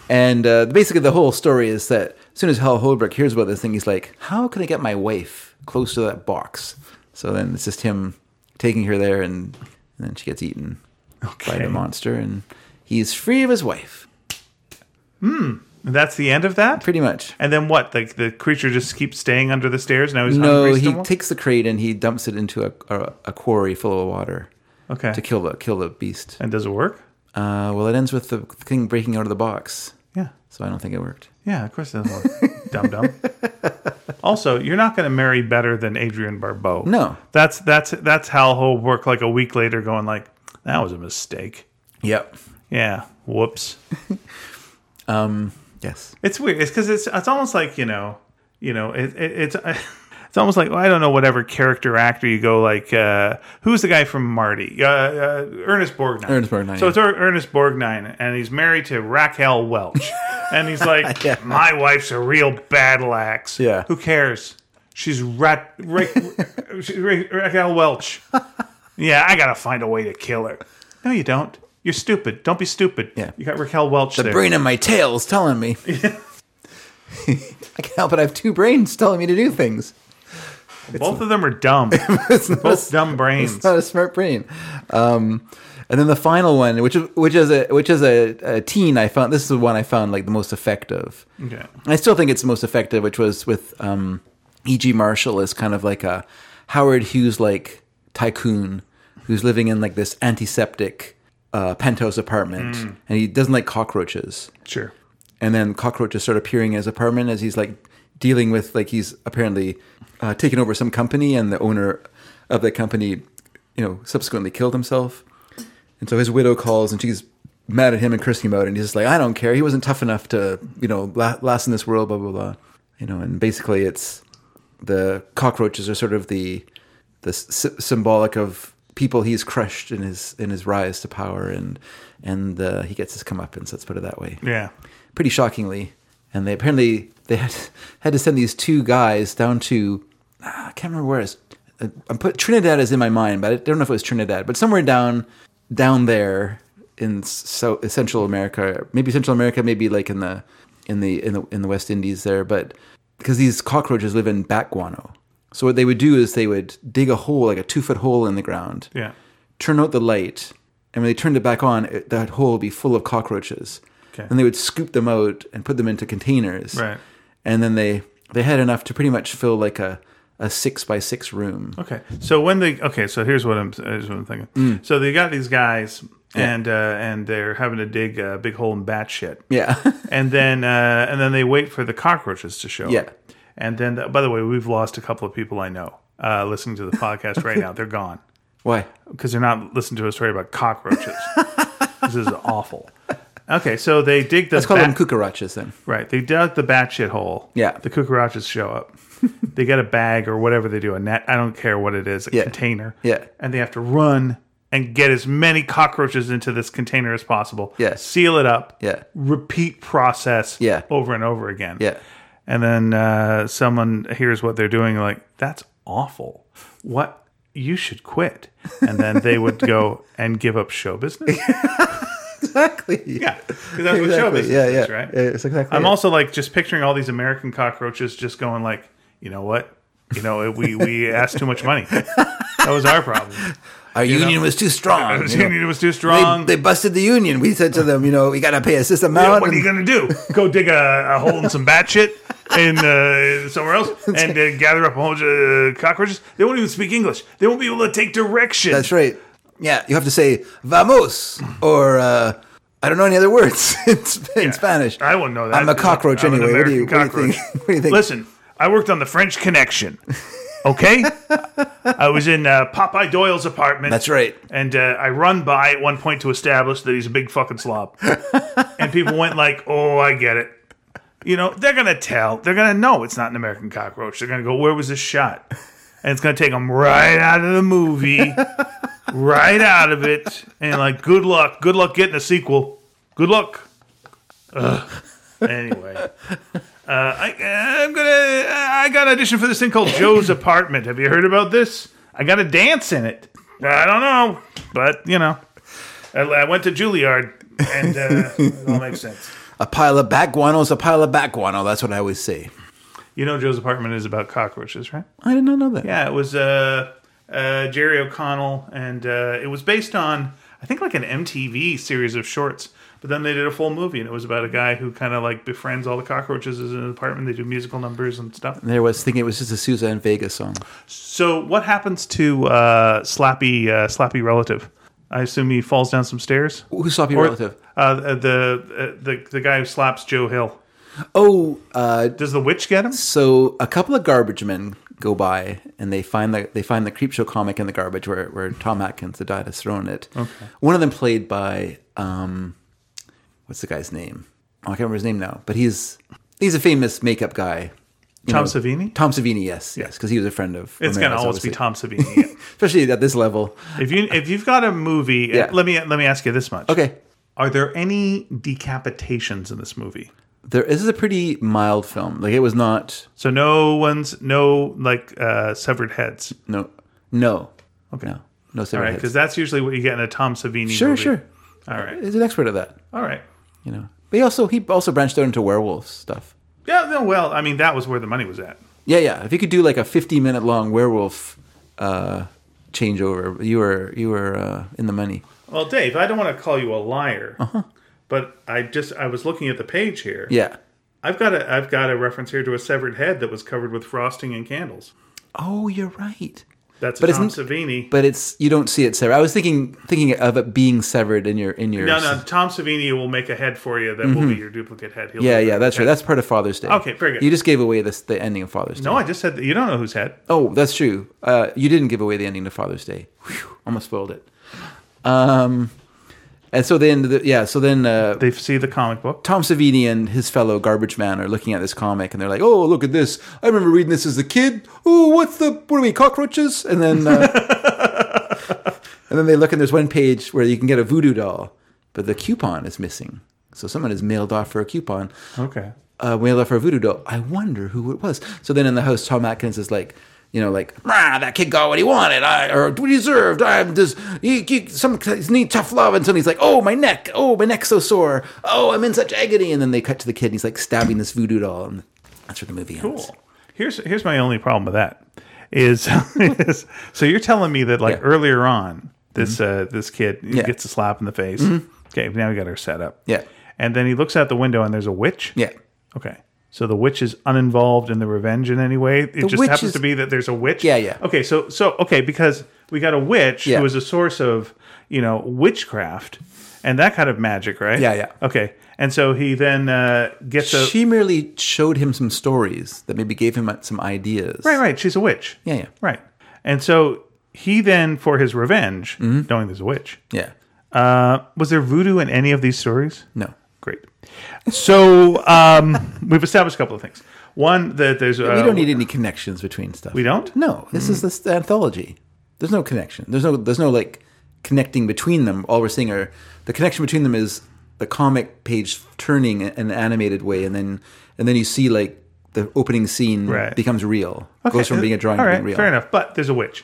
[SPEAKER 2] And uh, basically, the whole story is that as soon as Hal Holbrook hears about this thing, he's like, "How can I get my wife close to that box?" So then it's just him taking her there, and, and then she gets eaten by
[SPEAKER 1] Okay.
[SPEAKER 2] the monster, and he's free of his wife,
[SPEAKER 1] That's the end of that.
[SPEAKER 2] pretty much.
[SPEAKER 1] And then what? Like the creature just keeps staying under the stairs. Now he's
[SPEAKER 2] No,
[SPEAKER 1] hungry
[SPEAKER 2] he
[SPEAKER 1] still?
[SPEAKER 2] takes the crate and he dumps it into a, a, a quarry full of water
[SPEAKER 1] okay.
[SPEAKER 2] to kill the kill the beast.
[SPEAKER 1] and does it work?
[SPEAKER 2] Uh, well, it ends with the thing breaking out of the box,
[SPEAKER 1] Yeah.
[SPEAKER 2] so I don't think it worked.
[SPEAKER 1] Yeah, of course it doesn't work. dumb dumb. Also, you're not going to marry better than Adrian Barbeau.
[SPEAKER 2] No.
[SPEAKER 1] that's that's that's how he'll work. Like a week later, going like, "That was a mistake."
[SPEAKER 2] Yep.
[SPEAKER 1] Yeah, whoops.
[SPEAKER 2] Um. Yes.
[SPEAKER 1] It's weird. It's because it's it's almost like you know, you know, it, it, it's it's almost like well, I don't know whatever character actor you go like. Uh, who's the guy from Marty? Uh, uh, Ernest Borgnine.
[SPEAKER 2] Ernest Borgnine,
[SPEAKER 1] So it's er- Ernest Borgnine, and he's married to Raquel Welch, and he's like, "My wife's a real battle axe.
[SPEAKER 2] Yeah.
[SPEAKER 1] who cares? She's Ra- Ra- Ra- Ra- Raquel Welch. Yeah, I gotta find a way to kill her. No, you don't. You're stupid. Don't be stupid.
[SPEAKER 2] Yeah.
[SPEAKER 1] you got Raquel Welch there.
[SPEAKER 2] brain in my tail's telling me. I can't help it. I have two brains telling me to do things.
[SPEAKER 1] Both of them are dumb. Both dumb brains.
[SPEAKER 2] It's not a smart brain. Um, and then the final one, which is which is a which is a, a teen, I found this is the one I found like the most effective.
[SPEAKER 1] Okay.
[SPEAKER 2] I still think it's the most effective, which was with um, E.G. Marshall as kind of like a Howard Hughes like tycoon who's living in like this antiseptic uh, penthouse apartment, and he doesn't like cockroaches.
[SPEAKER 1] Sure.
[SPEAKER 2] and then cockroaches start appearing in his apartment as he's like dealing with like he's apparently uh, taken over some company and the owner of the company you know subsequently killed himself and so his widow calls and she's mad at him and cursing him out and he's just like i don't care he wasn't tough enough to you know la- last in this world blah blah blah you know and basically it's the cockroaches are sort of the the s- symbolic of people he's crushed in his in his rise to power and and uh, he gets his comeuppance let's put it that way
[SPEAKER 1] Yeah.
[SPEAKER 2] pretty shockingly. And they apparently they had had to send these two guys down to ah, I can't remember where it's. I'm put Trinidad is in my mind, but I don't know if it was Trinidad, but somewhere down down there in so Central America, maybe Central America, maybe like in the in the in the in the West Indies there, but because these cockroaches live in bat guano. So what they would do is they would dig a hole, like a two foot hole in the ground,
[SPEAKER 1] Yeah.
[SPEAKER 2] turn out the light, and when they turned it back on, it, that hole would be full of cockroaches.
[SPEAKER 1] Okay.
[SPEAKER 2] And they would scoop them out and put them into containers.
[SPEAKER 1] Right.
[SPEAKER 2] And then they they had enough to pretty much fill like a, a six by six room.
[SPEAKER 1] Okay. So when they okay, so here's what I'm here's what I'm thinking.
[SPEAKER 2] Mm.
[SPEAKER 1] So they got these guys and uh, and they're having to dig a big hole in bat shit.
[SPEAKER 2] Yeah.
[SPEAKER 1] And then uh, and then they wait for the cockroaches to show. up.
[SPEAKER 2] Yeah.
[SPEAKER 1] And then by the way, we've lost a couple of people I know uh, listening to the podcast right now. They're gone.
[SPEAKER 2] Why?
[SPEAKER 1] because they're not listening to a story about cockroaches. this is awful. Okay, so they dig the
[SPEAKER 2] Let's call
[SPEAKER 1] bat-
[SPEAKER 2] them cucarachas then.
[SPEAKER 1] right. They dug the batshit hole.
[SPEAKER 2] Yeah.
[SPEAKER 1] the cucarachas show up. they get a bag or whatever they do, a net. I don't care what it is, a
[SPEAKER 2] Yeah.
[SPEAKER 1] container.
[SPEAKER 2] Yeah.
[SPEAKER 1] and they have to run and get as many cockroaches into this container as possible.
[SPEAKER 2] Yeah.
[SPEAKER 1] seal it up.
[SPEAKER 2] Yeah.
[SPEAKER 1] repeat process.
[SPEAKER 2] Yeah.
[SPEAKER 1] over and over again.
[SPEAKER 2] Yeah.
[SPEAKER 1] And then uh, someone hears what they're doing, like, that's awful. What? You should quit. And then they would go and give up show business.
[SPEAKER 2] Exactly.
[SPEAKER 1] Yeah. Because that's what show business
[SPEAKER 2] Yeah, yeah.
[SPEAKER 1] is, right?
[SPEAKER 2] It's exactly.
[SPEAKER 1] I'm
[SPEAKER 2] it.
[SPEAKER 1] also like just picturing all these American cockroaches just going, like, you know what? You know, we, we asked too much money. That was our problem.
[SPEAKER 2] Our union was too strong.
[SPEAKER 1] The
[SPEAKER 2] you know.
[SPEAKER 1] union was too
[SPEAKER 2] They,
[SPEAKER 1] strong.
[SPEAKER 2] they busted the union. We said to them, you know, we got to pay us this amount.
[SPEAKER 1] what are you
[SPEAKER 2] and-
[SPEAKER 1] gonna do? Go dig a, a hole in some bat shit in uh, somewhere else and uh, gather up a whole bunch of cockroaches? They won't even speak English. They won't be able to take direction.
[SPEAKER 2] That's right. Yeah, you have to say vamos or uh, I don't know any other words in, sp- in Spanish.
[SPEAKER 1] I wouldn't know that.
[SPEAKER 2] I'm a cockroach
[SPEAKER 1] I'm an
[SPEAKER 2] anyway. What do, you,
[SPEAKER 1] American
[SPEAKER 2] what do you
[SPEAKER 1] cockroach.
[SPEAKER 2] think? What do you think?
[SPEAKER 1] Listen, I worked on the French Connection. Okay, I was in uh, Popeye Doyle's apartment.
[SPEAKER 2] That's right.
[SPEAKER 1] And uh, I run by at one point to establish that he's a big fucking slob, and people went like, "Oh, I get it." You know, they're gonna tell. They're gonna know it's not an American cockroach. They're gonna go, "Where was this shot?" And it's gonna take them right out of the movie, right out of it, and like, good luck, good luck getting a sequel. Good luck. Ugh. Anyway, uh, I, I'm gonna. I got an audition for this thing called Joe's Apartment. Have you heard about this? I got a dance in it. I don't know, but you know, I, I went to Juilliard, and uh, it all makes sense.
[SPEAKER 2] A pile of back guano is a pile of back guano. That's what I always say.
[SPEAKER 1] You know, Joe's Apartment is about cockroaches, right?
[SPEAKER 2] I did not know that.
[SPEAKER 1] Yeah, it was uh, uh, Jerry O'Connell, and uh, it was based on I think like an MTV series of shorts. But then they did a full movie, and it was about a guy who kind of like befriends all the cockroaches in an apartment. They do musical numbers and stuff.
[SPEAKER 2] There was thinking it was just a Susan Vega song.
[SPEAKER 1] So, what happens to uh, Slappy uh, Slappy relative? I assume he falls down some stairs.
[SPEAKER 2] Who saw your
[SPEAKER 1] Or-
[SPEAKER 2] relative?
[SPEAKER 1] Uh, the uh, the the guy who slaps Joe Hill.
[SPEAKER 2] Oh, uh,
[SPEAKER 1] Does the witch get him?
[SPEAKER 2] so a couple of garbage men go by and they find the they find the Creepshow comic in the garbage where, where Tom Atkins, the died, has thrown it. One of them played by um, what's the guy's name? Oh, I can't remember his name now, but he's he's a famous makeup guy. You
[SPEAKER 1] Tom Savini?
[SPEAKER 2] Tom Savini, yes, yes, because he was a friend of.
[SPEAKER 1] It's gonna
[SPEAKER 2] Romero's,
[SPEAKER 1] always be
[SPEAKER 2] Oh, obviously.
[SPEAKER 1] Tom Savini.
[SPEAKER 2] especially at this level.
[SPEAKER 1] if you if you've got a movie,
[SPEAKER 2] Yeah.
[SPEAKER 1] let me let me ask you this much.
[SPEAKER 2] Okay,
[SPEAKER 1] Are there any decapitations in this movie?
[SPEAKER 2] there. This is a pretty mild film. Like it was not.
[SPEAKER 1] So no one's no like uh, severed heads,
[SPEAKER 2] No, no.
[SPEAKER 1] Okay.
[SPEAKER 2] no, no.
[SPEAKER 1] all
[SPEAKER 2] Severed
[SPEAKER 1] right?
[SPEAKER 2] heads.
[SPEAKER 1] Because that's usually what you get in a Tom Savini.
[SPEAKER 2] Sure,
[SPEAKER 1] movie.
[SPEAKER 2] sure.
[SPEAKER 1] All right,
[SPEAKER 2] He's an expert at that.
[SPEAKER 1] all right.
[SPEAKER 2] You know, but he also he also branched out into werewolf stuff.
[SPEAKER 1] Yeah, no, well, I mean that was where the money was at.
[SPEAKER 2] Yeah, yeah. If you could do like a fifty minute long werewolf uh, changeover, you were you were uh, in the money.
[SPEAKER 1] Well, Dave, I don't want to call you a liar, but I just I was looking at the page here.
[SPEAKER 2] Uh-huh. Yeah.
[SPEAKER 1] I've got a I've got a reference here to a severed head that was covered with frosting and candles.
[SPEAKER 2] Oh, you're right.
[SPEAKER 1] That's
[SPEAKER 2] But
[SPEAKER 1] Tom
[SPEAKER 2] isn't-
[SPEAKER 1] Savini.
[SPEAKER 2] But it's you don't see it severed. I was thinking thinking of it being severed in your in your.
[SPEAKER 1] no, no, Tom Savini will make a head for you that will be your duplicate head. He'll
[SPEAKER 2] Mm-hmm. Yeah,
[SPEAKER 1] do
[SPEAKER 2] yeah,
[SPEAKER 1] that.
[SPEAKER 2] that's right. That's part of Father's Day.
[SPEAKER 1] Okay, very good.
[SPEAKER 2] You just gave away this the ending of Father's Day.
[SPEAKER 1] No, I just said that you don't know whose head.
[SPEAKER 2] Oh, that's true. Uh, you didn't give away the ending to Father's Day. Whew, almost spoiled it. Um, and so then, the, yeah, so then uh,
[SPEAKER 1] They see the comic book.
[SPEAKER 2] Tom Savini and his fellow garbage man are looking at this comic and they're like, "Oh, look at this! I remember reading this as a kid. Oh, what's the what are we cockroaches?" And then, uh, and then they look and there's one page where you can get a voodoo doll, but the coupon is missing. So someone has mailed off for a coupon
[SPEAKER 1] Okay.
[SPEAKER 2] uh, when I left for voodoo doll, I wonder who it was. So then in the house, Tom Atkins is like, you know, like, "Rah, that kid got what he wanted, I, or what he deserved. I'm just, he, he, some kids need tough love. And suddenly he's like, oh, my neck. Oh, my neck's so sore. Oh, I'm in such agony. And then they cut to the kid and he's like stabbing this voodoo doll. And that's where the movie ends.
[SPEAKER 1] Cool. Here's here's my only problem with that is, is- so you're telling me that like
[SPEAKER 2] Yeah. Mm-hmm.
[SPEAKER 1] earlier on this uh, this kid gets a slap in the face. Okay, now we got her set up.
[SPEAKER 2] Yeah.
[SPEAKER 1] and then he looks out the window and there's a witch.
[SPEAKER 2] Yeah.
[SPEAKER 1] Okay. So the witch is uninvolved in the revenge in any way. It just
[SPEAKER 2] witch
[SPEAKER 1] happens
[SPEAKER 2] is-
[SPEAKER 1] to be that there's a witch.
[SPEAKER 2] Yeah, yeah.
[SPEAKER 1] Okay, so so okay because we got a witch
[SPEAKER 2] Yeah.
[SPEAKER 1] who is a source of you know witchcraft and that kind of magic, right?
[SPEAKER 2] Yeah, yeah.
[SPEAKER 1] Okay, and so he then uh, gets a
[SPEAKER 2] she merely showed him some stories that maybe gave him some ideas.
[SPEAKER 1] Right, right. She's a witch.
[SPEAKER 2] Yeah, yeah.
[SPEAKER 1] Right. And so he then, for his revenge,
[SPEAKER 2] Mm-hmm.
[SPEAKER 1] knowing there's a witch,
[SPEAKER 2] Yeah.
[SPEAKER 1] uh, was there voodoo in any of these stories?
[SPEAKER 2] No.
[SPEAKER 1] Great. So um, we've established a couple of things. One, that there's. Uh,
[SPEAKER 2] We don't need any connections between stuff.
[SPEAKER 1] We don't?
[SPEAKER 2] No, this
[SPEAKER 1] Mm.
[SPEAKER 2] is this anthology. There's no connection. There's no there's no like connecting between them. All we're seeing are the connection between them is the comic page turning in an animated way, and then and then you see like the opening scene
[SPEAKER 1] Right. uh,
[SPEAKER 2] becomes real. Goes from being a drawing
[SPEAKER 1] All
[SPEAKER 2] to
[SPEAKER 1] right,
[SPEAKER 2] being real.
[SPEAKER 1] fair enough. But there's a witch.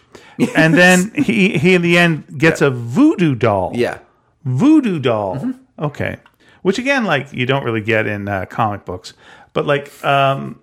[SPEAKER 1] And then he, he, in the end, gets a voodoo doll.
[SPEAKER 2] Yeah.
[SPEAKER 1] Voodoo doll.
[SPEAKER 2] Mm-hmm.
[SPEAKER 1] Okay. Which, again, like, you don't really get in uh, comic books. But, like, um,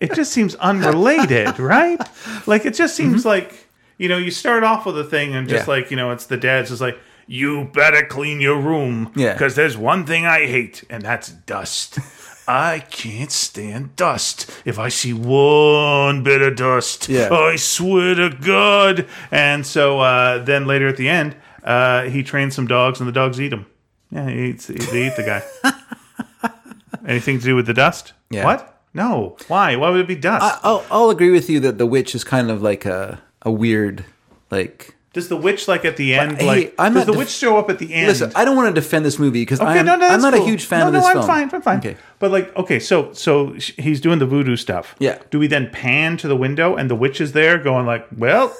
[SPEAKER 1] it just seems unrelated, right? Like, it just seems like you know, you start off with a thing and just
[SPEAKER 2] Mm-hmm. Yeah.
[SPEAKER 1] like, you know, it's the dad's just like, you better clean your room.
[SPEAKER 2] Yeah.
[SPEAKER 1] Because there's one thing I hate, and that's dust. I can't stand dust. If I see one bit of dust,
[SPEAKER 2] Yeah.
[SPEAKER 1] I swear to God. And so uh, then later at the end, uh, he trains some dogs, and the dogs eat him. Yeah, he eats, they eat the guy. Anything to do with the dust?
[SPEAKER 2] Yeah.
[SPEAKER 1] What? No. Why? Why would it be dust?
[SPEAKER 2] I'll, I'll agree with you that the witch is kind of like a a weird like.
[SPEAKER 1] Does the witch like at the end?
[SPEAKER 2] hey,
[SPEAKER 1] like,
[SPEAKER 2] I'm
[SPEAKER 1] does
[SPEAKER 2] not
[SPEAKER 1] the
[SPEAKER 2] def-
[SPEAKER 1] witch show up at the end?
[SPEAKER 2] Listen, I don't want to defend this movie because
[SPEAKER 1] Okay,
[SPEAKER 2] I'm,
[SPEAKER 1] no, no,
[SPEAKER 2] I'm
[SPEAKER 1] that's
[SPEAKER 2] not a
[SPEAKER 1] cool.
[SPEAKER 2] huge fan
[SPEAKER 1] no,
[SPEAKER 2] of
[SPEAKER 1] no,
[SPEAKER 2] this
[SPEAKER 1] I'm
[SPEAKER 2] film.
[SPEAKER 1] fine. I'm fine.
[SPEAKER 2] Okay.
[SPEAKER 1] But like, okay, so so sh- he's doing the voodoo stuff.
[SPEAKER 2] Yeah.
[SPEAKER 1] Do we then pan to the window and the witch is there, going like, well,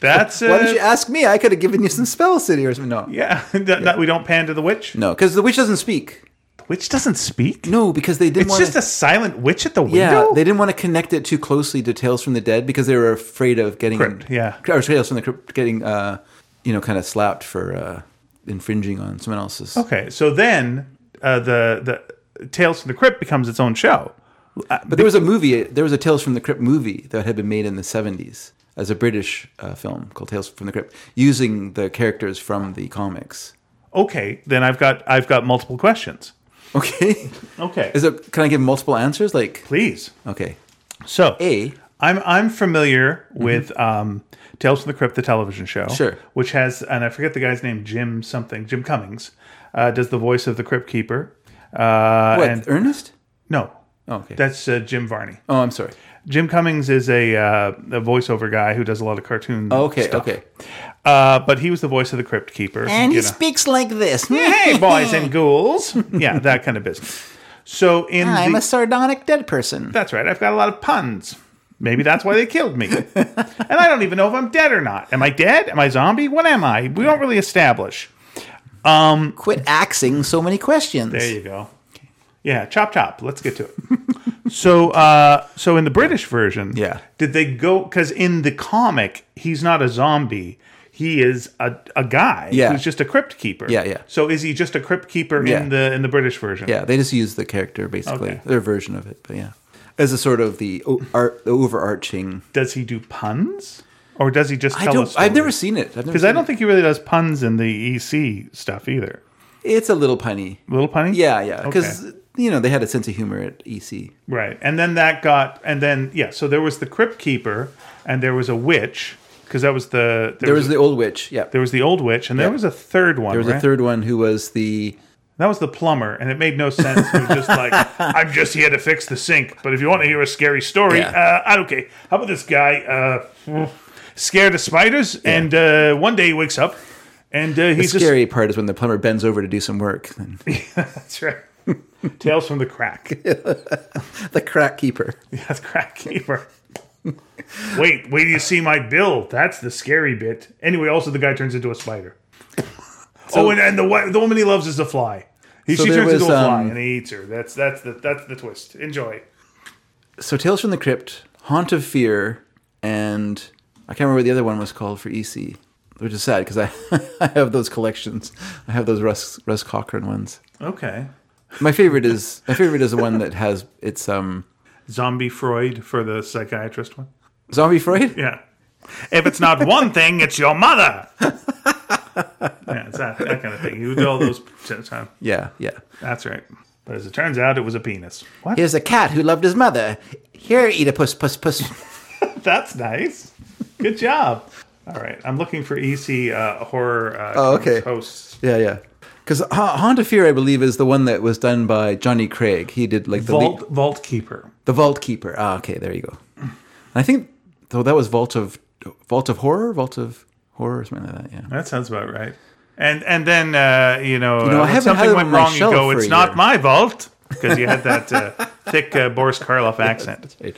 [SPEAKER 1] that's it.
[SPEAKER 2] Why did you ask me? I could have given you some spell city or something. No,
[SPEAKER 1] Uh, yeah. that, that we don't pan to the witch.
[SPEAKER 2] no, because the witch doesn't speak.
[SPEAKER 1] The witch doesn't speak.
[SPEAKER 2] No, because they didn't.
[SPEAKER 1] It's
[SPEAKER 2] wanna,
[SPEAKER 1] just a silent witch at the window.
[SPEAKER 2] yeah. They didn't want to connect it too closely to Tales from the Dead because they were afraid of getting
[SPEAKER 1] Crypt, yeah.
[SPEAKER 2] or Tales from the Crypt getting uh, you know kind of slapped for uh, infringing on someone else's.
[SPEAKER 1] okay. So then uh, the the Tales from the Crypt becomes its own show.
[SPEAKER 2] But there was a movie, there was a Tales from the Crypt movie that had been made in the 70s as a British uh, film called Tales from the Crypt, using the characters from the comics.
[SPEAKER 1] Okay. Then I've got I've got multiple questions.
[SPEAKER 2] Okay.
[SPEAKER 1] Okay.
[SPEAKER 2] Is it, can I give multiple answers? Like,
[SPEAKER 1] Please.
[SPEAKER 2] okay.
[SPEAKER 1] So
[SPEAKER 2] A.
[SPEAKER 1] I'm I'm familiar with um, Tales from the Crypt, the television show,
[SPEAKER 2] Mm-hmm. Sure.
[SPEAKER 1] which has and I forget the guy's name, Jim something, Jim Cummings, uh, does the voice of the Crypt Keeper. Uh,
[SPEAKER 2] What,
[SPEAKER 1] And
[SPEAKER 2] Ernest?
[SPEAKER 1] no,
[SPEAKER 2] Oh, okay.
[SPEAKER 1] that's uh, Jim Varney.
[SPEAKER 2] oh, I'm sorry.
[SPEAKER 1] Jim Cummings is a uh, a voiceover guy who does a lot of cartoon.
[SPEAKER 2] Oh, Okay,
[SPEAKER 1] stuff.
[SPEAKER 2] okay.
[SPEAKER 1] Uh, but he was the voice of the Crypt Keeper. you know.
[SPEAKER 2] speaks like this.
[SPEAKER 1] hey, boys and ghouls, yeah, that kind of business. So in the,
[SPEAKER 2] sardonic dead person.
[SPEAKER 1] That's right. I've got a lot of puns. Maybe that's why they killed me. and I don't even know if I'm dead or not. Am I dead? Am I zombie? What am I? We don't really establish.
[SPEAKER 2] Quit axing so many questions.
[SPEAKER 1] There you go. Yeah, chop chop. Let's get to it. so, uh, so in the British version,
[SPEAKER 2] Yeah.
[SPEAKER 1] did they go? Because in the comic, he's not a zombie. He is a, a guy
[SPEAKER 2] Yeah.
[SPEAKER 1] who's just a crypt keeper.
[SPEAKER 2] Yeah, yeah.
[SPEAKER 1] So is he just a crypt keeper
[SPEAKER 2] Yeah.
[SPEAKER 1] in the in the British version?
[SPEAKER 2] Yeah, they just use the character, basically,
[SPEAKER 1] Okay.
[SPEAKER 2] their version of it, but yeah. As a sort of the, o- art, the overarching.
[SPEAKER 1] Does he do puns, or does he just? Tell
[SPEAKER 2] I
[SPEAKER 1] a
[SPEAKER 2] don't,
[SPEAKER 1] story?
[SPEAKER 2] I've never seen it. I've never
[SPEAKER 1] Because
[SPEAKER 2] seen
[SPEAKER 1] I don't think he really does puns in the EC stuff either.
[SPEAKER 2] it. It's a little punny.
[SPEAKER 1] Little punny?
[SPEAKER 2] Yeah, yeah. Because,
[SPEAKER 1] Okay.
[SPEAKER 2] you know, they had a sense of humor at E EC.
[SPEAKER 1] Right. And then that got, and then, yeah, so there was the Crypt Keeper and there was a witch, because that was the, there,
[SPEAKER 2] There
[SPEAKER 1] was,
[SPEAKER 2] was the old witch, yeah.
[SPEAKER 1] there was the old witch, and there
[SPEAKER 2] Yeah.
[SPEAKER 1] was a third one.
[SPEAKER 2] There was a third one who was the.
[SPEAKER 1] That was the plumber, and it made no sense. It was just like, I'm just here to fix the sink, but if you want to hear a scary story,
[SPEAKER 2] Yeah.
[SPEAKER 1] uh, I don't care. How about this guy, uh, scared of spiders, and uh, one day he wakes up and uh, he's just
[SPEAKER 2] scary part is when the plumber bends over to do some work. And
[SPEAKER 1] That's right. Tales from the crack.
[SPEAKER 2] the crack keeper.
[SPEAKER 1] That's crack keeper. wait, wait till you see my bill. That's the scary bit. Anyway, also the guy turns into a spider. oh, and, and the wi- the woman he loves is a fly. He,
[SPEAKER 2] So
[SPEAKER 1] she
[SPEAKER 2] there
[SPEAKER 1] turns
[SPEAKER 2] was,
[SPEAKER 1] into a fly
[SPEAKER 2] um,
[SPEAKER 1] and he eats her. That's that's the that's the twist. Enjoy.
[SPEAKER 2] So Tales from the Crypt, Haunt of Fear, and I can't remember what the other one was called for EC, which is sad because I, I have those collections. I have those Russ, Russ Cochran ones.
[SPEAKER 1] Okay.
[SPEAKER 2] My favorite is my favorite is the one that has it's um
[SPEAKER 1] Zombie Freud for the psychiatrist one.
[SPEAKER 2] Zombie Freud.
[SPEAKER 1] Yeah. If it's not one thing, it's your mother. yeah, it's that, that kind of thing. You do all those.
[SPEAKER 2] Yeah, yeah.
[SPEAKER 1] That's right. But as it turns out, it was a penis. What?
[SPEAKER 2] Here's a cat who loved his mother. Here, eat a puss, puss, puss.
[SPEAKER 1] That's nice. Good job. All right, I'm looking for EC uh, horror. Uh,
[SPEAKER 2] Oh, okay.
[SPEAKER 1] Hosts.
[SPEAKER 2] Yeah, yeah. Because ha- Haunt of Fear, I believe, is the one that was done by Johnny Craig. He did like the
[SPEAKER 1] Vault
[SPEAKER 2] lead-
[SPEAKER 1] Vault Keeper.
[SPEAKER 2] the Vault Keeper. Ah, okay, there you go. And I think though that was Vault of Vault of Horror, Vault of Horror, or something like that. Yeah.
[SPEAKER 1] That sounds about right. And and then uh, you know,
[SPEAKER 2] know,
[SPEAKER 1] uh,
[SPEAKER 2] I
[SPEAKER 1] when
[SPEAKER 2] haven't had
[SPEAKER 1] something
[SPEAKER 2] it
[SPEAKER 1] went
[SPEAKER 2] on my
[SPEAKER 1] wrong. You
[SPEAKER 2] shelf
[SPEAKER 1] go,
[SPEAKER 2] for
[SPEAKER 1] it's
[SPEAKER 2] a
[SPEAKER 1] not
[SPEAKER 2] year."
[SPEAKER 1] my vault because you had that uh, thick uh, Boris Karloff accent.
[SPEAKER 2] Right.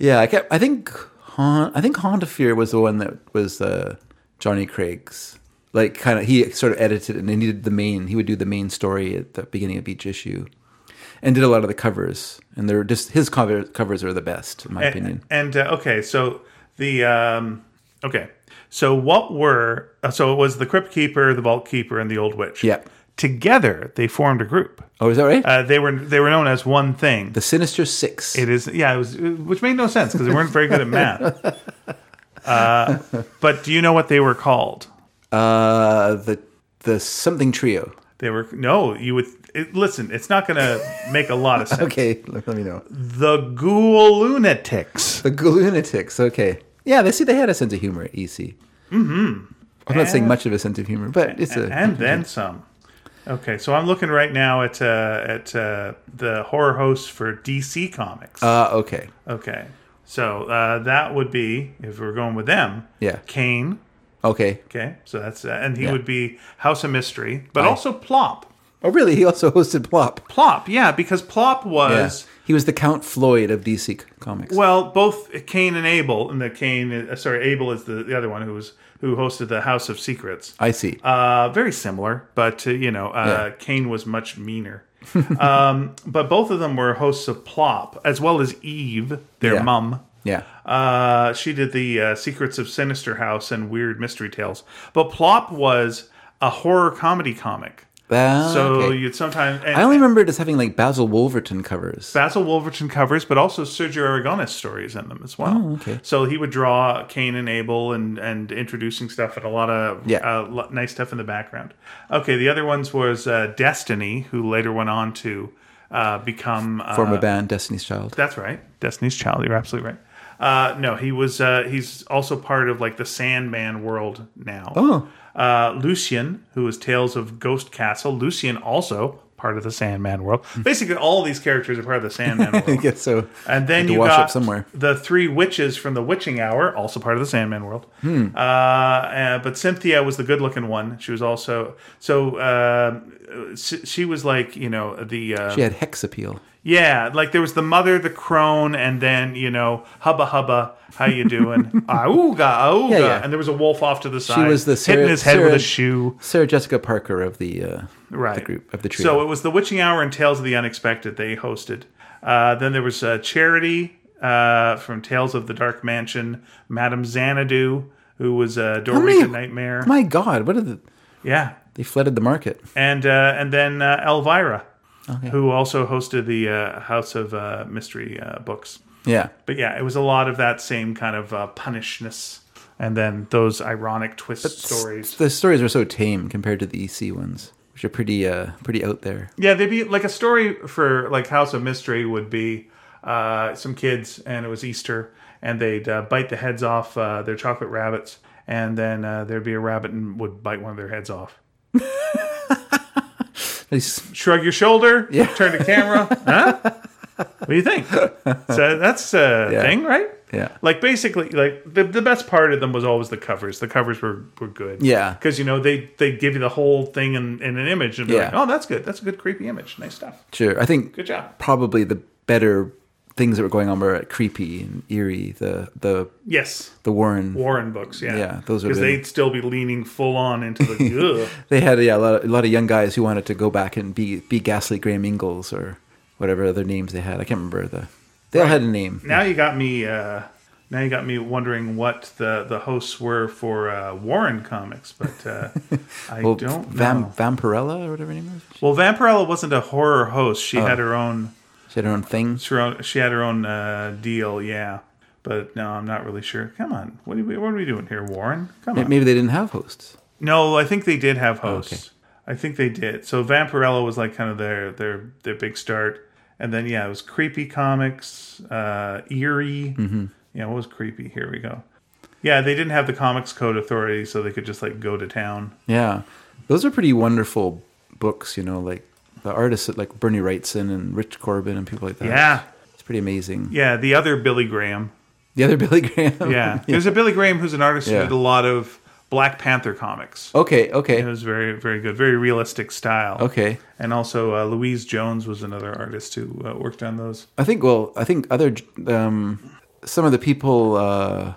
[SPEAKER 2] Yeah, I kept, I think Haunt, I think Haunt of Fear was the one that was uh, Johnny Craig's. Like kind of he sort of edited it and he did the main. He would do the main story at the beginning of each issue, and did a lot of the covers. And they're just his cover, covers are the best in my opinion.
[SPEAKER 1] And, uh, okay, so the um, okay, so what were uh, so it was the Crypt Keeper, the Vault Keeper, and the Old Witch.
[SPEAKER 2] Yep.
[SPEAKER 1] Together, they formed a group.
[SPEAKER 2] Oh, is that right?
[SPEAKER 1] Uh, they were they were known as one thing.
[SPEAKER 2] the Sinister Six.
[SPEAKER 1] It is, yeah, it was, which made no sense because they weren't very good at math. Uh, but do you know what they were called?
[SPEAKER 2] Uh, the the something trio.
[SPEAKER 1] They were no. You would it, listen. It's not going to make a lot of sense.
[SPEAKER 2] Okay, let, let me know.
[SPEAKER 1] The Ghoul Lunatics.
[SPEAKER 2] The Lunatics. Okay. Yeah, they see they had a sense of humor at EC. Mm-hmm. I'm not saying much of a sense of humor, but it's a
[SPEAKER 1] and then some. Okay, so I'm looking right now at uh, at uh, the horror hosts for DC Comics.
[SPEAKER 2] uh, okay.
[SPEAKER 1] okay, so uh, that would be if we're going with them.
[SPEAKER 2] Yeah.
[SPEAKER 1] Kane.
[SPEAKER 2] Okay.
[SPEAKER 1] Okay, so that's uh, and he
[SPEAKER 2] Yeah.
[SPEAKER 1] would be House of Mystery, but also Plop.
[SPEAKER 2] Oh, really? He also hosted Plop.
[SPEAKER 1] Plop, yeah, because Plop
[SPEAKER 2] Yeah.
[SPEAKER 1] was
[SPEAKER 2] He was the Count Floyd of DC Comics.
[SPEAKER 1] well, both Cain and Abel, and the Cain, uh, sorry, Abel is the, the other one who was who hosted the House of Secrets.
[SPEAKER 2] I see.
[SPEAKER 1] Uh, very similar, but uh, you know, uh, Kane was much meaner. um, but both of them were hosts of Plop, as well as Eve, their
[SPEAKER 2] Yeah.
[SPEAKER 1] mum.
[SPEAKER 2] yeah.
[SPEAKER 1] Uh, she did the uh, Secrets of Sinister House and Weird Mystery Tales. But Plop was a horror comedy comic.
[SPEAKER 2] Ah,
[SPEAKER 1] So
[SPEAKER 2] okay.
[SPEAKER 1] you'd sometimes.
[SPEAKER 2] I only remember it as having like Basil Wolverton covers.
[SPEAKER 1] Basil Wolverton covers, but also Sergio Aragonés stories in them as well.
[SPEAKER 2] Oh, okay.
[SPEAKER 1] So he would draw Cain and Abel and and introducing stuff and a lot of
[SPEAKER 2] Yeah.
[SPEAKER 1] uh, lo- nice stuff in the background. Okay, the other ones was uh, Destiny, who later went on to uh, become uh,
[SPEAKER 2] Former band Destiny's Child.
[SPEAKER 1] That's right, Destiny's Child. You're absolutely right. Uh, no, he was. Uh, he's also part of like the Sandman world now.
[SPEAKER 2] Oh.
[SPEAKER 1] Uh, Lucian, who is Tales of Ghost Castle. Lucian also part of the Sandman world. Basically, all these characters are part of the Sandman world.
[SPEAKER 2] I guess so.
[SPEAKER 1] And then
[SPEAKER 2] to
[SPEAKER 1] you
[SPEAKER 2] wash
[SPEAKER 1] got
[SPEAKER 2] up somewhere.
[SPEAKER 1] the three witches from the Witching Hour, also part of the Sandman world.
[SPEAKER 2] Hmm.
[SPEAKER 1] Uh, uh, but Cynthia was the good-looking one. She was also so uh, s- she was like you know the uh,
[SPEAKER 2] She had hex appeal.
[SPEAKER 1] yeah like there was the mother, the crone, and then you know hubba hubba, how you doing? auga auga,
[SPEAKER 2] Yeah, yeah.
[SPEAKER 1] and there was a wolf off to the side.
[SPEAKER 2] was the
[SPEAKER 1] hitting
[SPEAKER 2] Sarah-
[SPEAKER 1] his head with a
[SPEAKER 2] Sarah-
[SPEAKER 1] shoe
[SPEAKER 2] Sarah Jessica Parker of the uh,
[SPEAKER 1] right.
[SPEAKER 2] the group of the trio.
[SPEAKER 1] So it was the Witching Hour and Tales of the Unexpected they hosted. Uh, then there was uh, Charity uh, from Tales of the Dark Mansion, Madame Xanadu, who was a uh,
[SPEAKER 2] many-
[SPEAKER 1] Dorita Nightmare.
[SPEAKER 2] My God, what are the?
[SPEAKER 1] yeah,
[SPEAKER 2] They flooded the market.
[SPEAKER 1] and uh, and then uh, Elvira, who also hosted the uh, House of uh, Mystery uh, books.
[SPEAKER 2] Yeah.
[SPEAKER 1] But yeah, it was a lot of that same kind of uh, punishness, and then those ironic twist stories.
[SPEAKER 2] The stories were so tame compared to the EC ones, which are pretty uh pretty out there.
[SPEAKER 1] Yeah, they'd be like a story for like House of Mystery would be uh, some kids, and it was Easter, and they'd uh, bite the heads off uh, their chocolate rabbits, and then uh, there'd be a rabbit and would bite one of their heads off.
[SPEAKER 2] They s-
[SPEAKER 1] Shrug your shoulder, turn to camera. huh? What do you think? So that's a
[SPEAKER 2] Yeah.
[SPEAKER 1] thing, right?
[SPEAKER 2] Yeah.
[SPEAKER 1] Like basically, like the, the best part of them was always the covers. The covers were, were good.
[SPEAKER 2] Yeah.
[SPEAKER 1] because you know they they give you the whole thing in, in an image and be
[SPEAKER 2] Yeah.
[SPEAKER 1] like, oh, that's good. That's a good creepy image. Nice stuff.
[SPEAKER 2] Sure. I think
[SPEAKER 1] Good job.
[SPEAKER 2] probably the better things that were going on were creepy and eerie. The the
[SPEAKER 1] Yes.
[SPEAKER 2] the Warren.
[SPEAKER 1] Warren books, yeah,
[SPEAKER 2] Yeah, those are
[SPEAKER 1] because
[SPEAKER 2] the-
[SPEAKER 1] they'd still be leaning full on into the. Ugh.
[SPEAKER 2] They had yeah, a lot of, a lot of young guys who wanted to go back and be be ghastly Graham Ingalls or whatever other names they had. I can't remember the. They all had a name.
[SPEAKER 1] Now you got me. Uh, now you got me wondering what the the hosts were for uh, Warren comics, but uh, I
[SPEAKER 2] Well,
[SPEAKER 1] don't
[SPEAKER 2] Vam,
[SPEAKER 1] know.
[SPEAKER 2] Vampirella or whatever her name was.
[SPEAKER 1] Well, Vampirella wasn't a horror host. She
[SPEAKER 2] Oh.
[SPEAKER 1] had her own.
[SPEAKER 2] She had her own thing.
[SPEAKER 1] She, her own- she had her own uh, deal. Yeah, but no, I'm not really sure. Come on, what are we, what are we doing here, Warren? Come on.
[SPEAKER 2] Maybe they didn't have hosts.
[SPEAKER 1] No, I think they did have
[SPEAKER 2] Oh,
[SPEAKER 1] hosts. I think they did. So Vampirella was like kind of their their their big start, and then yeah, it was creepy comics, uh, eerie.
[SPEAKER 2] Mm-hmm.
[SPEAKER 1] Yeah, what was creepy? Here we go. Yeah, they didn't have the Comics Code Authority, so they could just like go to town.
[SPEAKER 2] Yeah, those are pretty wonderful books. You know, like the artists like Bernie Wrightson and Rich Corbin and people like that.
[SPEAKER 1] Yeah,
[SPEAKER 2] it's pretty amazing.
[SPEAKER 1] yeah. The other Billy Graham.
[SPEAKER 2] The other Billy Graham.
[SPEAKER 1] Yeah, there's a Billy Graham who's an artist
[SPEAKER 2] Yeah.
[SPEAKER 1] who did a lot of Black Panther comics.
[SPEAKER 2] okay. Okay.
[SPEAKER 1] It was very very good, very realistic style.
[SPEAKER 2] Okay.
[SPEAKER 1] And also uh, Louise Jones was another artist who uh, worked on those.
[SPEAKER 2] I think. Well, I think other um, some of the people uh,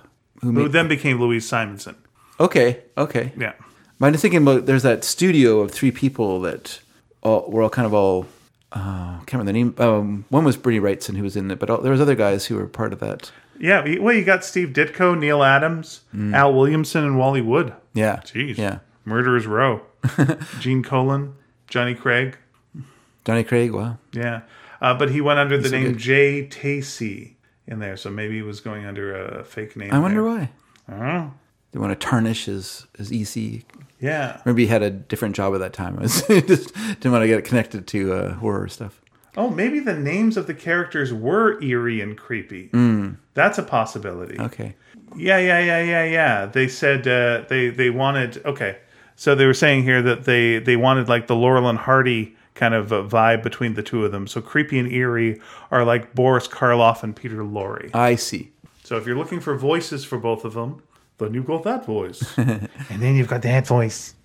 [SPEAKER 1] Who
[SPEAKER 2] who made.
[SPEAKER 1] then became Louise Simonson.
[SPEAKER 2] Okay. Okay.
[SPEAKER 1] Yeah.
[SPEAKER 2] But I'm just thinking about there's that studio of three people that all, were all kind of all. Uh, can't remember the name. Um, one was Bernie Wrightson who was in it, but all, there was other guys who were part of that.
[SPEAKER 1] Yeah. we- Well, you got Steve Ditko, Neil Adams, Al Williamson, and Wally Wood.
[SPEAKER 2] Yeah.
[SPEAKER 1] Jeez.
[SPEAKER 2] Mm. Yeah.
[SPEAKER 1] Murderers Row. Gene Colan, Johnny Craig.
[SPEAKER 2] Johnny Craig. Wow.
[SPEAKER 1] Yeah. Uh, but he went under the
[SPEAKER 2] so
[SPEAKER 1] name
[SPEAKER 2] good.
[SPEAKER 1] Jay Tacey in there. So maybe he was going under a fake name.
[SPEAKER 2] I wonder
[SPEAKER 1] there.
[SPEAKER 2] why. They want to tarnish his his EC.
[SPEAKER 1] Yeah.
[SPEAKER 2] Remember, he had a different job at that time. It was just didn't want to get connected to uh, horror stuff.
[SPEAKER 1] Oh, maybe the names of the characters were eerie and creepy.
[SPEAKER 2] Mm.
[SPEAKER 1] That's a possibility.
[SPEAKER 2] Okay.
[SPEAKER 1] Yeah, yeah, yeah, yeah, yeah. They said uh, they they wanted okay. So they were saying here that they they wanted like the Laurel and Hardy kind of uh vibe between the two of them. So creepy and eerie are like Boris Karloff and Peter Lorre.
[SPEAKER 2] I see.
[SPEAKER 1] So if you're looking for voices for both of them, then you've got that voice, and then you've got that voice.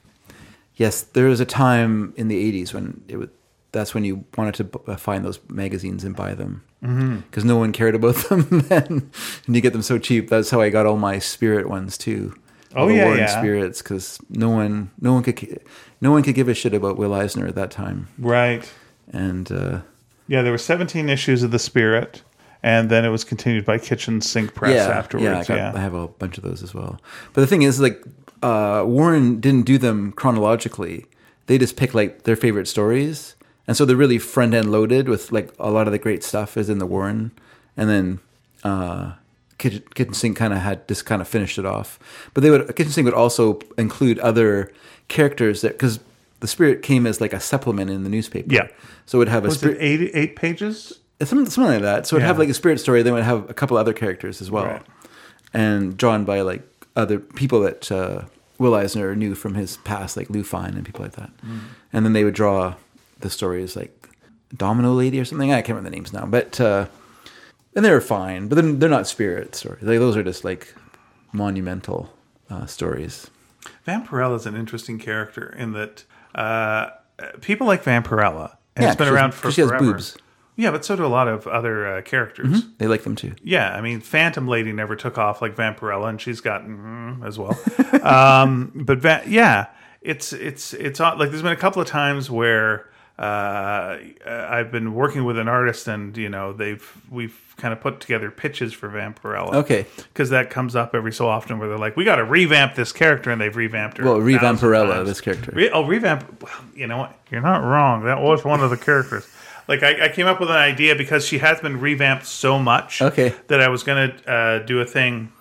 [SPEAKER 2] Yes, there was a time in the '80s when it was. That's when you wanted to b- uh, find those magazines and buy them
[SPEAKER 1] Mm-hmm.
[SPEAKER 2] because no one cared about them then, and you get them so cheap. That's how I got all my spirit ones too. All
[SPEAKER 1] Oh,
[SPEAKER 2] the
[SPEAKER 1] yeah,
[SPEAKER 2] Warren
[SPEAKER 1] yeah.
[SPEAKER 2] spirits because no one, no one could, ca- no one could give a shit about Will Eisner at that time,
[SPEAKER 1] Right.
[SPEAKER 2] and uh,
[SPEAKER 1] Yeah, there were 17 issues of The Spirit, and then it was continued by Kitchen Sink Press afterwards.
[SPEAKER 2] Yeah, I, got-
[SPEAKER 1] yeah.
[SPEAKER 2] I have a bunch of those as well. But the thing is, like, uh, Warren didn't do them chronologically. They just pick like their favorite stories, and so they're really front end loaded with like a lot of the great stuff is in the Warren, and then uh, Kitchen, Kitchen Sink kind of had just kind of finished it off. But they would Kitchen Sink would also include other characters that because the Spirit came as like a supplement in the newspaper.
[SPEAKER 1] Yeah.
[SPEAKER 2] so it would have a
[SPEAKER 1] Was
[SPEAKER 2] spirit
[SPEAKER 1] it eight, eight pages?
[SPEAKER 2] something, something like that. So it'd have
[SPEAKER 1] Yeah.
[SPEAKER 2] like a spirit story, then it would have a couple other characters as well,
[SPEAKER 1] Right.
[SPEAKER 2] and drawn by like other people that uh, Will Eisner knew from his past, like Lou Fine and people like that.
[SPEAKER 1] Mm.
[SPEAKER 2] And then they would draw the stories like Domino Lady or something. I can't remember the names now, but uh, and they're fine, but then they're not spirit stories. Like those are just like monumental uh, stories.
[SPEAKER 1] Vampirella is an interesting character in that uh, people like Vampirella, and
[SPEAKER 2] Yeah,
[SPEAKER 1] it's been
[SPEAKER 2] 'cause she has-
[SPEAKER 1] around for
[SPEAKER 2] 'cause she has
[SPEAKER 1] forever.
[SPEAKER 2] boobs. Mm-hmm.
[SPEAKER 1] Yeah, but so do a lot of other uh, characters.
[SPEAKER 2] They like them too.
[SPEAKER 1] Yeah, I mean, Phantom Lady never took off like Vampirella, and she's gotten mm, as well. um, but va- yeah, it's it's it's odd. like there's been a couple of times where uh, I've been working with an artist, and you know they've we've kind of put together pitches for Vampirella.
[SPEAKER 2] Okay.
[SPEAKER 1] because that comes up every so often where they're like, we got to revamp this character, and they've revamped her.
[SPEAKER 2] Well,
[SPEAKER 1] a
[SPEAKER 2] revamp
[SPEAKER 1] thousand
[SPEAKER 2] Pirella,
[SPEAKER 1] times.
[SPEAKER 2] this character.
[SPEAKER 1] Re- oh, revamp. Well, you know what? You're not wrong. That was one of the characters. Like I, I came up with an idea because she has been revamped so much
[SPEAKER 2] Okay.
[SPEAKER 1] that I was gonna uh, do a thing,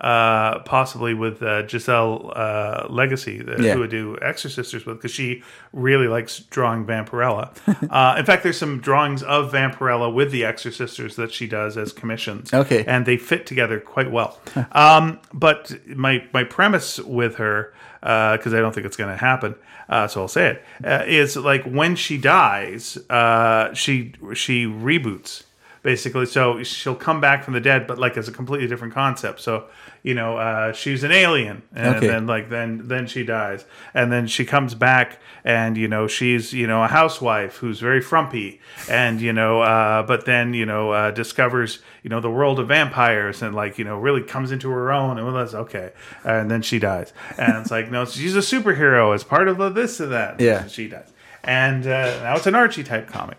[SPEAKER 1] uh, possibly with uh, Giselle uh, Legacy, the,
[SPEAKER 2] Yeah.
[SPEAKER 1] who would do Exorcisters with, because she really likes drawing Vampirella. uh, in fact, there's some drawings of Vampirella with the Exorcisters that she does as commissions.
[SPEAKER 2] Okay.
[SPEAKER 1] and they fit together quite well. um, but my my premise with her, because I don't think it's going to happen, uh, so I'll say it uh, is like when she dies, uh, she she reboots basically. So she'll come back from the dead, but like as a completely different concept. So you know, uh, she's an alien, and
[SPEAKER 2] Okay.
[SPEAKER 1] then like then then she dies, and then she comes back, and you know she's you know a housewife who's very frumpy, and you know, uh, but then you know uh, discovers you know the world of vampires, and like you know really comes into her own, and well, that's okay, and then she dies, and it's like no, she's a superhero as part of the this and that,
[SPEAKER 2] Yeah.
[SPEAKER 1] she does, and uh, now it's an Archie type comic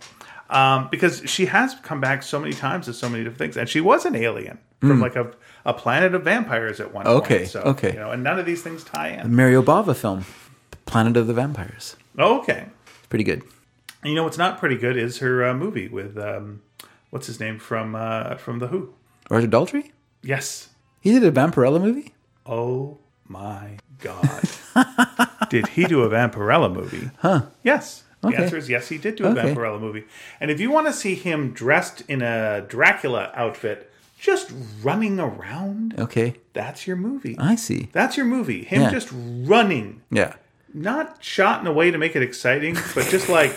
[SPEAKER 1] um, because she has come back so many times as so many different things, and she was an alien from like a, a planet of vampires at one
[SPEAKER 2] Hmm. Okay,
[SPEAKER 1] point. So,
[SPEAKER 2] okay.
[SPEAKER 1] you know, and none of these things tie in.
[SPEAKER 2] Mary Obava film, Planet of the Vampires.
[SPEAKER 1] Okay,
[SPEAKER 2] Pretty good.
[SPEAKER 1] And you know what's not pretty good is her uh, movie with um, what's his name from uh, from the Who.
[SPEAKER 2] Roger Daltrey?
[SPEAKER 1] Yes.
[SPEAKER 2] He did a Vampirella movie?
[SPEAKER 1] Oh my God. did he do a Vampirella movie? Huh. Yes.
[SPEAKER 2] Okay.
[SPEAKER 1] The answer is yes, he did do a
[SPEAKER 2] Okay.
[SPEAKER 1] Vampirella movie. And if you want to see him dressed in a Dracula outfit, just running around,
[SPEAKER 2] Okay.
[SPEAKER 1] that's your movie.
[SPEAKER 2] I see.
[SPEAKER 1] That's your movie. Him
[SPEAKER 2] Oh. Yeah.
[SPEAKER 1] just running,
[SPEAKER 2] Yeah.
[SPEAKER 1] not shot in a way to make it exciting, but just like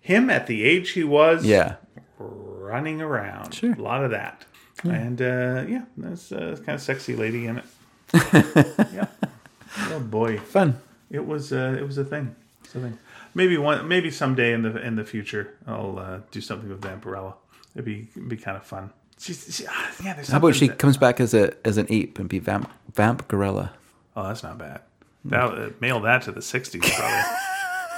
[SPEAKER 1] him at the age he was,
[SPEAKER 2] Yeah.
[SPEAKER 1] running around.
[SPEAKER 2] Sure.
[SPEAKER 1] A lot of that. And uh, yeah, there's uh, kind of sexy lady in it. yeah. Oh boy,
[SPEAKER 2] Fun.
[SPEAKER 1] it was uh, it was a thing. It's a thing. Maybe one, maybe someday in the in the future, I'll uh, do something with Vampirella. It'd be it'd be kind of fun. She's, she, ah, yeah, there's
[SPEAKER 2] How about she
[SPEAKER 1] something that-
[SPEAKER 2] comes back as a as an ape and be vamp vamp gorilla?
[SPEAKER 1] oh, that's not bad. That, uh, mail that to the '60s, probably.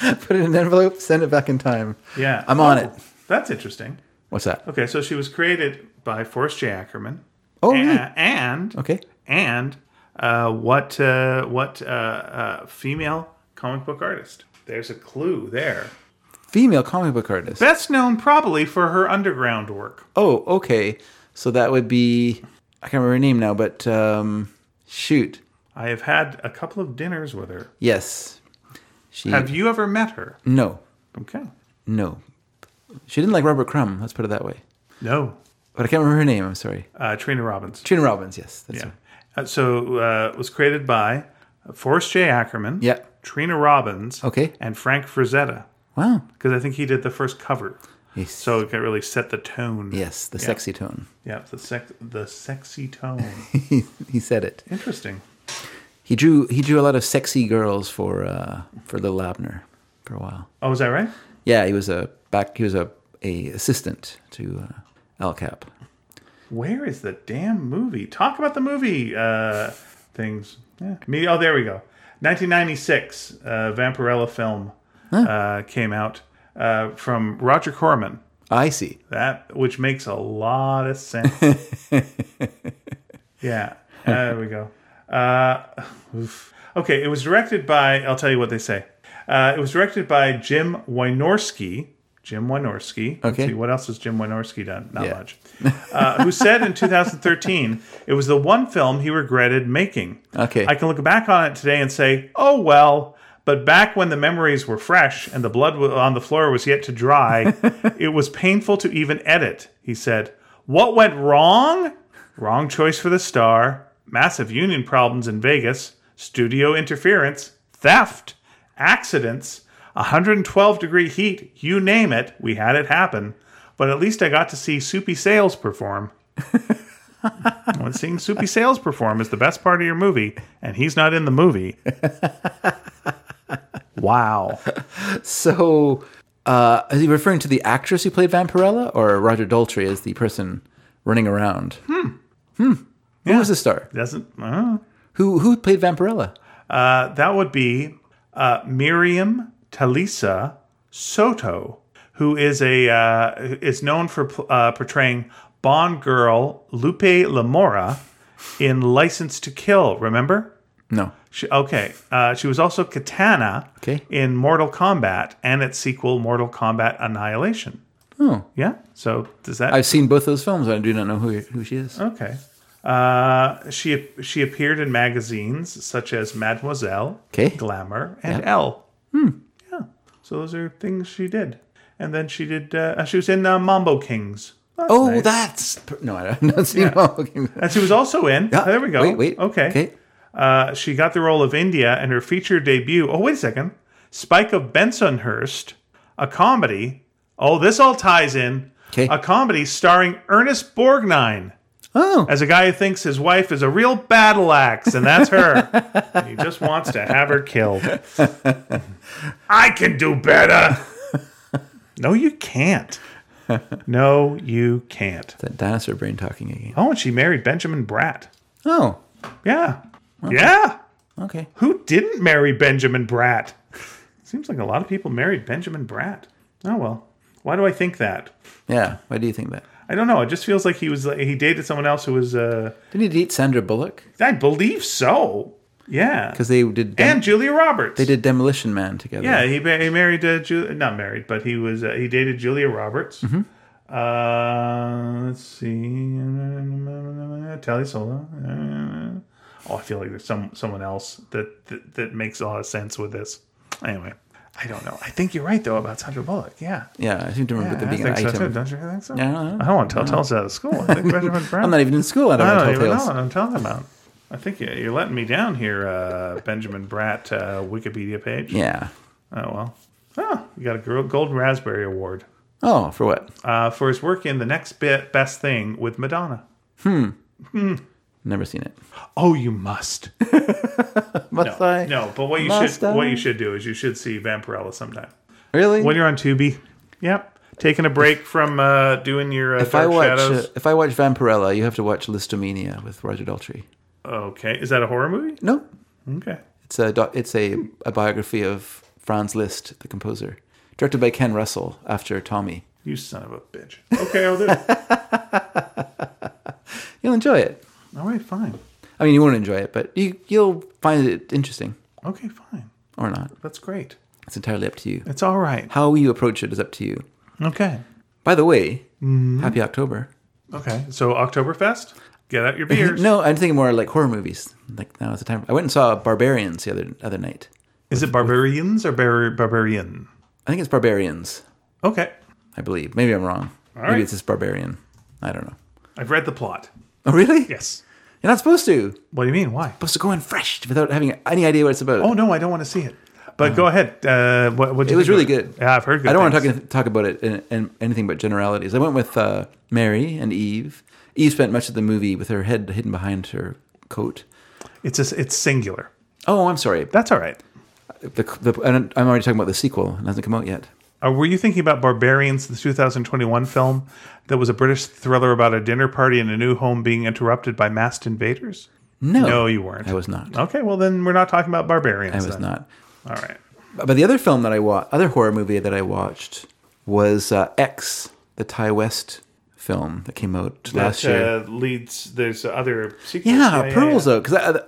[SPEAKER 2] Put it in an envelope, send it back in time.
[SPEAKER 1] Yeah. Oh,
[SPEAKER 2] I'm on it.
[SPEAKER 1] That's interesting.
[SPEAKER 2] What's that?
[SPEAKER 1] Okay, so she was created by Forrest J. Ackerman.
[SPEAKER 2] Oh,
[SPEAKER 1] A-
[SPEAKER 2] really?
[SPEAKER 1] and
[SPEAKER 2] Okay.
[SPEAKER 1] and uh, what uh, what uh, uh, female comic book artist? There's a clue there.
[SPEAKER 2] Female comic book artist.
[SPEAKER 1] Best known probably for her underground work.
[SPEAKER 2] Oh, okay. So that would be I can't remember her name now, but um, shoot,
[SPEAKER 1] I have had a couple of dinners with her.
[SPEAKER 2] yes, she.
[SPEAKER 1] Have you ever met her?
[SPEAKER 2] no,
[SPEAKER 1] Okay.
[SPEAKER 2] no, she didn't like Robert Crumb. Let's put it that way.
[SPEAKER 1] No.
[SPEAKER 2] But I can't remember her name. I'm sorry.
[SPEAKER 1] Uh, Trina Robbins.
[SPEAKER 2] Trina Robbins. Yes, that's
[SPEAKER 1] Yeah.
[SPEAKER 2] her.
[SPEAKER 1] Uh, so uh, it was created by Forrest J. Ackerman,
[SPEAKER 2] Yeah.
[SPEAKER 1] Trina Robbins,
[SPEAKER 2] Okay.
[SPEAKER 1] and Frank Frazetta,
[SPEAKER 2] Wow.
[SPEAKER 1] because I think he did the first cover.
[SPEAKER 2] Yes.
[SPEAKER 1] So it could really set the tone.
[SPEAKER 2] yes, the sexy tone.
[SPEAKER 1] Yeah, the sex, the sexy tone.
[SPEAKER 2] he said it.
[SPEAKER 1] Interesting.
[SPEAKER 2] He drew he drew a lot of sexy girls for uh, for Little Abner for a while.
[SPEAKER 1] Oh, is that right?
[SPEAKER 2] Yeah, he was a back. He was a, a assistant to uh, Al Cap.
[SPEAKER 1] Where is the damn movie? Talk about the movie uh, things. Yeah. Me. Oh, there we go. 1996, uh, Vampirella film uh, came out uh, from Roger Corman.
[SPEAKER 2] I see.
[SPEAKER 1] That which makes a lot of sense. yeah, there we go. Uh, oof. Okay, it was directed by. I'll tell you what they say. Uh, it was directed by Jim Wynorski. Jim Wynorski. Let's
[SPEAKER 2] Okay.
[SPEAKER 1] see, what else has Jim Wynorski done? Not
[SPEAKER 2] Yeah.
[SPEAKER 1] much. Uh, who said in 2013 it was the one film he regretted making.
[SPEAKER 2] Okay.
[SPEAKER 1] I can look back on it today and say, oh well. But back when the memories were fresh and the blood wa- on the floor was yet to dry, it was painful to even edit. He said, "What went wrong? Wrong choice for the star. Massive union problems in Vegas. Studio interference. Theft. Accidents. 112 degree heat. You name it. We had it happen. But at least I got to see Soupy Sales perform." When seeing Soupy Sales perform is the best part of your movie, and he's not in the movie. wow.
[SPEAKER 2] So, uh, is he referring to the actress who played Vampirella, or Roger Daltrey as the person running around? Hmm. Hmm. Who was the star?
[SPEAKER 1] Doesn't. Uh,
[SPEAKER 2] Who who played Vampirella?
[SPEAKER 1] uh, that would be uh, Miriam Talisa Soto, who is a uh, is known for pl- uh, portraying Bond girl Lupe Lamora in License to Kill. Remember?
[SPEAKER 2] No.
[SPEAKER 1] She, okay. Uh, she was also Katana
[SPEAKER 2] Okay.
[SPEAKER 1] in Mortal Kombat and its sequel, Mortal Kombat Annihilation.
[SPEAKER 2] Oh,
[SPEAKER 1] Yeah. So does that?
[SPEAKER 2] I've seen both those films. but I do not know who who she is.
[SPEAKER 1] okay. Uh, she she appeared in magazines such as Mademoiselle,
[SPEAKER 2] Okay.
[SPEAKER 1] Glamour, and Elle. Hmm. Yeah. So those are things she did, and then she did. Uh, she was in uh, Mambo Kings. That's
[SPEAKER 2] oh,
[SPEAKER 1] nice.
[SPEAKER 2] that's no, I don't not seen all.
[SPEAKER 1] And she was also in.
[SPEAKER 2] Yeah.
[SPEAKER 1] Oh, There we go.
[SPEAKER 2] Wait, wait.
[SPEAKER 1] Okay.
[SPEAKER 2] Okay.
[SPEAKER 1] Uh, she got the role of India in her feature debut. Oh, wait a second. Spike of Bensonhurst, a comedy. Oh, this all ties in.
[SPEAKER 2] 'Kay.
[SPEAKER 1] A comedy starring Ernest Borgnine.
[SPEAKER 2] Oh,
[SPEAKER 1] as a guy who thinks his wife is a real battle axe, and that's her. and he just wants to have her killed. I can do better. No, you can't. No, you can't.
[SPEAKER 2] that dinosaur brain talking again.
[SPEAKER 1] Oh, and she married Benjamin Bratt.
[SPEAKER 2] Oh,
[SPEAKER 1] Yeah. Yeah.
[SPEAKER 2] okay.
[SPEAKER 1] Who didn't marry Benjamin Bratt? Seems like a lot of people married Benjamin Bratt. Oh, well. Why do I think that?
[SPEAKER 2] Yeah. Why do you think that?
[SPEAKER 1] I don't know. It just feels like he was he dated someone else who was uh
[SPEAKER 2] Didn't he date Sandra Bullock?
[SPEAKER 1] I believe so. Yeah.
[SPEAKER 2] Because they did dem-
[SPEAKER 1] and Julia Roberts.
[SPEAKER 2] they did Demolition Man together.
[SPEAKER 1] Yeah, he, ma- he married uh, Ju- not married, but he was uh, he dated Julia Roberts.
[SPEAKER 2] Mm-hmm.
[SPEAKER 1] Uh, let's see, Tally Solo. Oh, I feel like there's some someone else that, that that makes a lot of sense with this. Anyway, I don't know. I think you're right though about Sandra Bullock. Yeah,
[SPEAKER 2] Yeah, I seem to remember
[SPEAKER 1] I
[SPEAKER 2] there being an
[SPEAKER 1] think so too.
[SPEAKER 2] item.
[SPEAKER 1] Don't you think so?
[SPEAKER 2] I don't know.
[SPEAKER 1] I don't want Telltale's out of school. I think Benjamin Brown.
[SPEAKER 2] I'm not even in school. I don't,
[SPEAKER 1] I don't
[SPEAKER 2] know
[SPEAKER 1] even know
[SPEAKER 2] telltales.
[SPEAKER 1] what I'm talking about. I think you- you're letting me down here, uh, Benjamin Bratt uh, Wikipedia page.
[SPEAKER 2] Yeah.
[SPEAKER 1] Oh well. Oh, he got a gr- gold raspberry award
[SPEAKER 2] Oh, for what?
[SPEAKER 1] uh, for his work in the next bit best thing with Madonna.
[SPEAKER 2] Never seen it.
[SPEAKER 1] Oh, you must.
[SPEAKER 2] Must I?
[SPEAKER 1] No, but what you
[SPEAKER 2] Must
[SPEAKER 1] should what
[SPEAKER 2] I?
[SPEAKER 1] you should do is you should see Vampirella sometime
[SPEAKER 2] Really?
[SPEAKER 1] when you're on Tubi. Yep, taking a break from uh, doing your uh,
[SPEAKER 2] if I
[SPEAKER 1] Dark
[SPEAKER 2] watch
[SPEAKER 1] Shadows.
[SPEAKER 2] uh, if I watch Vampirella, you have to watch Listomania with Roger Daltrey.
[SPEAKER 1] okay, is that a horror movie?
[SPEAKER 2] No,
[SPEAKER 1] Okay.
[SPEAKER 2] it's a doc- it's a, a biography of Franz Liszt, the composer, directed by Ken Russell after Tommy.
[SPEAKER 1] You son of a bitch. Okay, I'll do it.
[SPEAKER 2] You'll enjoy it.
[SPEAKER 1] All right, fine.
[SPEAKER 2] I mean, you won't enjoy it, but you you'll find it interesting
[SPEAKER 1] Okay, fine.
[SPEAKER 2] or not.
[SPEAKER 1] That's great.
[SPEAKER 2] It's entirely up to you.
[SPEAKER 1] It's all right.
[SPEAKER 2] How you approach it is up to you.
[SPEAKER 1] Okay.
[SPEAKER 2] By the way, happy October.
[SPEAKER 1] Okay. So Oktoberfest? Get out your beers.
[SPEAKER 2] No, I'm thinking more like horror movies. Like now is the time. I went and saw Barbarians the other other night.
[SPEAKER 1] Is it barbarians or bar- barbarian?
[SPEAKER 2] I think it's Barbarians.
[SPEAKER 1] Okay.
[SPEAKER 2] I believe. Maybe I'm wrong. Maybe
[SPEAKER 1] right.
[SPEAKER 2] it's just Barbarian. I don't know.
[SPEAKER 1] I've read the plot.
[SPEAKER 2] Oh really?
[SPEAKER 1] Yes.
[SPEAKER 2] You're not supposed to. You're
[SPEAKER 1] What do you mean? Why?
[SPEAKER 2] supposed to go in fresh without having any idea what it's about.
[SPEAKER 1] Oh no, I don't want to see it. But go ahead. Uh, what what
[SPEAKER 2] it was really good.
[SPEAKER 1] Yeah, I've heard. Good
[SPEAKER 2] I don't
[SPEAKER 1] things.
[SPEAKER 2] want to talk talk about it and, and anything but generalities. I went with uh, Mary and Eve. Eve spent much of the movie with her head hidden behind her coat.
[SPEAKER 1] It's just, it's singular.
[SPEAKER 2] Oh, I'm sorry.
[SPEAKER 1] That's all right.
[SPEAKER 2] The, the, I don't- I'm already talking about the sequel. It hasn't come out yet.
[SPEAKER 1] Uh, were you thinking about Barbarians, the 2021 film that was a British thriller about a dinner party in a new home being interrupted by masked invaders?
[SPEAKER 2] No,
[SPEAKER 1] No, you weren't.
[SPEAKER 2] I was not.
[SPEAKER 1] Okay, well then we're not talking about Barbarians.
[SPEAKER 2] I was
[SPEAKER 1] then.
[SPEAKER 2] not.
[SPEAKER 1] All right.
[SPEAKER 2] But the other film that I watched, other horror movie that I watched was uh, X, the Ty West film that came out last
[SPEAKER 1] That,
[SPEAKER 2] year.
[SPEAKER 1] uh, leads. There's other sequels.
[SPEAKER 2] Yeah, Pearl's out because I,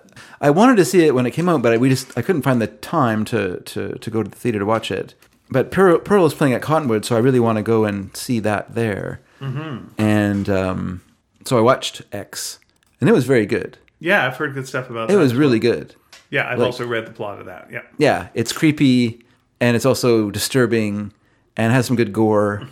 [SPEAKER 2] I wanted to see it when it came out, but I, we just I couldn't find the time to to, to go to the theater to watch it. But Pearl, Pearl is playing at Cottonwood, so I really want to go and see that there. Mm-hmm. And um, so I watched X, and it was very good.
[SPEAKER 1] Yeah, I've heard good stuff about.
[SPEAKER 2] It
[SPEAKER 1] that.
[SPEAKER 2] was really good.
[SPEAKER 1] Yeah, I've also read the plot of that. Yeah.
[SPEAKER 2] Yeah, it's creepy and it's also disturbing and has some good gore.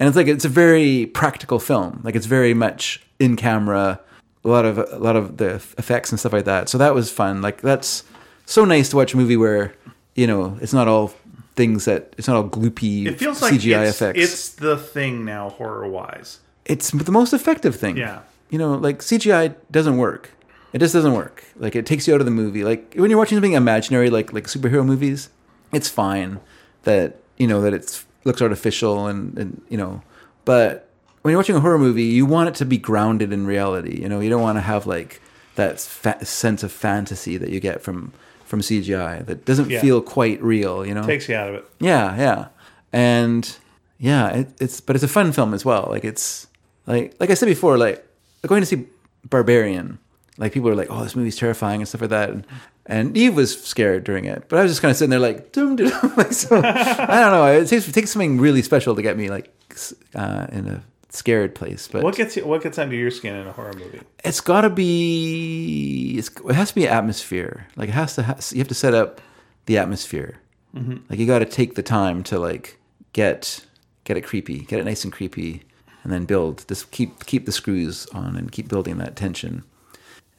[SPEAKER 2] And it's like it's a very practical film. Like it's very much in camera, a lot of a lot of the effects and stuff like that. So that was fun. Like that's so nice to watch a movie where, you know, it's not all things that it's not all gloopy
[SPEAKER 1] It feels
[SPEAKER 2] CGI
[SPEAKER 1] like it's,
[SPEAKER 2] effects.
[SPEAKER 1] it's the thing now, horror wise.
[SPEAKER 2] it's the most effective thing.
[SPEAKER 1] Yeah.
[SPEAKER 2] You know, like CGI doesn't work. It just doesn't work. Like it takes you out of the movie. Like when you're watching something imaginary, like like superhero movies, it's fine that you know that it's looks artificial and and you know, but when you're watching a horror movie, you want it to be grounded in reality. You know, you don't want to have like that fa- sense of fantasy that you get from from CGI that doesn't
[SPEAKER 1] Yeah.
[SPEAKER 2] feel quite real. You know,
[SPEAKER 1] Takes you out of it.
[SPEAKER 2] yeah, yeah, and yeah, it, it's but it's a fun film as well. Like it's like like I said before, like going to see Barbarian. Like people are like, oh, this movie's terrifying and stuff like that. And, and Eve was scared during it, but I was just kind of sitting there like, doom, doom. like so, I don't know. It takes, it takes something really special to get me like s- uh, in a scared place. But
[SPEAKER 1] What gets you, what gets under your skin in a horror movie?
[SPEAKER 2] it's got to be it's, it has to be atmosphere like it has to ha- you have to set up the atmosphere like you got to take the time to like get get it creepy get it nice and creepy and then build just keep keep the screws on and keep building that tension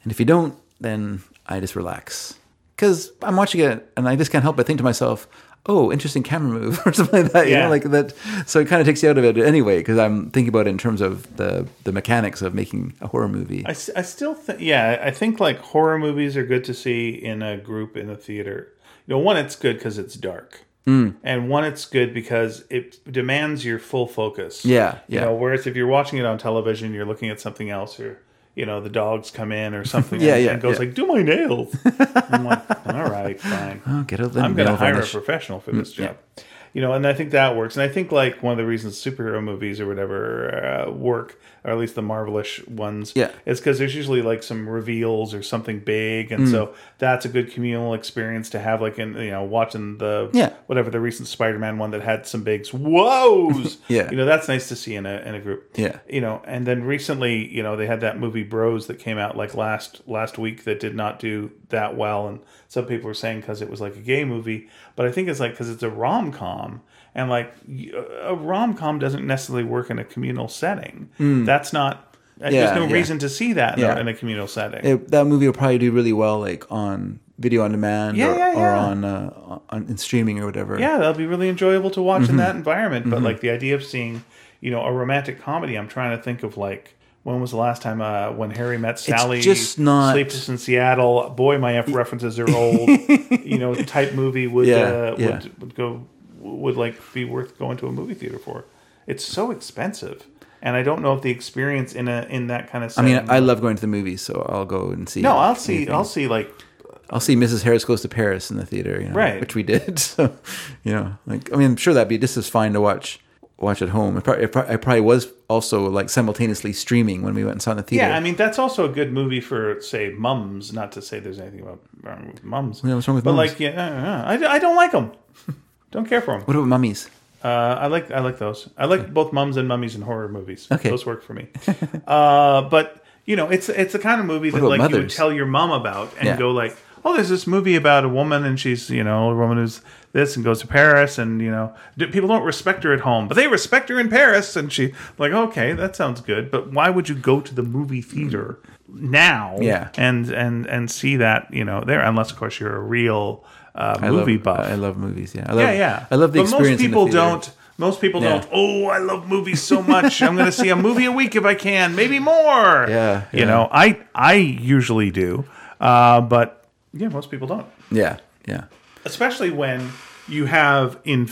[SPEAKER 2] and if you don't then i just relax because i'm watching it and i just can't help but think to myself oh interesting camera move or something like that you
[SPEAKER 1] Yeah.
[SPEAKER 2] know like that so it kind of takes you out of it anyway because i'm thinking about it in terms of the the mechanics of making a horror movie
[SPEAKER 1] I, s- I still think yeah I think like horror movies are good to see in a group in the theater. You know, one it's good because it's dark,
[SPEAKER 2] Hmm.
[SPEAKER 1] and one it's good because it demands your full focus.
[SPEAKER 2] Yeah, yeah.
[SPEAKER 1] You know, whereas if you're watching it on television, you're looking at something else, or you know the dogs come in or something.
[SPEAKER 2] Yeah,
[SPEAKER 1] and,
[SPEAKER 2] yeah,
[SPEAKER 1] And goes
[SPEAKER 2] yeah.
[SPEAKER 1] like, "Do my nails." I'm like, "All right, fine."
[SPEAKER 2] Oh, get a little
[SPEAKER 1] I'm going to
[SPEAKER 2] nail
[SPEAKER 1] hire a
[SPEAKER 2] varnish.
[SPEAKER 1] professional
[SPEAKER 2] Mm,
[SPEAKER 1] for this job. You know, and I think that works. And I think like one of the reasons superhero movies or whatever uh, work, or at least the Marvelish ones,
[SPEAKER 2] Yeah.
[SPEAKER 1] is because there's usually like some reveals or something big,
[SPEAKER 2] Mm.
[SPEAKER 1] and so that's a good communal experience to have. Like in you know watching the
[SPEAKER 2] Yeah.
[SPEAKER 1] whatever the recent Spider-Man one that had some bigs, whoa's
[SPEAKER 2] Yeah.
[SPEAKER 1] you know that's nice to see in a in a group
[SPEAKER 2] Yeah.
[SPEAKER 1] you know and then recently you know they had that movie bros that came out like last last week that did not do that well and some people were saying because it was like a gay movie but i think it's like because it's a rom-com and like y- a rom-com doesn't necessarily work in a communal setting that's not uh, there's
[SPEAKER 2] Hmm. Yeah,
[SPEAKER 1] no
[SPEAKER 2] yeah.
[SPEAKER 1] reason to see that in, a-
[SPEAKER 2] Yeah.
[SPEAKER 1] in a communal setting
[SPEAKER 2] It- that movie will probably do really well, like on video on demand
[SPEAKER 1] Yeah,
[SPEAKER 2] or,
[SPEAKER 1] yeah,
[SPEAKER 2] or
[SPEAKER 1] yeah.
[SPEAKER 2] on, uh, on in streaming or whatever.
[SPEAKER 1] yeah that'll be really enjoyable to watch
[SPEAKER 2] Mm-hmm.
[SPEAKER 1] in that environment but like the idea of seeing you know a romantic comedy i'm trying to think of like when was the last time uh, when Harry met Sally?
[SPEAKER 2] just not-
[SPEAKER 1] Sleepless in Seattle. Boy, my F references are old. you know, type movie would
[SPEAKER 2] Yeah,
[SPEAKER 1] uh,
[SPEAKER 2] yeah.
[SPEAKER 1] would would go would like be worth going to a movie theater for. It's so expensive, and I don't know if the experience in a in that kind of.
[SPEAKER 2] I
[SPEAKER 1] Setting,
[SPEAKER 2] mean, I love going to the movies, so I'll go and see.
[SPEAKER 1] no, I'll see.
[SPEAKER 2] anything.
[SPEAKER 1] I'll see like
[SPEAKER 2] I'll see Mrs. Harris Goes to Paris in the theater, you know,
[SPEAKER 1] Right.
[SPEAKER 2] Which we did. So, you know, like I mean, I'm sure that'd be just as fine to watch watch at home. I probably, I prob- I probably was also like simultaneously streaming when we went and saw it in the theater.
[SPEAKER 1] Yeah, I mean that's also a good movie for say mums. Not to say there's anything about wrong with mums.
[SPEAKER 2] Yeah, what's wrong with
[SPEAKER 1] but
[SPEAKER 2] mums?
[SPEAKER 1] like yeah, I, don't know. I, I don't like them. don't care for them.
[SPEAKER 2] what about mummies?
[SPEAKER 1] Uh, I like I like those. I like both mums and mummies and horror movies.
[SPEAKER 2] Okay.
[SPEAKER 1] those work for me. uh, but you know, it's it's the kind of movie that
[SPEAKER 2] about
[SPEAKER 1] like you would
[SPEAKER 2] mothers?
[SPEAKER 1] tell your mom about and
[SPEAKER 2] Yeah.
[SPEAKER 1] go like, oh, there's this movie about a woman and she's you know a woman who's this and goes to Paris and you know d- people don't respect her at home, but they respect her in Paris and she like okay that sounds good, but why would you go to the movie theater now?
[SPEAKER 2] Yeah.
[SPEAKER 1] and and and see that you know there unless of course you're a real uh,
[SPEAKER 2] I love-
[SPEAKER 1] movie buff.
[SPEAKER 2] I love movies. Yeah, I love,
[SPEAKER 1] Yeah, yeah.
[SPEAKER 2] I love the
[SPEAKER 1] but
[SPEAKER 2] experience.
[SPEAKER 1] most
[SPEAKER 2] in the
[SPEAKER 1] people
[SPEAKER 2] theater.
[SPEAKER 1] don't. Most people
[SPEAKER 2] Yeah.
[SPEAKER 1] don't. Oh, I love movies so much. I'm going to see a movie a week if I can, maybe more.
[SPEAKER 2] Yeah,
[SPEAKER 1] You
[SPEAKER 2] yeah.
[SPEAKER 1] know, I I usually do, uh, but yeah, most people don't.
[SPEAKER 2] Yeah, yeah,
[SPEAKER 1] Especially when you have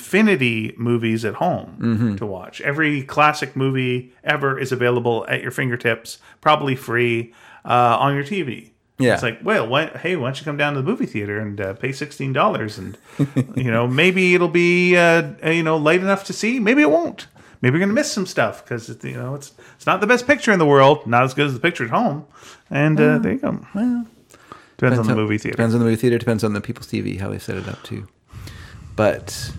[SPEAKER 1] infinity movies at home
[SPEAKER 2] Mm-hmm.
[SPEAKER 1] to watch. Every classic movie ever is available at your fingertips, probably free uh, on your TV.
[SPEAKER 2] Yeah.
[SPEAKER 1] It's like, well, why, hey, why don't you come down to the movie theater and uh, pay sixteen dollars, and you know maybe it'll be uh, you know late enough to see. Maybe it won't. Maybe you're gonna miss some stuff because you know it's it's not the best picture in the world, not as good as the picture at home. And uh, there you go. Well, depends on the movie theater.
[SPEAKER 2] Mm. Depends on the movie theater. Depends on the people's TV how they set it up too. But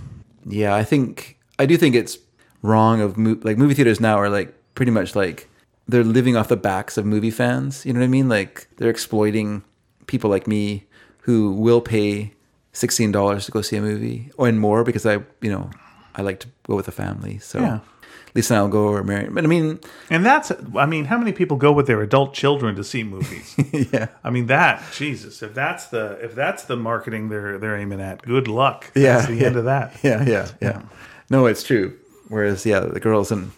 [SPEAKER 2] yeah, I think I do think it's wrong of mo- like movie theaters now are like pretty much like they're living off the backs of movie fans. You know what I mean? Like they're exploiting people like me who will pay sixteen dollars to go see a movie or and more because I you know I like to go with a family. So
[SPEAKER 1] Yeah.
[SPEAKER 2] Lisa and I'll go or Mary. But I mean,
[SPEAKER 1] And that's I mean, how many people go with their adult children to see movies?
[SPEAKER 2] yeah.
[SPEAKER 1] I mean that Jesus, if that's the if that's the marketing they're they're aiming at, good luck.
[SPEAKER 2] Yeah,
[SPEAKER 1] That's the
[SPEAKER 2] yeah.
[SPEAKER 1] end of that.
[SPEAKER 2] yeah, yeah, yeah. No, it's true. Whereas, yeah, the girls and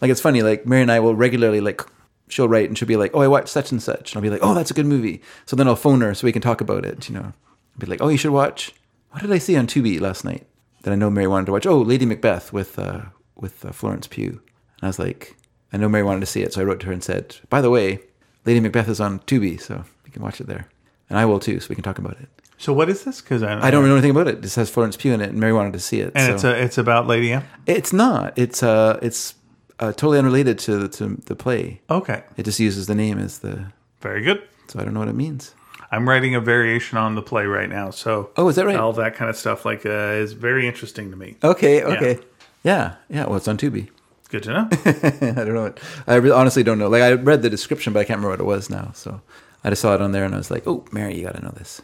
[SPEAKER 2] like it's funny. Like Mary and I will regularly like she'll write and she'll be like, "Oh, I watched such and such," and I'll be like, "Oh, that's a good movie." So then I'll phone her so we can talk about it. You know, be like, "Oh, you should watch." What did I see on Tubi last night that I know Mary wanted to watch? Oh, Lady Macbeth with uh, with uh, Florence Pugh. And I was like, I know Mary wanted to see it, so I wrote to her and said, "By the way, Lady Macbeth is on Tubi, so you can watch it there, and I will too, so we can talk about it."
[SPEAKER 1] So what is this? Because I,
[SPEAKER 2] I don't know anything about it. It just has Florence Pugh in it, and Mary wanted to see it.
[SPEAKER 1] And
[SPEAKER 2] so.
[SPEAKER 1] it's a, it's about Lady M.
[SPEAKER 2] It's not. It's uh, it's uh, totally unrelated to the, to the play.
[SPEAKER 1] Okay,
[SPEAKER 2] It just uses the name as the.
[SPEAKER 1] very good.
[SPEAKER 2] So I don't know what it means.
[SPEAKER 1] I'm writing a variation on the play right now, so
[SPEAKER 2] Oh, is that right?
[SPEAKER 1] all that kind of stuff like uh, is very interesting to me.
[SPEAKER 2] Okay. Okay. Yeah. Yeah. Well, it's on Tubi.
[SPEAKER 1] Good to know.
[SPEAKER 2] I don't know. What, I re- honestly don't know. Like I read the description, but I can't remember what it was now. So I just saw it on there, and I was like, "Oh, Mary, you got to know this."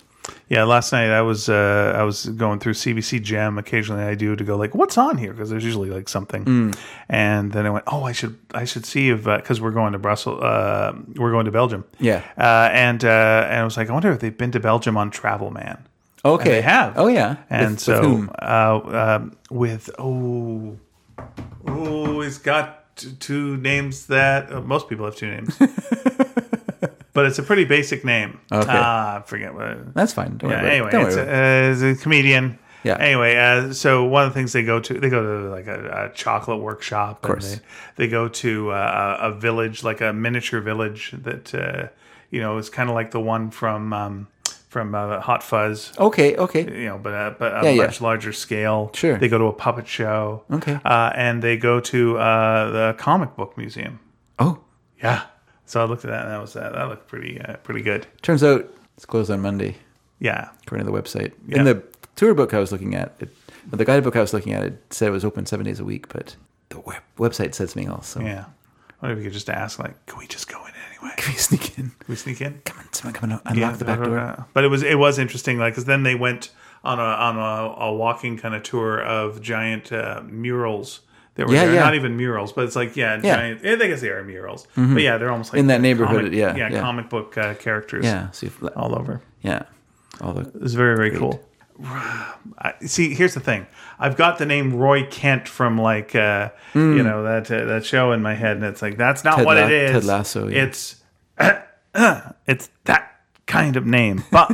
[SPEAKER 1] yeah, last night I was uh, I was going through CBC Gem. Occasionally I do to go like, what's on here? Because there's usually like something.
[SPEAKER 2] Mm.
[SPEAKER 1] And then I went, oh, I should I should see if because we're going to Brussels, uh, we're going to Belgium.
[SPEAKER 2] Yeah.
[SPEAKER 1] Uh, and uh, and I was like, I wonder if they've been to Belgium on Travel Man.
[SPEAKER 2] Okay.
[SPEAKER 1] They have.
[SPEAKER 2] Oh yeah.
[SPEAKER 1] And
[SPEAKER 2] With-
[SPEAKER 1] so
[SPEAKER 2] with whom?
[SPEAKER 1] Uh, um, with oh oh, he's got t- two names that uh, most people have two names, but it's a pretty basic name.
[SPEAKER 2] Okay.
[SPEAKER 1] Ah, I forget what.
[SPEAKER 2] that's fine. Don't
[SPEAKER 1] Yeah,
[SPEAKER 2] worry.
[SPEAKER 1] anyway,
[SPEAKER 2] about it. Don't
[SPEAKER 1] it's
[SPEAKER 2] worry. about it.
[SPEAKER 1] a, uh, it's a comedian.
[SPEAKER 2] Yeah.
[SPEAKER 1] Anyway, uh, so one of the things they go to, they go to like a, a chocolate workshop. Of
[SPEAKER 2] course.
[SPEAKER 1] And they, they go to uh, a village, like a miniature village that uh, you know is kind of like the one from um, from uh, Hot Fuzz
[SPEAKER 2] okay. Okay.
[SPEAKER 1] you know, but a, but a
[SPEAKER 2] Yeah, yeah.
[SPEAKER 1] much larger scale.
[SPEAKER 2] Sure.
[SPEAKER 1] They go to a puppet show.
[SPEAKER 2] Okay.
[SPEAKER 1] Uh, and they go to uh, the comic book museum.
[SPEAKER 2] Oh,
[SPEAKER 1] Yeah. So I looked at that and that was that. That looked pretty uh, pretty good.
[SPEAKER 2] turns out it's closed on Monday.
[SPEAKER 1] Yeah.
[SPEAKER 2] according to the website.
[SPEAKER 1] Yeah.
[SPEAKER 2] In the tour book I was looking at, it, or the guidebook I was looking at, it said it was open seven days a week, but the web, website said something else. So
[SPEAKER 1] Yeah. I wonder if we could just ask, like, can we just go in anyway? Can
[SPEAKER 2] can we sneak in?
[SPEAKER 1] we sneak in?
[SPEAKER 2] Come on, someone come and unlock the back
[SPEAKER 1] no, no,
[SPEAKER 2] door.
[SPEAKER 1] no. But it was it was interesting, like, because then they went on a on a, a walking kind of tour of giant uh, murals. That were
[SPEAKER 2] Yeah,
[SPEAKER 1] there.
[SPEAKER 2] yeah.
[SPEAKER 1] not even murals, but it's like yeah, giant. I guess they are murals, but yeah, they're almost like
[SPEAKER 2] Mm-hmm. In that neighborhood,
[SPEAKER 1] comic-
[SPEAKER 2] yeah,
[SPEAKER 1] yeah,
[SPEAKER 2] yeah.
[SPEAKER 1] comic book uh, characters,
[SPEAKER 2] Yeah, so you've,
[SPEAKER 1] all over.
[SPEAKER 2] yeah, all the
[SPEAKER 1] It was very, very cool. I, see, here's the thing. I've got the name Roy Kent from like uh, you know that uh, that show in my head, and it's like that's not
[SPEAKER 2] Mm. Ted
[SPEAKER 1] what
[SPEAKER 2] La-
[SPEAKER 1] it is.
[SPEAKER 2] Ted Lasso, yeah.
[SPEAKER 1] It's it's that kind of name. Bah,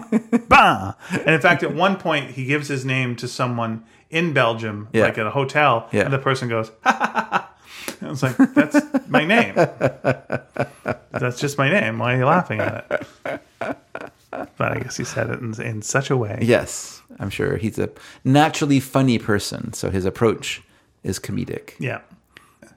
[SPEAKER 1] bah. And in fact, at one point, he gives his name to someone in Belgium,
[SPEAKER 2] Yeah.
[SPEAKER 1] like at a hotel,
[SPEAKER 2] Yeah.
[SPEAKER 1] and the person goes. I was like, "That's my name. That's just my name. Why are you laughing at it?" But I guess he said it in, in such a way.
[SPEAKER 2] yes. I'm sure he's a naturally funny person, so his approach is comedic.
[SPEAKER 1] Yeah.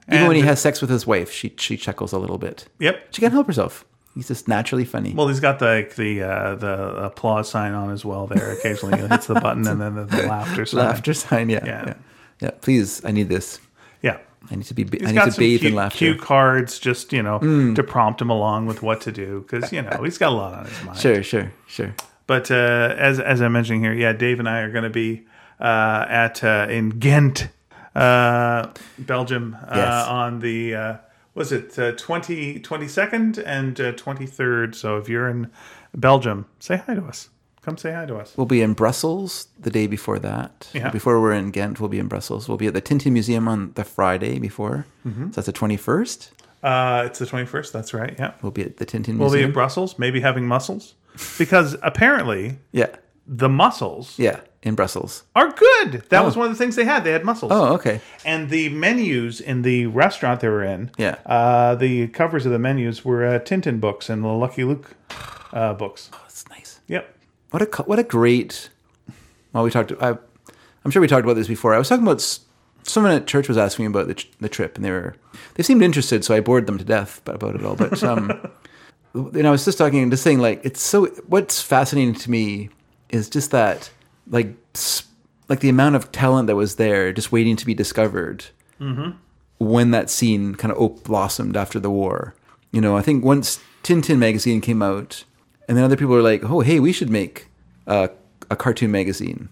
[SPEAKER 2] Even
[SPEAKER 1] And-
[SPEAKER 2] when he has sex with his wife, she she chuckles a little bit.
[SPEAKER 1] Yep.
[SPEAKER 2] She can't help herself. He's just naturally funny.
[SPEAKER 1] Well, he's got the like, the uh, the applause sign on as well. There, occasionally he hits the button and then the, the laughter sign.
[SPEAKER 2] Laughter sign, yeah,
[SPEAKER 1] uh, Yeah.
[SPEAKER 2] yeah, yeah. Please, I need this.
[SPEAKER 1] Yeah.
[SPEAKER 2] I need to be. ba- I
[SPEAKER 1] He's
[SPEAKER 2] need
[SPEAKER 1] got
[SPEAKER 2] to
[SPEAKER 1] some
[SPEAKER 2] bathe
[SPEAKER 1] cue,
[SPEAKER 2] in laughter. Mm.
[SPEAKER 1] cue cards, just you know, to prompt him along with what to do, because you know he's got a lot on his mind.
[SPEAKER 2] Sure, sure, sure.
[SPEAKER 1] But uh, as as I'm mentioning here, yeah, Dave and I are going to be uh, at uh, in Ghent, uh, Belgium, uh,
[SPEAKER 2] Yes.
[SPEAKER 1] on the uh, was it uh, 20, 22nd and uh, 23rd. So if you're in Belgium, say hi to us. Come say hi to us.
[SPEAKER 2] We'll be in Brussels the day before that.
[SPEAKER 1] Yeah.
[SPEAKER 2] Before we're in Ghent, we'll be in Brussels. We'll be at the Tintin Museum on the Friday before.
[SPEAKER 1] Mm-hmm.
[SPEAKER 2] So that's the 21st.
[SPEAKER 1] Uh, it's the 21st. That's right. Yeah,
[SPEAKER 2] We'll be at the Tintin
[SPEAKER 1] we'll be
[SPEAKER 2] Museum.
[SPEAKER 1] in Brussels, maybe having mussels, because apparently
[SPEAKER 2] yeah.
[SPEAKER 1] the mussels
[SPEAKER 2] Yeah. In Brussels.
[SPEAKER 1] are good. That was one of the things they had. They had mussels.
[SPEAKER 2] Oh, okay.
[SPEAKER 1] And the menus in the restaurant they were in,
[SPEAKER 2] Yeah.
[SPEAKER 1] uh, the covers of the menus were uh, Tintin books and the Lucky Luke uh, books.
[SPEAKER 2] That's nice.
[SPEAKER 1] Yep.
[SPEAKER 2] What a co- what a great. Well, we talked. I, I'm sure we talked about this before. I was talking about s- someone at church was asking me about the, tr- the trip, and they were they seemed interested, so I bored them to death b- about it all. But um, and I was just talking, just saying, like it's so. What's fascinating to me is just that, like, s- like the amount of talent that was there, just waiting to be discovered when that scene kind of op- blossomed after the war. You know, I think once Tintin magazine came out, and then other people were like, "Oh, hey, we should make a, a cartoon magazine."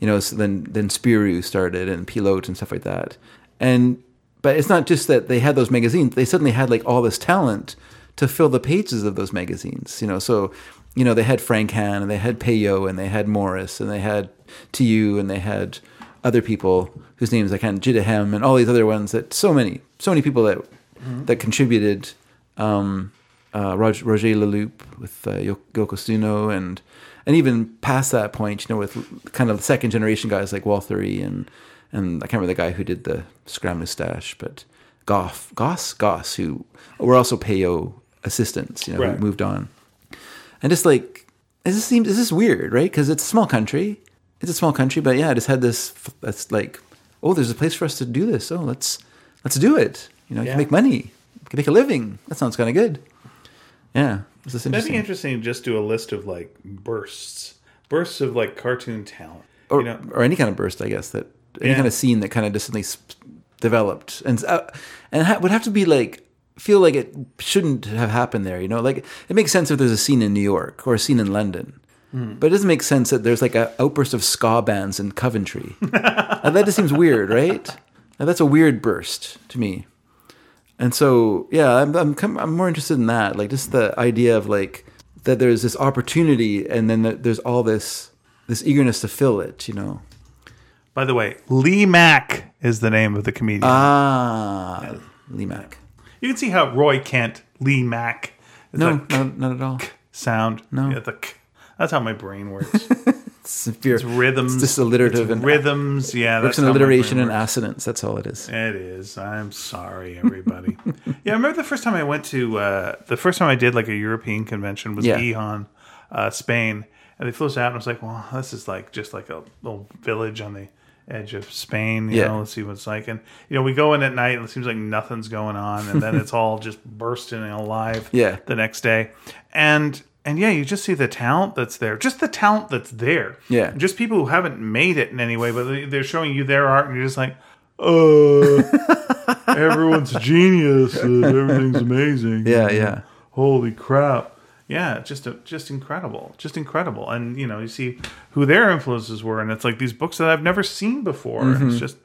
[SPEAKER 2] You know, so then then Spirou started and Pilote and stuff like that. And but it's not just that they had those magazines; they suddenly had like all this talent to fill the pages of those magazines. You know, so you know they had Frank Han and they had Peyo and they had Morris and they had Tu and they had other people whose names I can't Jidahem and all these other ones that so many so many people that that contributed um, uh, Roger, Roger Leloup with uh, Yo- Yoko Suno and and even past that point you know with kind of second generation guys like Walthery and and I can't remember the guy who did the scram mustache but Goff Goss Goss who were also Peyo assistants you know
[SPEAKER 1] Right.
[SPEAKER 2] who moved on and just like it just seems this is weird, right? Because it's a small country. It's a small country, but yeah, I just had this. f- That's like, oh, there's a place for us to do this. Oh, let's let's do it. You know, you
[SPEAKER 1] Yeah.
[SPEAKER 2] can make money, you can make a living. That sounds kind of good. Yeah, this is
[SPEAKER 1] That'd
[SPEAKER 2] interesting.
[SPEAKER 1] be interesting to just do a list of like bursts, bursts of like cartoon talent.
[SPEAKER 2] or,
[SPEAKER 1] you know,
[SPEAKER 2] or any kind of burst, I guess that any
[SPEAKER 1] Yeah.
[SPEAKER 2] kind of scene that kind of just suddenly sp- developed and uh, and ha- would have to be like feel like it shouldn't have happened there. You know, like it makes sense if there's a scene in New York or a scene in London,
[SPEAKER 1] Hmm.
[SPEAKER 2] but it doesn't make sense that there's like an outburst of ska bands in Coventry. Uh, that just seems weird, right? Uh, that's a weird burst to me. And so, yeah, I'm I'm, com- I'm more interested in that, like just the idea of like that there's this opportunity, and then that there's all this this eagerness to fill it, you know.
[SPEAKER 1] by the way, Lee Mack is the name of the comedian.
[SPEAKER 2] Uh, Ah, Limac.
[SPEAKER 1] you can see how Roy Kent, Lee Mack, it's
[SPEAKER 2] No,
[SPEAKER 1] like
[SPEAKER 2] not, not at all.
[SPEAKER 1] sound. No, yeah, the k. that's how my brain works.
[SPEAKER 2] It's severe. It's
[SPEAKER 1] Rhythms,
[SPEAKER 2] It's just alliterative
[SPEAKER 1] it's
[SPEAKER 2] and
[SPEAKER 1] rhythms. Yeah,
[SPEAKER 2] it's
[SPEAKER 1] that's
[SPEAKER 2] an
[SPEAKER 1] how my brain
[SPEAKER 2] alliteration and
[SPEAKER 1] works.
[SPEAKER 2] assonance. That's all it is.
[SPEAKER 1] It is. I'm sorry, everybody. yeah, I remember the first time I went to uh, the first time I did like a European convention was
[SPEAKER 2] Yeah.
[SPEAKER 1] Gijon, uh, Spain, and they flew us out, and I was like, "Well, this is like just like a little village on the edge of Spain. You
[SPEAKER 2] Yeah.
[SPEAKER 1] know, let's see what it's like." And you know, we go in at night, and it seems like nothing's going on, and then it's all just bursting and alive.
[SPEAKER 2] Yeah.
[SPEAKER 1] the next day, and. And yeah, you just see the talent that's there. Just the talent that's there.
[SPEAKER 2] Yeah.
[SPEAKER 1] Just people who haven't made it in any way, but they- they're showing you their art, and you're just like, uh, everyone's genius. and everything's amazing.
[SPEAKER 2] Yeah, yeah.
[SPEAKER 1] Holy crap. Yeah, just a, just incredible, just incredible. And you know, you see who their influences were, and it's like these books that I've never seen before. And it's just,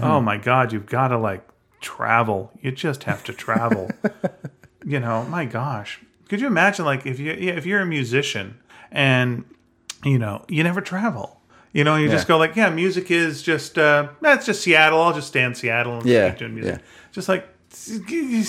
[SPEAKER 1] oh my god, you've got to like travel. You just have to travel. you know, my gosh, could you imagine like if you yeah, if you're a musician and you know you never travel. You know, you just go like, yeah, music is just uh, that's just Seattle. I'll just stay in Seattle and
[SPEAKER 2] Yeah,
[SPEAKER 1] keep doing music.
[SPEAKER 2] yeah.
[SPEAKER 1] Just like you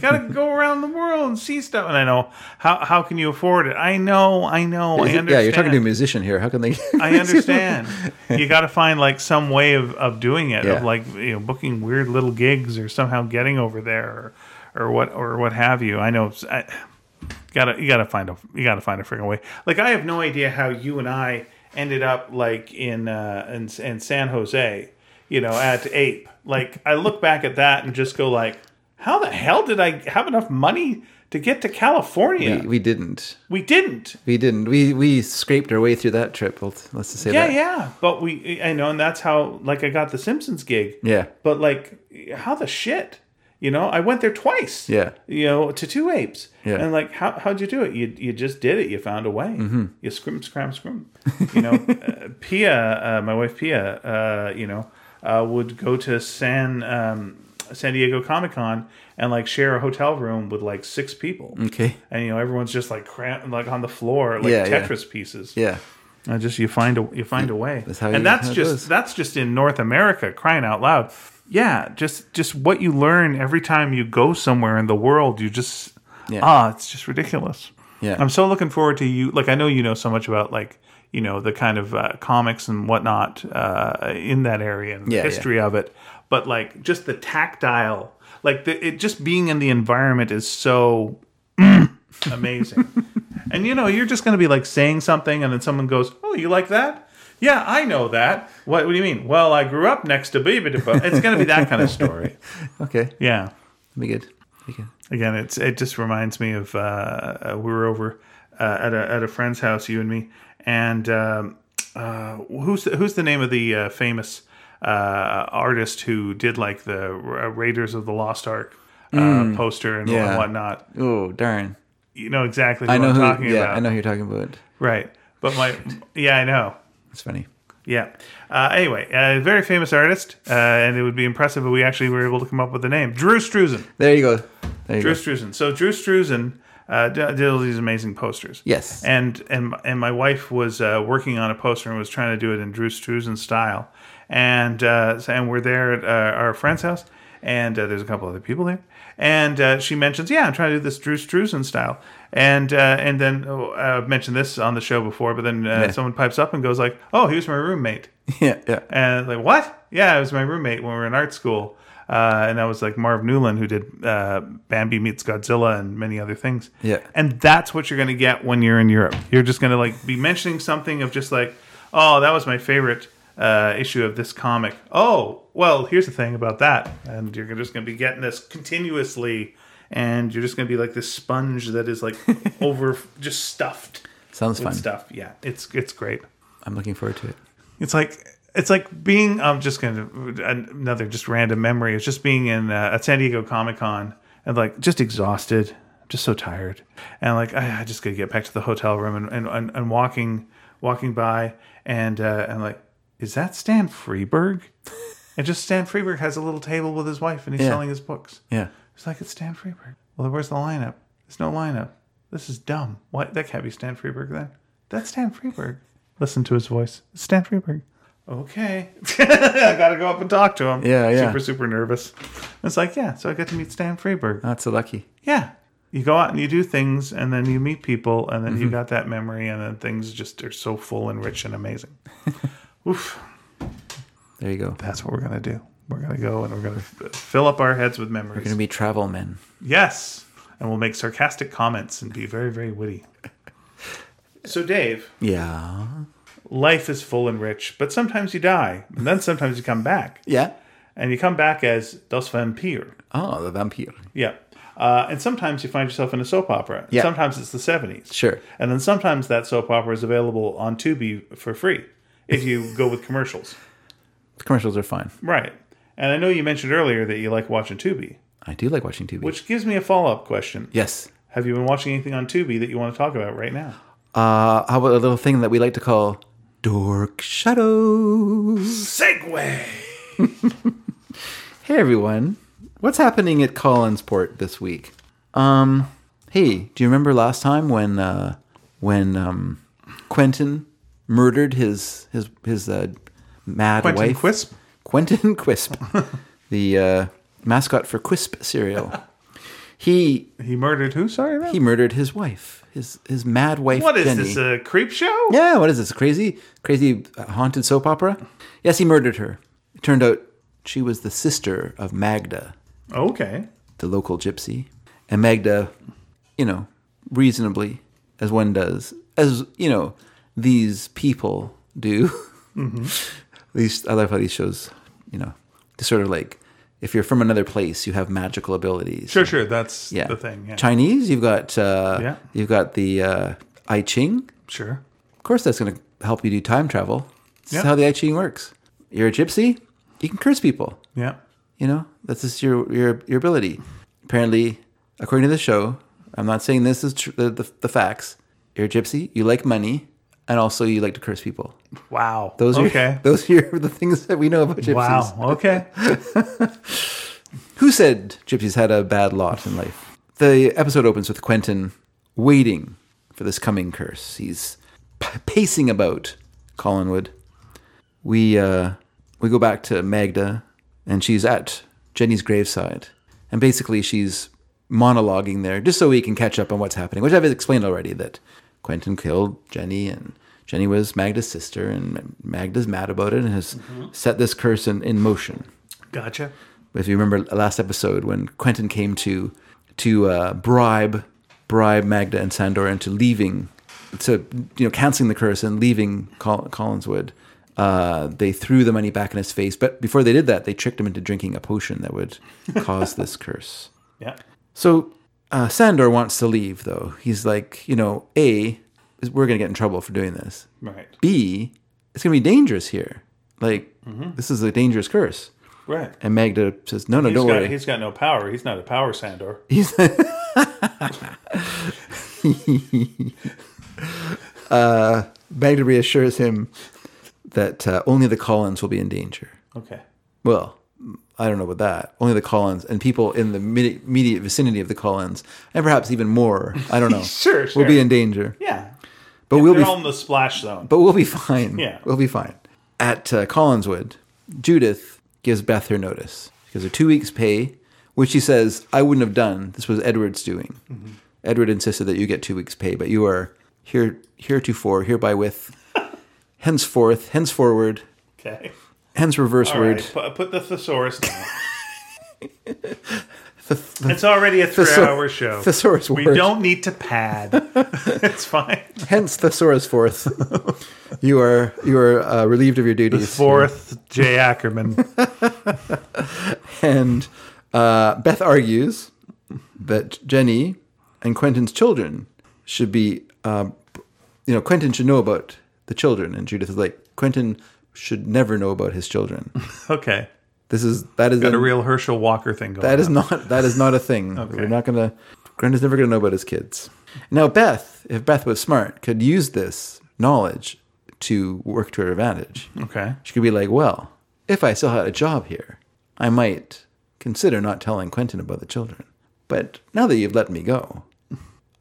[SPEAKER 1] gotta go around the world and see stuff. And I know how how can you afford it? I know, I know, I
[SPEAKER 2] Is it-
[SPEAKER 1] understand.
[SPEAKER 2] yeah, you're talking to a musician here. How can they?
[SPEAKER 1] I understand. you got to find like some way of, of doing it,
[SPEAKER 2] Yeah.
[SPEAKER 1] of like you know booking weird little gigs or somehow getting over there or, or what or what have you. I know. it's- I, gotta you gotta find a you gotta find a freaking way. Like I have no idea how you and I ended up like in uh, in in San Jose, you know, at Ape. Like I look back at that and just go like, how the hell did I have enough money to get to California.
[SPEAKER 2] We, we didn't.
[SPEAKER 1] We, didn't.
[SPEAKER 2] We didn't. We we scraped our way through that trip. Let's, let's just say
[SPEAKER 1] Yeah,
[SPEAKER 2] that.
[SPEAKER 1] yeah. But we, I know, and that's how, like, I got the Simpsons gig.
[SPEAKER 2] Yeah.
[SPEAKER 1] But, like, how the shit? You know, I went there twice.
[SPEAKER 2] Yeah.
[SPEAKER 1] You know, to two apes.
[SPEAKER 2] Yeah.
[SPEAKER 1] And, like, how, how'd you do it? You, you just did it. You found a way.
[SPEAKER 2] Mm-hmm.
[SPEAKER 1] You scrim, scram, scrim. You know, uh, Pia, uh, my wife Pia, uh, you know, uh, would go to San, um, San Diego Comic Con and, like, share a hotel room with, like, six people.
[SPEAKER 2] Okay.
[SPEAKER 1] And, you know, everyone's just, like, cram- like on the floor, like
[SPEAKER 2] Yeah, yeah.
[SPEAKER 1] Tetris pieces.
[SPEAKER 2] Yeah.
[SPEAKER 1] I just you find a you find a way.
[SPEAKER 2] That's how
[SPEAKER 1] and
[SPEAKER 2] you-
[SPEAKER 1] that's
[SPEAKER 2] how it
[SPEAKER 1] just
[SPEAKER 2] goes.
[SPEAKER 1] that's just in North America crying out loud. Yeah, just just what you learn every time you go somewhere in the world, you just
[SPEAKER 2] Yeah.
[SPEAKER 1] ah, it's just ridiculous.
[SPEAKER 2] Yeah.
[SPEAKER 1] I'm so looking forward to you like I know you know so much about like you know the kind of uh, comics and whatnot uh, in that area and the
[SPEAKER 2] Yeah, yeah.
[SPEAKER 1] history of it, but like just the tactile, like the, it just being in the environment is so amazing. and you know, you're just going to be like saying something, and then someone goes, "Oh, you like that? Yeah, I know that. What, what do you mean? Well, I grew up next to Baby It's going to be that kind of story.
[SPEAKER 2] Okay.
[SPEAKER 1] Yeah.
[SPEAKER 2] Be good. Be good.
[SPEAKER 1] Again, it's it just reminds me of uh, uh, we were over uh, at a at a friend's house, you and me, and um, uh, who's the, who's the name of the uh, famous uh, artist who did like the Ra- Raiders of the Lost Ark uh, poster and
[SPEAKER 2] Mm. yeah.
[SPEAKER 1] whatnot?
[SPEAKER 2] Oh darn!
[SPEAKER 1] You know exactly. Who
[SPEAKER 2] I know
[SPEAKER 1] am
[SPEAKER 2] who.
[SPEAKER 1] talking
[SPEAKER 2] yeah,
[SPEAKER 1] about.
[SPEAKER 2] I know who you're talking about.
[SPEAKER 1] Right. But my, yeah, I know.
[SPEAKER 2] It's funny.
[SPEAKER 1] Yeah. Uh, anyway, a very famous artist, uh, and it would be impressive if we actually were able to come up with a name. Drew Struzan.
[SPEAKER 2] There you go. There you
[SPEAKER 1] Drew
[SPEAKER 2] go.
[SPEAKER 1] Struzan. So Drew Struzan uh, d- did all these amazing posters.
[SPEAKER 2] Yes.
[SPEAKER 1] And and and my wife was uh, working on a poster and was trying to do it in Drew Struzan style. And uh, so- and we're there at uh, our friend's house, and uh, there's a couple other people there. And uh, she mentions, yeah, I'm trying to do this Drew Struzan style. And uh, and then oh, I've mentioned this on the show before, but then uh, someone pipes up and goes like, oh, here's my roommate.
[SPEAKER 2] Yeah, yeah.
[SPEAKER 1] And like, what? Yeah, it was my roommate when we were in art school. Uh, and that was like Marv Newland, who did uh, Bambi Meets Godzilla and many other things.
[SPEAKER 2] Yeah.
[SPEAKER 1] And that's what you're going to get when you're in Europe. You're just going to like be mentioning something of just like, oh, that was my favorite uh, issue of this comic. Oh, well, here's the thing about that. And you're just going to be getting this continuously. And you're just going to be like this sponge that is like over, just stuffed
[SPEAKER 2] Sounds
[SPEAKER 1] with
[SPEAKER 2] fun.
[SPEAKER 1] stuff. Yeah. It's, it's great.
[SPEAKER 2] I'm looking forward to it.
[SPEAKER 1] It's like it's like being. I'm just gonna another just random memory. It's just being in uh, at San Diego Comic Con and like just exhausted, just so tired, and like I, I just gotta get back to the hotel room and and, and, and walking walking by and uh, and like is that Stan Freeberg? And just Stan Freeberg has a little table with his wife and he's
[SPEAKER 2] Yeah.
[SPEAKER 1] selling his books.
[SPEAKER 2] Yeah.
[SPEAKER 1] It's like it's Stan Freeberg. Well, where's the lineup? There's no lineup. This is dumb. What? That can't be Stan Freeberg then. That's Stan Freeberg. Listen to his voice. It's Stan Freeberg. Okay, I gotta go up and talk to him.
[SPEAKER 2] Yeah, yeah.
[SPEAKER 1] Super, super nervous. It's like, yeah. So I got to meet Stan Freeberg.
[SPEAKER 2] Not so lucky.
[SPEAKER 1] Yeah. You go out and you do things, and then you meet people, and then
[SPEAKER 2] Mm-hmm.
[SPEAKER 1] you got that memory, and then things just are so full and rich and amazing. Oof.
[SPEAKER 2] There you go.
[SPEAKER 1] That's what we're gonna do. We're gonna go and we're gonna f- fill up our heads with memories.
[SPEAKER 2] We're gonna be travel men.
[SPEAKER 1] Yes. And we'll make sarcastic comments and be very, very witty. So, Dave,
[SPEAKER 2] Yeah.
[SPEAKER 1] life is full and rich, but sometimes you die. And then sometimes you come back.
[SPEAKER 2] Yeah.
[SPEAKER 1] And you come back as Dos Vampire.
[SPEAKER 2] Oh, the vampire.
[SPEAKER 1] Yeah. Uh, and sometimes you find yourself in a soap opera.
[SPEAKER 2] Yeah.
[SPEAKER 1] Sometimes it's the 70s.
[SPEAKER 2] Sure.
[SPEAKER 1] And then sometimes that soap opera is available on Tubi for free if you go with commercials.
[SPEAKER 2] The commercials are fine.
[SPEAKER 1] Right. And I know you mentioned earlier that you like watching Tubi,
[SPEAKER 2] I do like watching TV.
[SPEAKER 1] which gives me a follow up question.
[SPEAKER 2] yes.
[SPEAKER 1] Have you been watching anything on Tubi that you want to talk about right now?
[SPEAKER 2] Uh, how about a little thing that we like to call dork shadows?
[SPEAKER 1] Segway.
[SPEAKER 2] Hey everyone, what's happening at Collinsport this week? Um, hey, do you remember last time when uh, when um, Quentin murdered his his his uh, mad
[SPEAKER 1] Quentin
[SPEAKER 2] wife?
[SPEAKER 1] Quisp?
[SPEAKER 2] Quentin Quisp, the uh, mascot for Quisp cereal. he
[SPEAKER 1] He murdered who? Sorry,
[SPEAKER 2] he murdered his wife, his his mad wife.
[SPEAKER 1] what is
[SPEAKER 2] Jenny.
[SPEAKER 1] this? A creep show?
[SPEAKER 2] Yeah, what is this? Crazy, crazy uh, haunted soap opera? Yes, he murdered her. It turned out she was the sister of Magda,
[SPEAKER 1] Okay.
[SPEAKER 2] the local gypsy. And Magda, you know, reasonably, as one does, as, you know, these people
[SPEAKER 1] Mm-hmm.
[SPEAKER 2] do. these, I love how these shows, you know, just sort of like, if you're from another place, you have magical abilities.
[SPEAKER 1] Sure, sure. That's
[SPEAKER 2] Yeah.
[SPEAKER 1] the thing. Yeah.
[SPEAKER 2] Chinese, you've got uh,
[SPEAKER 1] Yeah.
[SPEAKER 2] you've got the uh, I Ching.
[SPEAKER 1] Sure.
[SPEAKER 2] Of course, that's going to help you do time travel. This
[SPEAKER 1] Yeah.
[SPEAKER 2] is how the I Ching works. You're a gypsy. You can curse people.
[SPEAKER 1] Yeah.
[SPEAKER 2] You know, that's just your your your ability. Apparently, according to the show, I'm not saying this is tr- the, the the facts. You're a gypsy. You like money, and also you like to curse people.
[SPEAKER 1] Wow.
[SPEAKER 2] Those are
[SPEAKER 1] okay.
[SPEAKER 2] those are the things that we know about gypsies.
[SPEAKER 1] wow. Okay.
[SPEAKER 2] Who said gypsies had a bad lot in life? The episode opens with Quentin waiting for this coming curse. He's p- pacing about Collinwood. We uh, we go back to Magda, and she's at Jenny's graveside, and basically she's monologuing there just so we can catch up on what's happening, which I've explained already that Quentin killed Jenny, and Jenny was Magda's sister, and Magda's mad about it and has set this curse in, in motion
[SPEAKER 1] Gotcha.
[SPEAKER 2] if you remember last episode when Quentin came to to uh, bribe bribe Magda and Sandor into leaving to you know canceling the curse and leaving Col- Collinswood, uh, they threw the money back in his face. But before they did that, they tricked him into drinking a potion that would cause this curse.
[SPEAKER 1] Yeah.
[SPEAKER 2] So uh, Sandor wants to leave though. He's like, you know, a is we're gonna get in trouble for doing this.
[SPEAKER 1] Right.
[SPEAKER 2] B, it's gonna be dangerous here. Like this is a dangerous curse.
[SPEAKER 1] Right.
[SPEAKER 2] And Magda says, no, no,
[SPEAKER 1] He's
[SPEAKER 2] don't
[SPEAKER 1] got,
[SPEAKER 2] worry.
[SPEAKER 1] he's got no power. He's not a power Sandor.
[SPEAKER 2] He's uh, Magda reassures him that uh, only the Collins will be in danger.
[SPEAKER 1] Okay.
[SPEAKER 2] Well, I don't know about that. Only the Collins and people in the mid- immediate vicinity of the Collins, and perhaps even more. I don't know.
[SPEAKER 1] Sure,
[SPEAKER 2] We'll be
[SPEAKER 1] sure.
[SPEAKER 2] in danger,
[SPEAKER 1] Yeah.
[SPEAKER 2] but we'll
[SPEAKER 1] They're
[SPEAKER 2] be
[SPEAKER 1] all in the splash zone.
[SPEAKER 2] but we'll be fine.
[SPEAKER 1] Yeah.
[SPEAKER 2] We'll be fine. At uh, Collinswood, Judith gives Beth her notice. She gives her two weeks' pay, which she says, I wouldn't have done. This was Edward's doing.
[SPEAKER 1] Mm-hmm.
[SPEAKER 2] Edward insisted that you get two weeks' pay, but you are here, heretofore, hereby with, henceforth, henceforward,
[SPEAKER 1] Okay.
[SPEAKER 2] hence reverse
[SPEAKER 1] All
[SPEAKER 2] word.
[SPEAKER 1] right. Put, put the thesaurus down. it's already a
[SPEAKER 2] Thesau-
[SPEAKER 1] three-hour show.
[SPEAKER 2] thesaurus
[SPEAKER 1] we
[SPEAKER 2] word.
[SPEAKER 1] don't need to pad. it's fine.
[SPEAKER 2] Hence thesaurus forth. you are you are uh, relieved of your duties.
[SPEAKER 1] Fourth, Jay Ackerman.
[SPEAKER 2] And uh, Beth argues that Jenny and Quentin's children should be, uh, you know, Quentin should know about the children. And Judith is like, Quentin should never know about his children.
[SPEAKER 1] Okay.
[SPEAKER 2] This is that is
[SPEAKER 1] Got a
[SPEAKER 2] an-
[SPEAKER 1] real Herschel Walker thing going
[SPEAKER 2] that is
[SPEAKER 1] on.
[SPEAKER 2] not that is not a thing. We're not gonna. Quentin's never gonna know about his kids. Now Beth, if Beth was smart, could use this knowledge to work to her advantage.
[SPEAKER 1] Okay.
[SPEAKER 2] She could be like, well, if I still had a job here, I might consider not telling Quentin about the children. But now that you've let me go,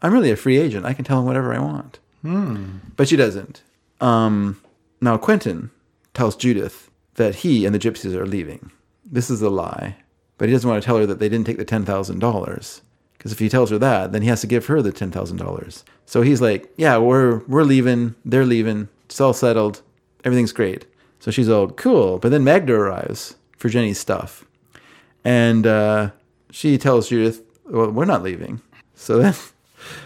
[SPEAKER 2] I'm really a free agent. I can tell him whatever I want. But she doesn't. Um, now, Quentin tells Judith that he and the gypsies are leaving. This is a lie. But he doesn't want to tell her that they didn't take the $10,000. Because if he tells her that, then he has to give her the $10,000. So he's like, yeah, we're, we're leaving. They're leaving. It's all settled. Everything's great. So she's all cool. But then Magda arrives for Jenny's stuff. And uh, she tells Judith, "Well, we're not leaving." So then,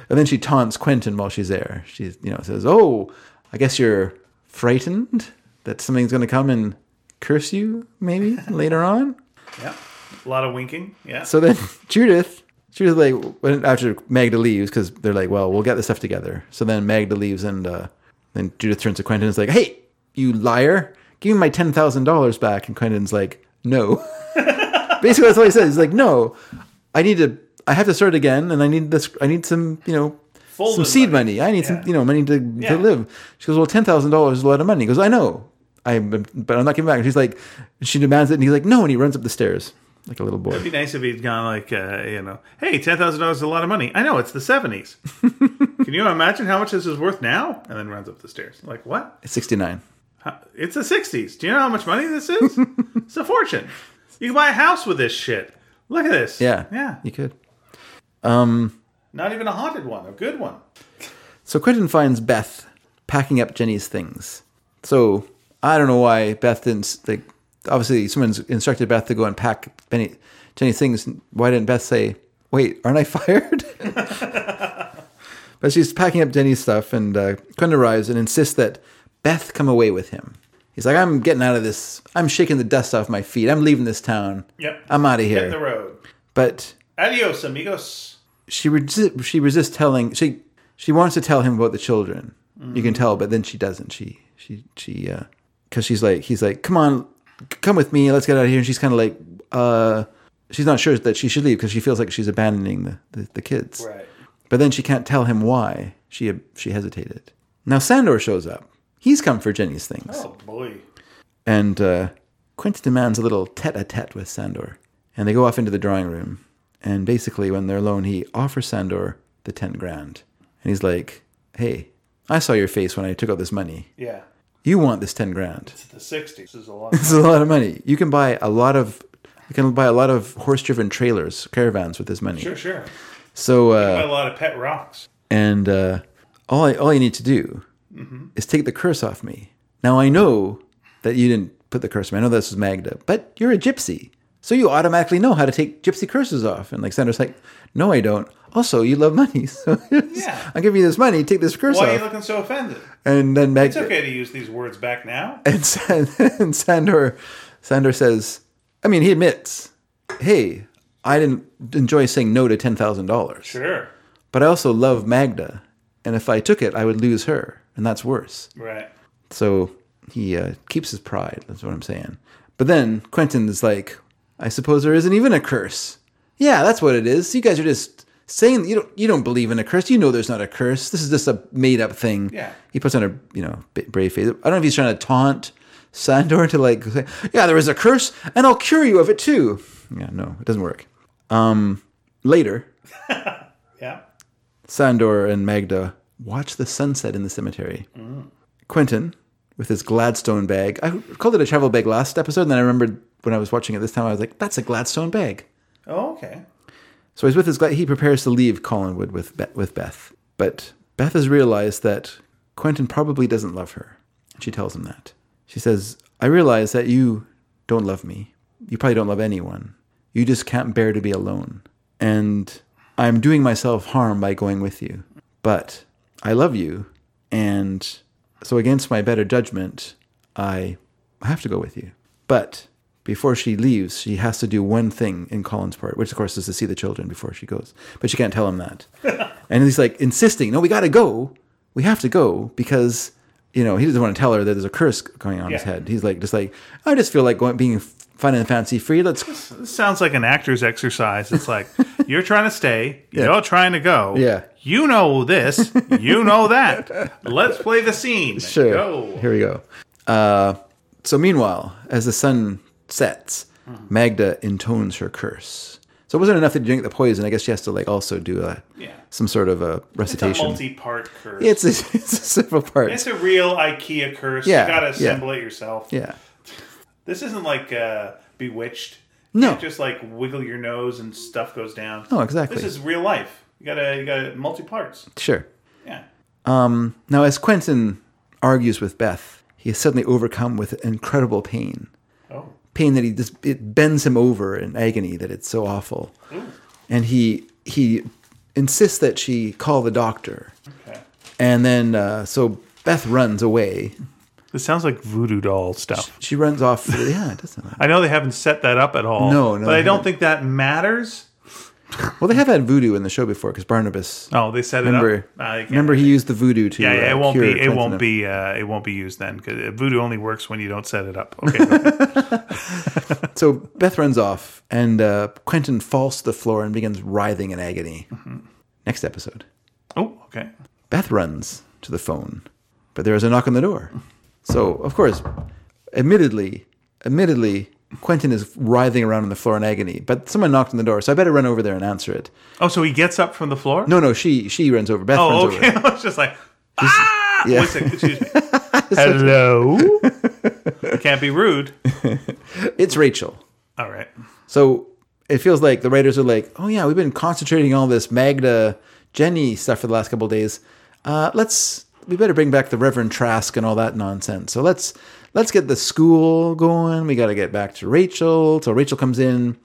[SPEAKER 2] and then she taunts Quentin while she's there. She, you know, says, "Oh, I guess you're frightened that something's going to come and curse you, maybe later on."
[SPEAKER 1] Yeah. A lot of winking. Yeah.
[SPEAKER 2] So then Judith, she was like, when, after Magda leaves, because they're like, well, we'll get this stuff together. So then Magda leaves, and uh, then Judith turns to Quentin and is like, hey, you liar, give me my $10,000 back. And Quentin's like, no. Basically, that's all he says. He's like, no, I need to, I have to start again, and I need this, I need some, you know,
[SPEAKER 1] Folded
[SPEAKER 2] some seed money. I need
[SPEAKER 1] Yeah.
[SPEAKER 2] some, you know, money to,
[SPEAKER 1] Yeah.
[SPEAKER 2] to live. She goes, well, ten thousand dollars is a lot of money. He goes, I know, I, but I'm not giving back. And she's like, she demands it, and he's like, no, and he runs up the stairs like a little boy.
[SPEAKER 1] It'd be nice if he'd gone like, uh, you know, hey, ten thousand dollars is a lot of money. I know it's the seventies. Can you imagine how much this is worth now? And then runs up the stairs. Like what?
[SPEAKER 2] 69.
[SPEAKER 1] How- It's the sixties. Do you know how much money this is? it's a fortune. You can buy a house with this shit. Look at this.
[SPEAKER 2] Yeah.
[SPEAKER 1] yeah.
[SPEAKER 2] You could.
[SPEAKER 1] Not even a haunted one. A good one.
[SPEAKER 2] So Quentin finds Beth packing up Jenny's things. So I don't know why Beth didn't, like, obviously someone's instructed Beth to go and pack Benny, Jenny's things. Why didn't Beth say, wait, aren't I fired? but she's packing up Jenny's stuff, and uh, Quentin arrives and insists that Beth come away with him. He's like, I'm getting out of this. I'm shaking the dust off my feet. I'm leaving this town.
[SPEAKER 1] Yep.
[SPEAKER 2] I'm out of
[SPEAKER 1] Hit the
[SPEAKER 2] here.
[SPEAKER 1] road.
[SPEAKER 2] But
[SPEAKER 1] Adios, amigos.
[SPEAKER 2] she resi- she resists telling she she wants to tell him about the children. You can tell, but then she doesn't. She she she uh because she's like he's like come on c- come with me let's get out of here and she's kind of like uh she's not sure that she should leave because she feels like she's abandoning the the, the kids but then she can't tell him why she she hesitated now Sandor shows up he's come for Jenny's things
[SPEAKER 1] Oh boy.
[SPEAKER 2] and uh, Quint demands a little tete-a-tete with Sandor, and they go off into the drawing room. And basically, when they're alone, he offers Sandor the ten grand, and he's like, "Hey, I saw your face when I took out this money.
[SPEAKER 1] Yeah.
[SPEAKER 2] You want this ten grand?
[SPEAKER 1] It's the sixties is a lot.
[SPEAKER 2] This is a lot of money. You can buy a lot of, you can buy a lot of horse-driven trailers, caravans with this money.
[SPEAKER 1] sure, sure.
[SPEAKER 2] So, uh,
[SPEAKER 1] Quite a lot of pet rocks.
[SPEAKER 2] and uh, all I, all you need to do
[SPEAKER 1] Mm-hmm.
[SPEAKER 2] is take the curse off me. Now I know that you didn't put the curse on me. I know this was Magda, but you're a gypsy, so you automatically know how to take gypsy curses off. And like Sandra's like, no, I don't. Also, you love money, so
[SPEAKER 1] Yeah.
[SPEAKER 2] I'll give you this money. Take this curse
[SPEAKER 1] Why are you
[SPEAKER 2] off,
[SPEAKER 1] looking so offended?
[SPEAKER 2] and then
[SPEAKER 1] It's
[SPEAKER 2] Magda
[SPEAKER 1] okay to use these words back now.
[SPEAKER 2] and, San, and Sandor, Sandor says, I mean, he admits, hey, I didn't enjoy saying no to ten thousand dollars
[SPEAKER 1] Sure.
[SPEAKER 2] but I also love Magda, and if I took it, I would lose her, and that's worse.
[SPEAKER 1] Right.
[SPEAKER 2] So he uh, keeps his pride. That's what I'm saying. But then Quentin is like, I suppose there isn't even a curse. Yeah, that's what it is. You guys are just saying you don't you don't believe in a curse. You know there's not a curse. This is just a made up thing.
[SPEAKER 1] Yeah.
[SPEAKER 2] He puts on a you know b- brave face. I don't know if he's trying to taunt Sandor to like say, yeah, there is a curse, and I'll cure you of it too. Yeah, no, it doesn't work. Um, later,
[SPEAKER 1] Yeah.
[SPEAKER 2] Sandor and Magda watch the sunset in the cemetery. Quentin, with his Gladstone bag, I called it a travel bag last episode, and then I remembered when I was watching it this time, I was like, that's a Gladstone bag.
[SPEAKER 1] Oh, okay.
[SPEAKER 2] So he's with his glad. He prepares to leave Collinwood with Be- with Beth, but Beth has realized that Quentin probably doesn't love her. She tells him that. She says, "I realize that you don't love me. You probably don't love anyone. You just can't bear to be alone, and I'm doing myself harm by going with you. But I love you, and so against my better judgment, I have to go with you. But before she leaves, she has to do one thing in Colin's part, which of course is to see the children before she goes. But she can't tell him that. and he's like insisting, no, we got to go. We have to go because, you know, he doesn't want to tell her that there's a curse going on in his
[SPEAKER 1] Yeah.
[SPEAKER 2] head. He's like, just like, I just feel like going, being fun and fancy free. Let's,
[SPEAKER 1] This sounds like an actor's exercise. It's like you're trying to stay, you're trying to go.
[SPEAKER 2] Yeah.
[SPEAKER 1] You know this, you know that. Let's play the scene.
[SPEAKER 2] sure.
[SPEAKER 1] Go.
[SPEAKER 2] Here we go. Uh, so meanwhile, as the sun sets, Magda intones her curse. So it wasn't enough to drink the poison. I guess she has to like also do a
[SPEAKER 1] Yeah.
[SPEAKER 2] some sort of a
[SPEAKER 1] It's a
[SPEAKER 2] recitation.
[SPEAKER 1] multi-part curse.
[SPEAKER 2] It's a, it's a several parts.
[SPEAKER 1] It's a real IKEA curse.
[SPEAKER 2] Yeah,
[SPEAKER 1] you gotta
[SPEAKER 2] yeah.
[SPEAKER 1] assemble it yourself.
[SPEAKER 2] yeah.
[SPEAKER 1] This isn't like uh, Bewitched.
[SPEAKER 2] No.
[SPEAKER 1] You can't just like wiggle your nose and stuff goes down.
[SPEAKER 2] No, exactly.
[SPEAKER 1] This is real life. You gotta you gotta multi parts.
[SPEAKER 2] Sure.
[SPEAKER 1] Yeah.
[SPEAKER 2] Um, now, as Quentin argues with Beth, he is suddenly overcome with incredible pain.
[SPEAKER 1] Oh.
[SPEAKER 2] Pain that he just it bends him over in agony that it's so awful, and he he insists that she call the doctor,
[SPEAKER 1] Okay.
[SPEAKER 2] and then uh, so Beth runs away.
[SPEAKER 1] This sounds like voodoo doll stuff.
[SPEAKER 2] She runs off. Yeah, it doesn't.
[SPEAKER 1] I know they haven't set that up at all.
[SPEAKER 2] No, no,
[SPEAKER 1] But
[SPEAKER 2] they
[SPEAKER 1] I don't
[SPEAKER 2] haven't.
[SPEAKER 1] think that matters.
[SPEAKER 2] Well, they have had voodoo in the show before because Barnabas.
[SPEAKER 1] Oh, they set it
[SPEAKER 2] Remember,
[SPEAKER 1] up. Uh, they can't-
[SPEAKER 2] remember, he used the voodoo to.
[SPEAKER 1] Yeah, yeah,
[SPEAKER 2] uh,
[SPEAKER 1] it won't
[SPEAKER 2] cure
[SPEAKER 1] be. It
[SPEAKER 2] Quentin
[SPEAKER 1] won't
[SPEAKER 2] of-
[SPEAKER 1] be. Uh, it won't be used then because voodoo only works when you don't set it up. Okay. go ahead.
[SPEAKER 2] So Beth runs off, and uh, Quentin falls to the floor and begins writhing in agony.
[SPEAKER 1] Mm-hmm.
[SPEAKER 2] Next episode,
[SPEAKER 1] oh, okay.
[SPEAKER 2] Beth runs to the phone, but there is a knock on the door. So, of course, admittedly, admittedly, Quentin is writhing around on the floor in agony. But someone knocked on the door, so I better run over there and answer it.
[SPEAKER 1] Oh, so he gets up from the floor.
[SPEAKER 2] No, no, she she runs over. Beth
[SPEAKER 1] Oh,
[SPEAKER 2] runs
[SPEAKER 1] okay.
[SPEAKER 2] over.
[SPEAKER 1] I was just like, ah.
[SPEAKER 2] Yeah.
[SPEAKER 1] Wait a second, excuse me. Hello. Can't be rude.
[SPEAKER 2] It's Rachel.
[SPEAKER 1] All right.
[SPEAKER 2] So it feels like the writers are like, oh yeah, we've been concentrating all this Magda Jenny stuff for the last couple of days. Uh, let's we better bring back the Reverend Trask and all that nonsense. So let's let's get the school going. We got to get back to Rachel. So Rachel comes in,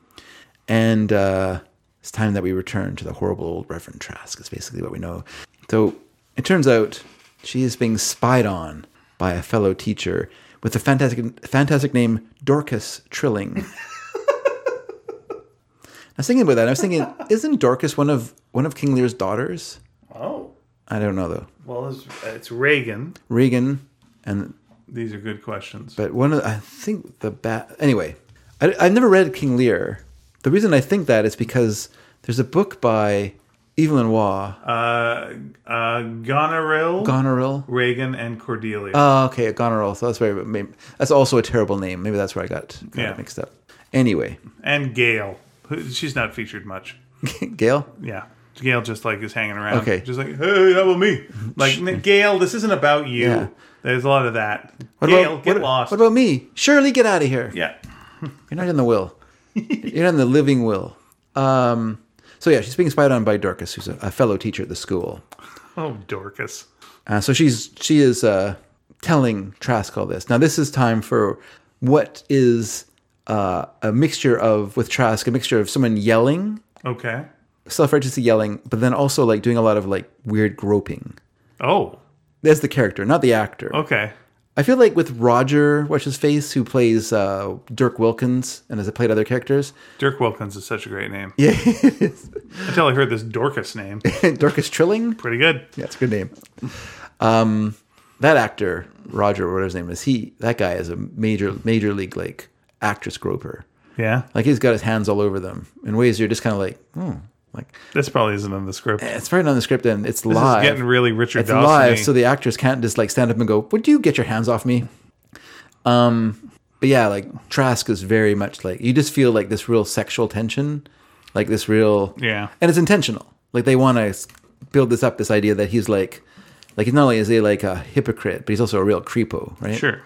[SPEAKER 2] and uh, it's time that we return to the horrible old Reverend Trask. Is basically what we know. So it turns out she is being spied on by a fellow teacher with the fantastic fantastic name Dorcas Trilling. I was thinking about that. I was thinking, isn't Dorcas one of one of King Lear's daughters?
[SPEAKER 1] Oh,
[SPEAKER 2] I don't know though.
[SPEAKER 1] well, it's, it's Reagan.
[SPEAKER 2] Regan, and
[SPEAKER 1] These are good questions.
[SPEAKER 2] but one of I think the bat. Anyway, I, I've never read King Lear. The reason I think that is because there's a book by Evelyn Waugh,
[SPEAKER 1] Uh, uh, Goneril,
[SPEAKER 2] Goneril.
[SPEAKER 1] Reagan, and Cordelia.
[SPEAKER 2] Oh, okay, a Goneril. So that's very. Maybe, that's also a terrible name. Maybe that's where I got, got
[SPEAKER 1] Yeah.
[SPEAKER 2] it mixed up. Anyway,
[SPEAKER 1] and Gail. who- She's not featured much.
[SPEAKER 2] Gail.
[SPEAKER 1] Yeah. Gail just like is hanging around.
[SPEAKER 2] Okay.
[SPEAKER 1] Just like, hey, how about me? Like, Gail, this isn't about you.
[SPEAKER 2] Yeah.
[SPEAKER 1] There's a lot of that.
[SPEAKER 2] What
[SPEAKER 1] Gail, get
[SPEAKER 2] what,
[SPEAKER 1] lost.
[SPEAKER 2] What about me? Shirley, get out of here.
[SPEAKER 1] yeah.
[SPEAKER 2] You're not in the will. You're not in the living will. Um, so yeah, she's being spied on by Dorcas, who's a, a fellow teacher at the school.
[SPEAKER 1] Oh, Dorcas.
[SPEAKER 2] Uh, so she's she is uh, telling Trask all this. Now this is time for what is uh, a mixture of with Trask, a mixture of someone yelling,
[SPEAKER 1] Okay.
[SPEAKER 2] self righteously yelling, but then also like doing a lot of like weird groping.
[SPEAKER 1] Oh,
[SPEAKER 2] That's the character, not the actor.
[SPEAKER 1] okay.
[SPEAKER 2] I feel like with Roger, what's his face, who plays uh, Dirk Wilkins and has played other characters.
[SPEAKER 1] Dirk Wilkins is such a great name.
[SPEAKER 2] Yeah,
[SPEAKER 1] Until I heard this Dorcas name.
[SPEAKER 2] Dorcas Trilling.
[SPEAKER 1] Pretty good.
[SPEAKER 2] Yeah, it's a good name. Um, that actor, Roger, whatever his name is, he that guy is a major major league like actress groper.
[SPEAKER 1] Yeah.
[SPEAKER 2] Like he's got his hands all over them in ways you're just kind of like, hmm, like
[SPEAKER 1] This probably isn't in the script.
[SPEAKER 2] it's right on the script and it's
[SPEAKER 1] This is
[SPEAKER 2] live.
[SPEAKER 1] getting really Richard
[SPEAKER 2] it's
[SPEAKER 1] Dawson-y.
[SPEAKER 2] live, so the actors can't just like stand up and go, "Would you get your hands off me?" Um, but yeah, like Trask is very much like you just feel like this real sexual tension, like this real
[SPEAKER 1] Yeah.
[SPEAKER 2] and it's intentional. Like they want to build this up, this idea that he's like, like not only is he like a hypocrite, but he's also a real creepo, right?
[SPEAKER 1] Sure.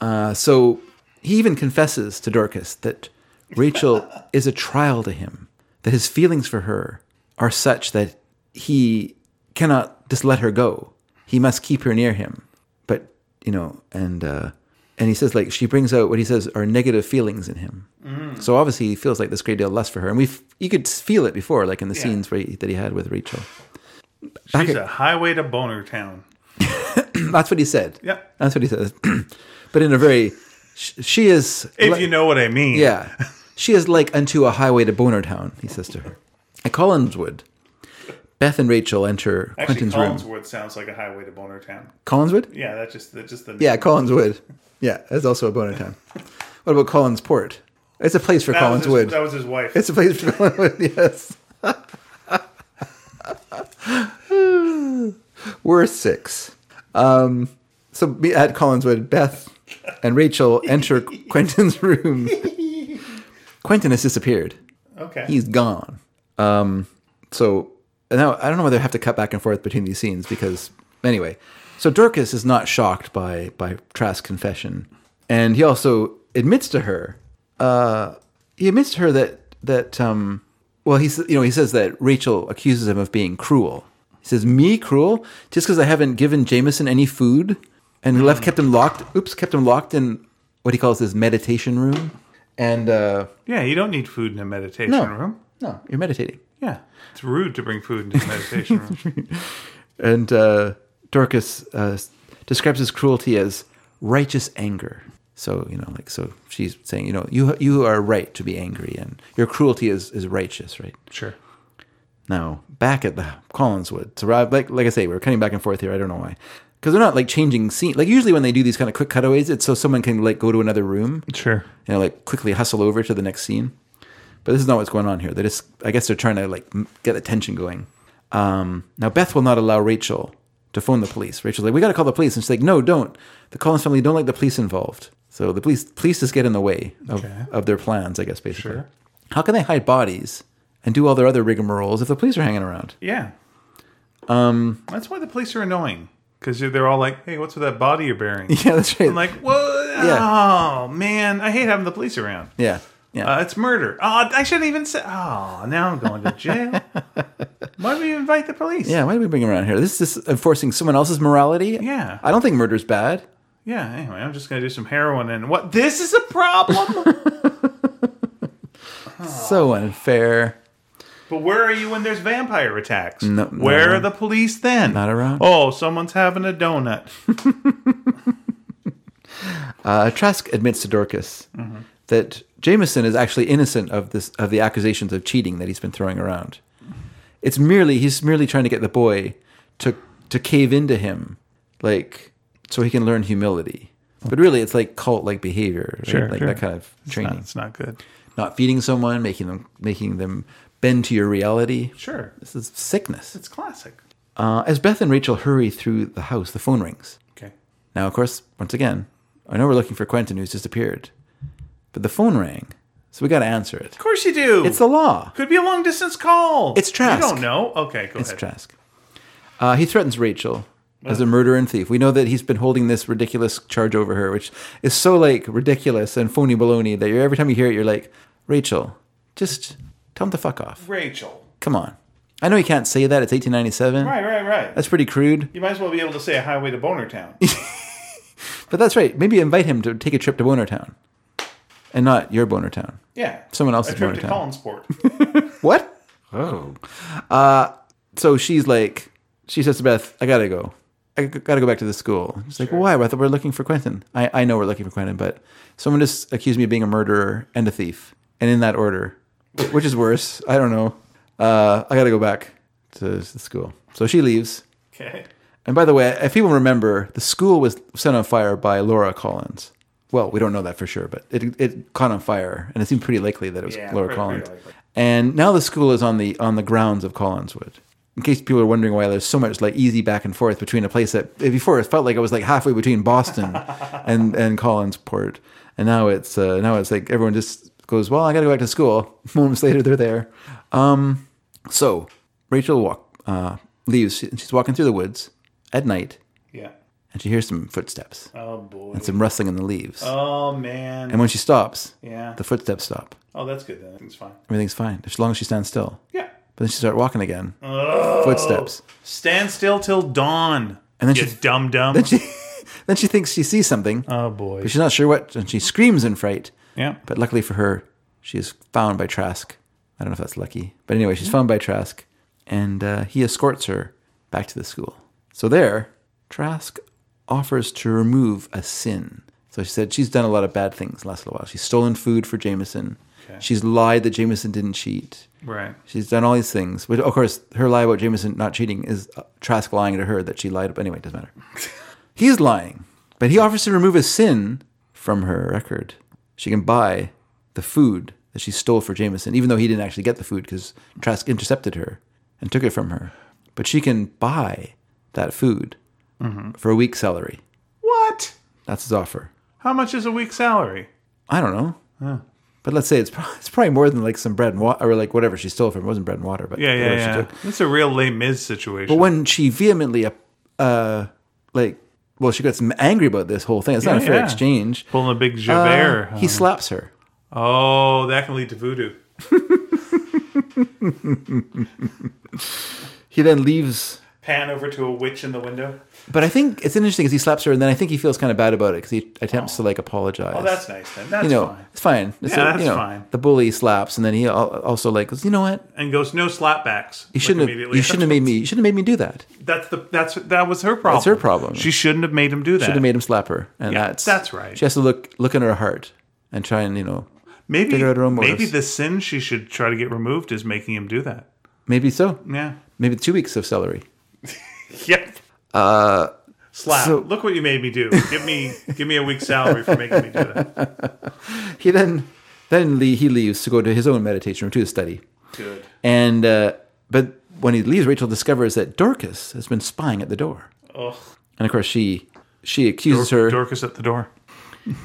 [SPEAKER 2] Uh, so he even confesses to Dorcas that Rachel is a trial to him, that his feelings for her are such that he cannot just let her go. He must keep her near him. But you know, and uh, and he says like she brings out what he says are negative feelings in him.
[SPEAKER 1] Mm.
[SPEAKER 2] So obviously he feels like this great deal of lust for her, and we you could feel it before, like in the scenes where he, that he had with Rachel.
[SPEAKER 1] She's a highway to Boner Town.
[SPEAKER 2] That's what he said.
[SPEAKER 1] Yeah.
[SPEAKER 2] that's what he says. but in a very, sh- she is.
[SPEAKER 1] If you know what I mean.
[SPEAKER 2] Yeah. She is like unto a highway to Bonertown, he says to her. At Collinswood, Beth and Rachel enter
[SPEAKER 1] Actually,
[SPEAKER 2] Quentin's room.
[SPEAKER 1] Collinswood sounds like a highway to Boner Town.
[SPEAKER 2] Collinswood?
[SPEAKER 1] Yeah, that's just the, just the
[SPEAKER 2] Yeah, Collinswood. Yeah, that's also a Bonertown. what about Collinsport? It's a place for
[SPEAKER 1] That was his-
[SPEAKER 2] Collinswood.
[SPEAKER 1] that was his wife.
[SPEAKER 2] It's a place for Collinswood, yes. We're six. Um, so be- at Collinswood, Beth and Rachel enter Quentin's room. Quentin has disappeared.
[SPEAKER 1] okay.
[SPEAKER 2] he's gone. Um, so and now I don't know whether I have to cut back and forth between these scenes because anyway, so Dorcas is not shocked by by Trask's confession, and he also admits to her. Uh, he admits to her that that um, well, he's you know he says that Rachel accuses him of being cruel. He says, "Me cruel? Just because I haven't given Jameson any food and left kept him locked? Oops, kept him locked in what he calls his meditation room." And uh,
[SPEAKER 1] yeah, you don't need food in a meditation
[SPEAKER 2] no,
[SPEAKER 1] room.
[SPEAKER 2] no, you're meditating.
[SPEAKER 1] Yeah. It's rude to bring food into a meditation room.
[SPEAKER 2] And uh, Dorcas uh, describes his cruelty as righteous anger. So you know, like, so she's saying, you know, you you are right to be angry, and your cruelty is is righteous, right?
[SPEAKER 1] Sure.
[SPEAKER 2] Now back at the Collinswood, so Rob- like like I say, we're cutting back and forth here. I don't know why, because they're not like changing scene. Like usually when they do these kind of quick cutaways, it's so someone can like go to another room,
[SPEAKER 1] Sure.
[SPEAKER 2] you know, like quickly hustle over to the next scene. But this is not what's going on here. They just, I guess, they're trying to like m- get the tension going. Um, now Beth will not allow Rachel to phone the police. Rachel's like, "We got to call the police," and she's like, "No, don't. The Collins family don't like the police involved. So the police, police just get in the way of,
[SPEAKER 1] Okay.
[SPEAKER 2] of their plans, I guess. Basically,
[SPEAKER 1] Sure.
[SPEAKER 2] how can they hide bodies and do all their other rigmaroles if the police are hanging around?
[SPEAKER 1] Yeah. Um, That's why the police are annoying. Because they're all like, hey, what's with that body you're bearing?
[SPEAKER 2] Yeah, that's right.
[SPEAKER 1] I'm like, whoa,
[SPEAKER 2] Yeah.
[SPEAKER 1] oh, man. I hate having the police around.
[SPEAKER 2] yeah, yeah.
[SPEAKER 1] Uh, it's murder. Oh, I shouldn't even say. Oh, now I'm going to jail. Why do we invite the police?
[SPEAKER 2] yeah, why do we bring him around here? This is enforcing someone else's morality.
[SPEAKER 1] Yeah.
[SPEAKER 2] I don't think murder's bad.
[SPEAKER 1] Yeah, anyway, I'm just going to do some heroin and what? This is a problem?
[SPEAKER 2] So unfair.
[SPEAKER 1] but where are you when there's vampire attacks?
[SPEAKER 2] No-
[SPEAKER 1] where
[SPEAKER 2] not
[SPEAKER 1] are the police then?
[SPEAKER 2] Not around.
[SPEAKER 1] Oh, someone's having a donut.
[SPEAKER 2] Uh, Trask admits to Dorcas
[SPEAKER 1] Mm-hmm.
[SPEAKER 2] that Jameson is actually innocent of this of the accusations of cheating that he's been throwing around. It's merely he's merely trying to get the boy to to cave into him, like so he can learn humility. But really, it's like cult like behavior, right?
[SPEAKER 1] Sure,
[SPEAKER 2] like
[SPEAKER 1] sure.
[SPEAKER 2] that kind of
[SPEAKER 1] It's not,
[SPEAKER 2] training.
[SPEAKER 1] it's not good.
[SPEAKER 2] Not feeding someone, making them making them bend to your reality.
[SPEAKER 1] Sure.
[SPEAKER 2] This is sickness.
[SPEAKER 1] It's classic.
[SPEAKER 2] Uh, as Beth and Rachel hurry through the house, the phone rings.
[SPEAKER 1] Okay.
[SPEAKER 2] Now, of course, once again, I know we're looking for Quentin who's disappeared, but the phone rang, so we got to answer it.
[SPEAKER 1] Of course you do.
[SPEAKER 2] It's the law.
[SPEAKER 1] Could be a long distance call.
[SPEAKER 2] It's Trask.
[SPEAKER 1] You don't know. Okay, go
[SPEAKER 2] It's
[SPEAKER 1] ahead.
[SPEAKER 2] Trask. Uh, he threatens Rachel as a murderer and thief. We know that he's been holding this ridiculous charge over her, which is so like ridiculous and phony baloney that you're, every time you hear it, you're like, Rachel, just tell him to fuck off.
[SPEAKER 1] Rachel.
[SPEAKER 2] Come on. I know you can't say that. It's 1897.
[SPEAKER 1] Right, right, right.
[SPEAKER 2] That's pretty crude.
[SPEAKER 1] you might as well be able to say a highway to Boner Town.
[SPEAKER 2] But that's right. Maybe invite him to take a trip to Boner Town, and not your Boner Town.
[SPEAKER 1] Yeah.
[SPEAKER 2] Someone else's
[SPEAKER 1] A trip
[SPEAKER 2] Boner
[SPEAKER 1] to
[SPEAKER 2] Town.
[SPEAKER 1] Collinsport.
[SPEAKER 2] What? Oh. Uh, so she's like, she says to Beth, "I gotta go. I g- gotta go back to the school." She's like, "Why? Well, I thought we are looking for Quentin. I, I know we're looking for Quentin, but someone just accused me of being a murderer and a thief, and in that order, Wh- which is worse. I don't know. Uh, I gotta go back to the school." So she leaves.
[SPEAKER 1] okay.
[SPEAKER 2] And by the way, if people remember, the school was set on fire by Laura Collins. Well, we don't know that for sure, but it, it caught on fire, and it seemed pretty likely that it was
[SPEAKER 1] Yeah,
[SPEAKER 2] Laura
[SPEAKER 1] pretty-
[SPEAKER 2] Collins.
[SPEAKER 1] pretty likely.
[SPEAKER 2] and now the school is on the on the grounds of Collinswood. In case people are wondering why there's so much like easy back and forth between a place that before it felt like it was like halfway between Boston and and Collinsport, and now it's uh, now it's like everyone just goes, "Well, I got to go back to school." Moments later, they're there. Um, so Rachel walk uh, leaves. She- She's walking through the woods at night,
[SPEAKER 1] Yeah.
[SPEAKER 2] and she hears some footsteps
[SPEAKER 1] Oh, boy.
[SPEAKER 2] and some rustling in the leaves.
[SPEAKER 1] Oh, man.
[SPEAKER 2] And when she stops,
[SPEAKER 1] yeah.
[SPEAKER 2] the footsteps stop.
[SPEAKER 1] oh, that's good then. It's fine.
[SPEAKER 2] Everything's fine as long as she stands still.
[SPEAKER 1] Yeah.
[SPEAKER 2] But then she starts walking again. Footsteps.
[SPEAKER 1] Stand still till dawn.
[SPEAKER 2] And then
[SPEAKER 1] you
[SPEAKER 2] she-
[SPEAKER 1] dumb dumb.
[SPEAKER 2] Then she, then she thinks she sees something, but
[SPEAKER 1] oh boy.
[SPEAKER 2] she's not sure what, and she screams in fright.
[SPEAKER 1] Yeah.
[SPEAKER 2] But luckily for her, she is found by Trask. I don't know if that's lucky, but anyway, she's found by Trask, and uh, he escorts her back to the school. So there, Trask offers to remove a sin. So she said she's done a lot of bad things the last little while. She's stolen food for Jameson. She's lied that Jameson didn't cheat.
[SPEAKER 1] Right.
[SPEAKER 2] She's done all these things, but of course, her lie about Jameson not cheating is uh, Trask lying to her that she lied. But anyway, it doesn't matter. He's lying, but he offers to remove a sin from her record. She can buy the food that she stole for Jameson, even though he didn't actually get the food because Trask intercepted her and took it from her. But she can buy that food
[SPEAKER 1] Mm-hmm.
[SPEAKER 2] for a week's salary.
[SPEAKER 1] What?
[SPEAKER 2] That's his offer.
[SPEAKER 1] How much is a week's salary?
[SPEAKER 2] I don't know. But let's say it's probably, it's probably more than like some bread and water, or like whatever she stole from. It wasn't bread and water, but
[SPEAKER 1] Yeah, yeah,
[SPEAKER 2] whatever she
[SPEAKER 1] yeah.
[SPEAKER 2] took.
[SPEAKER 1] It's a real Les Mis situation.
[SPEAKER 2] But when she vehemently, uh, uh, like, well, she gets angry about this whole thing. It's
[SPEAKER 1] Yeah,
[SPEAKER 2] not a fair
[SPEAKER 1] yeah. uh-huh.
[SPEAKER 2] exchange.
[SPEAKER 1] Pulling a big
[SPEAKER 2] Uh,
[SPEAKER 1] Javert.
[SPEAKER 2] he slaps her.
[SPEAKER 1] oh, that can lead to voodoo.
[SPEAKER 2] He then leaves.
[SPEAKER 1] Pan over to a witch in the window.
[SPEAKER 2] But I think it's interesting because he slaps her, and then I think he feels kind of bad about it because he attempts to like apologize.
[SPEAKER 1] Oh, that's nice then. That's
[SPEAKER 2] you know,
[SPEAKER 1] fine.
[SPEAKER 2] it's fine. It's
[SPEAKER 1] Yeah,
[SPEAKER 2] a-
[SPEAKER 1] that's
[SPEAKER 2] you know,
[SPEAKER 1] fine.
[SPEAKER 2] The bully slaps, and then he al- also like goes, you know what?
[SPEAKER 1] And goes no slapbacks.
[SPEAKER 2] You shouldn't have. You shouldn't have made me. You shouldn't have made me do that. You
[SPEAKER 1] That's the that's that was her problem. That's
[SPEAKER 2] her problem.
[SPEAKER 1] She shouldn't have made him do that.
[SPEAKER 2] should have made him slap her, and
[SPEAKER 1] Yeah,
[SPEAKER 2] that's
[SPEAKER 1] that's right.
[SPEAKER 2] She has to look look in her heart and try and you know
[SPEAKER 1] maybe
[SPEAKER 2] figure out her own
[SPEAKER 1] maybe
[SPEAKER 2] motives.
[SPEAKER 1] the sin she should try to get removed is making him do that.
[SPEAKER 2] maybe so
[SPEAKER 1] Yeah.
[SPEAKER 2] maybe two weeks of celery.
[SPEAKER 1] Yep. Uh, Slap!
[SPEAKER 2] so-
[SPEAKER 1] Look what you made me do. Give me give me a week's salary for making me do that.
[SPEAKER 2] He then then le- he leaves to go to his own meditation room to his study.
[SPEAKER 1] Good.
[SPEAKER 2] And uh, but when he leaves, Rachel discovers that Dorcas has been spying at the door,
[SPEAKER 1] Oh,
[SPEAKER 2] and of course she she accuses her
[SPEAKER 1] Dorcas at the door.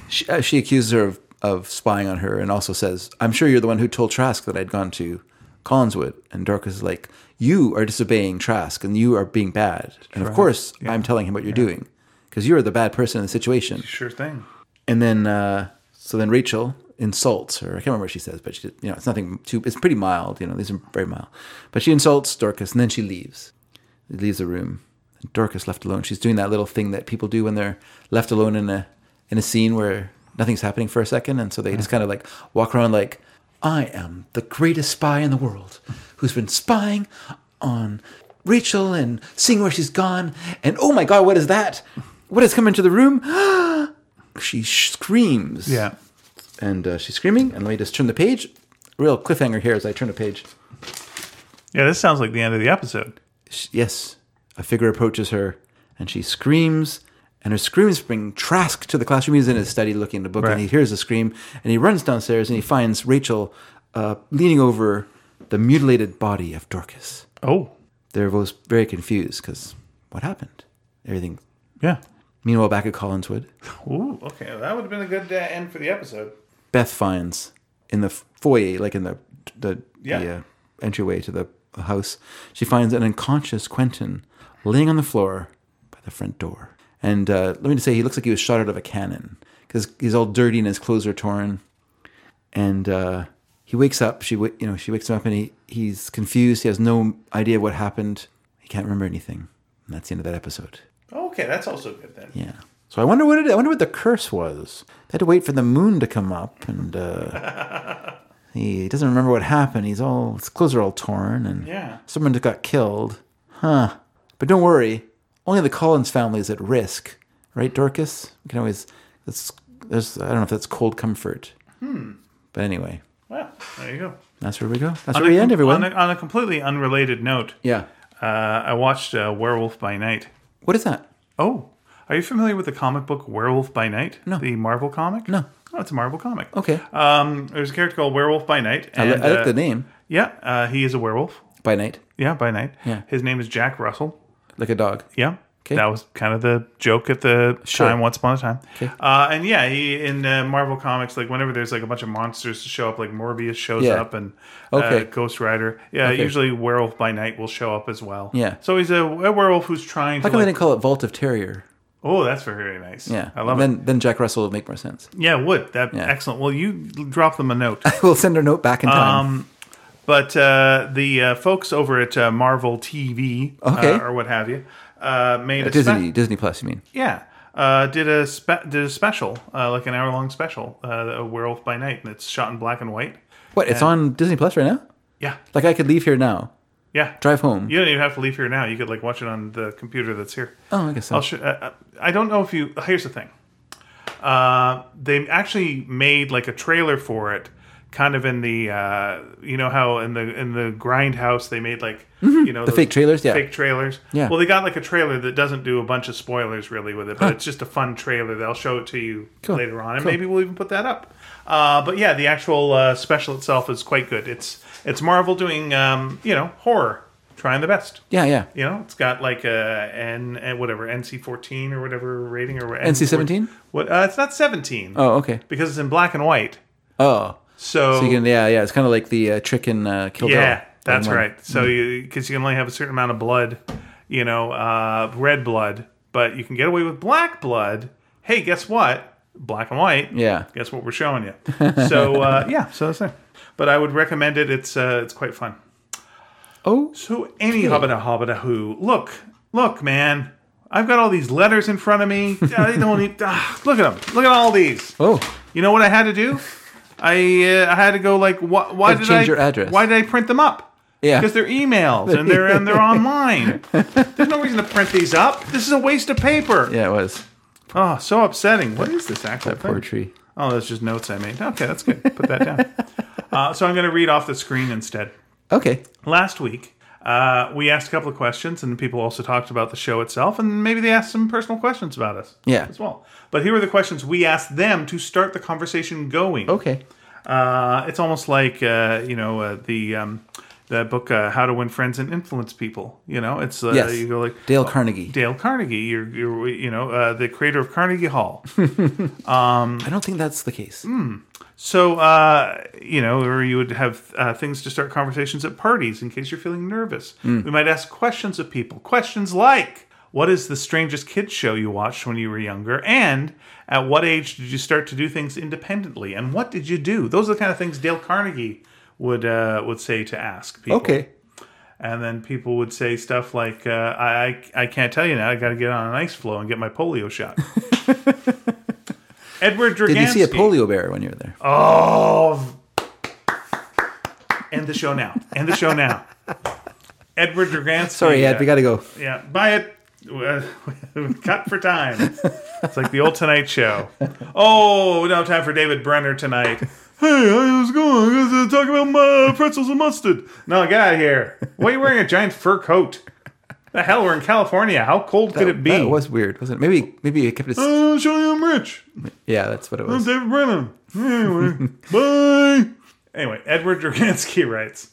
[SPEAKER 2] she, uh, she accuses her of, of spying on her, and also says, "I'm sure you're the one who told Trask that I'd gone to Collinswood." And Dorcas is like, "You are disobeying Trask, and you are being bad. And of course, I'm telling him what you're doing because you are the bad person in the situation."
[SPEAKER 1] Sure thing.
[SPEAKER 2] And then, uh, so then Rachel insults her. I can't remember what she says, but she, you know, it's nothing too. It's pretty mild. You know, these are very mild. But she insults Dorcas, and then she leaves. leaves the room. And Dorcas left alone. She's doing that little thing that people do when they're left alone in a in a scene where nothing's happening for a second, and so they just kind of like walk around like, "I am the greatest spy in the world, who's been spying on." Rachel and seeing where she's gone, and oh my god, what is that? What has come into the room? she screams.
[SPEAKER 1] Yeah.
[SPEAKER 2] And uh, she's screaming, and let me just turn the page. Real cliffhanger here as I turn the page.
[SPEAKER 1] Yeah, this sounds like the end of the episode.
[SPEAKER 2] Sh- Yes, a figure approaches her, and she screams, and her screams bring Trask to the classroom. He's in his study looking at a book,
[SPEAKER 1] Right.
[SPEAKER 2] and he hears the scream, and he runs downstairs, and he finds Rachel uh, leaning over the mutilated body of Dorcas.
[SPEAKER 1] Oh,
[SPEAKER 2] They're both very confused because what happened? Everything.
[SPEAKER 1] yeah.
[SPEAKER 2] Meanwhile, back at Collinswood,
[SPEAKER 1] Ooh, okay. That would have been a good uh, end for the episode.
[SPEAKER 2] Beth finds in the foyer, like in the the, the
[SPEAKER 1] Yeah.
[SPEAKER 2] uh, entryway to the house, she finds an unconscious Quentin laying on the floor by the front door. And uh, let me just say, he looks like he was shot out of a cannon because he's all dirty and his clothes are torn. And uh, he wakes up. She, wa- you know, she wakes him up, and he he's confused. He has no idea what happened. He can't remember anything. And that's the end of that episode.
[SPEAKER 1] Okay, that's also good then.
[SPEAKER 2] Yeah. So I wonder what it. I wonder what the curse was. They had to wait for the moon to come up, and uh, he doesn't remember what happened. He's all his clothes are all torn, and
[SPEAKER 1] Yeah.
[SPEAKER 2] someone just got killed. Huh. But don't worry, only the Collins family is at risk, right, Dorcas? We can always. That's. There's. I don't know if that's cold comfort. Hmm. But anyway,
[SPEAKER 1] Well, there you go.
[SPEAKER 2] that's where we go. That's where we end, everyone.
[SPEAKER 1] On a, on a completely unrelated note,
[SPEAKER 2] yeah.
[SPEAKER 1] uh, I watched uh, Werewolf by Night.
[SPEAKER 2] What is that?
[SPEAKER 1] Oh, are you familiar with the comic book Werewolf by Night? No. The Marvel comic?
[SPEAKER 2] No.
[SPEAKER 1] Oh, it's a Marvel comic.
[SPEAKER 2] Okay.
[SPEAKER 1] Um, there's a character called Werewolf by Night.
[SPEAKER 2] I, li-
[SPEAKER 1] and,
[SPEAKER 2] I like
[SPEAKER 1] uh,
[SPEAKER 2] the name.
[SPEAKER 1] Yeah, uh, he is a werewolf.
[SPEAKER 2] By night,
[SPEAKER 1] Yeah, by night.
[SPEAKER 2] Yeah.
[SPEAKER 1] His name is Jack Russell.
[SPEAKER 2] like a dog.
[SPEAKER 1] Yeah.
[SPEAKER 2] 'Kay.
[SPEAKER 1] That was kind of the joke at the
[SPEAKER 2] Sure.
[SPEAKER 1] time, once upon a time.
[SPEAKER 2] 'Kay.
[SPEAKER 1] Uh, and yeah, he, in uh, Marvel Comics, like whenever there's like a bunch of monsters to show up, like Morbius shows
[SPEAKER 2] Yeah.
[SPEAKER 1] up and
[SPEAKER 2] Okay.
[SPEAKER 1] uh, Ghost Rider. Yeah,
[SPEAKER 2] Okay.
[SPEAKER 1] usually Werewolf by Night will show up as well.
[SPEAKER 2] Yeah.
[SPEAKER 1] So he's a, a werewolf who's trying
[SPEAKER 2] How
[SPEAKER 1] to.
[SPEAKER 2] come
[SPEAKER 1] Like,
[SPEAKER 2] they didn't call it Vault of Terrier?
[SPEAKER 1] oh, that's very nice.
[SPEAKER 2] Yeah,
[SPEAKER 1] I love
[SPEAKER 2] then,
[SPEAKER 1] it.
[SPEAKER 2] Then Jack Russell would make more sense.
[SPEAKER 1] Yeah, it would. That,
[SPEAKER 2] Yeah.
[SPEAKER 1] Excellent. Well, you drop them a note.
[SPEAKER 2] we'll send her note back in time.
[SPEAKER 1] Um, but uh, the uh, folks over at uh, Marvel TV
[SPEAKER 2] Okay.
[SPEAKER 1] uh, or what have you uh, made a
[SPEAKER 2] Disney,
[SPEAKER 1] spe-
[SPEAKER 2] Disney Plus, you mean?
[SPEAKER 1] yeah uh, did a spe- did a special uh, like an hour long special uh, a Werewolf by Night and it's shot in black and white.
[SPEAKER 2] What? It's on Disney Plus right now.
[SPEAKER 1] Yeah,
[SPEAKER 2] Like I could leave here now,
[SPEAKER 1] yeah.
[SPEAKER 2] drive home.
[SPEAKER 1] You don't even have to leave here now. You could like watch it on the computer that's here.
[SPEAKER 2] Oh, I guess so.
[SPEAKER 1] I'll sh- uh, uh, I don't know if you. Here's the thing. Uh, they actually made like a trailer for it, kind of in the uh, you know how in the in the grindhouse they made like you know the
[SPEAKER 2] Mm-hmm. fake trailers? Yeah.
[SPEAKER 1] fake trailers.
[SPEAKER 2] Yeah.
[SPEAKER 1] Well, they got like a trailer that doesn't do a bunch of spoilers really with it, but it's just a fun trailer. They'll show it to you
[SPEAKER 2] Cool.
[SPEAKER 1] later on, and
[SPEAKER 2] Cool.
[SPEAKER 1] maybe we'll even put that up. Uh, but yeah, the actual uh, special itself is quite good. It's it's Marvel doing um, you know horror, trying the best.
[SPEAKER 2] yeah, yeah.
[SPEAKER 1] You know, it's got like a N and whatever NC fourteen or whatever rating or
[SPEAKER 2] NC-17?
[SPEAKER 1] What? Uh, it's not seventeen
[SPEAKER 2] Oh, okay.
[SPEAKER 1] because it's in black and white.
[SPEAKER 2] Oh,
[SPEAKER 1] So,
[SPEAKER 2] so you can, yeah, yeah. It's kind of like the uh, trick in uh, Kill Bill.
[SPEAKER 1] yeah, that's
[SPEAKER 2] One-
[SPEAKER 1] right. So you because you can only have a certain amount of blood, you know, uh, red blood, but you can get away with black blood. Hey, guess what? Black and white.
[SPEAKER 2] Yeah.
[SPEAKER 1] Guess what we're showing you. so uh, yeah, so that's it. But I would recommend it. It's uh, it's quite fun.
[SPEAKER 2] Oh,
[SPEAKER 1] So any hobbita hobbita who look look man, I've got all these letters in front of me. I don't need. ah, look at them. Look at all these.
[SPEAKER 2] oh,
[SPEAKER 1] You know what I had to do? I uh, I had to go like why, why
[SPEAKER 2] Had to
[SPEAKER 1] did
[SPEAKER 2] change
[SPEAKER 1] I
[SPEAKER 2] your address.
[SPEAKER 1] why did I print them up?
[SPEAKER 2] Yeah.
[SPEAKER 1] because they're emails and they're and they're online. There's no reason to print these up. This is a waste of paper.
[SPEAKER 2] yeah. It was
[SPEAKER 1] Oh, so upsetting. What is this actual thing?
[SPEAKER 2] poetry.
[SPEAKER 1] Oh, that's just notes I made. Okay, that's good. Put that down. uh, so I'm going to read off the screen instead
[SPEAKER 2] Okay.
[SPEAKER 1] last week uh, we asked a couple of questions and people also talked about the show itself and maybe they asked some personal questions about us
[SPEAKER 2] Yeah.
[SPEAKER 1] as well but here are the questions we asked them to start the conversation going
[SPEAKER 2] Okay.
[SPEAKER 1] uh, it's almost like uh, you know uh, the um, the book uh, how to win friends and influence people you know it's uh,
[SPEAKER 2] Yes.
[SPEAKER 1] you go like
[SPEAKER 2] Dale Carnegie.
[SPEAKER 1] dale carnegie you're, you're you know uh, the creator of carnegie hall
[SPEAKER 2] I don't think that's the case.
[SPEAKER 1] Hmm. So, uh, you know, or you would have uh, things to start conversations at parties in case you're feeling nervous.
[SPEAKER 2] Hmm.
[SPEAKER 1] We might ask questions of people. Questions like, what is the strangest kids show you watched when you were younger? And at what age did you start to do things independently? And what did you do? Those are the kind of things Dale Carnegie would uh, would say to ask people.
[SPEAKER 2] Okay.
[SPEAKER 1] And then people would say stuff like, uh, I, I, I can't tell you now. I got to get on an ice floe and get my polio shot. Edward Dragansky.
[SPEAKER 2] Did you see a polio bear when you were there?
[SPEAKER 1] Oh. End the show now. End the show now. Edward Dragansky.
[SPEAKER 2] Sorry, Ed.
[SPEAKER 1] uh,
[SPEAKER 2] We got to go.
[SPEAKER 1] Yeah. Buy it. cut for time. It's like the old Tonight Show. Oh, now time for David Brenner tonight. Hey, how's it going? I was talking about my pretzels and mustard. No, get out of here. Why are you wearing a giant fur coat? The hell, we're in California. How cold could it be? Uh,
[SPEAKER 2] That was weird, wasn't it? Maybe maybe it kept it. s-
[SPEAKER 1] I'll show you I'm rich.
[SPEAKER 2] Yeah, that's what it was.
[SPEAKER 1] David Brenner. Anyway, bye. Anyway, Edward Dragansky writes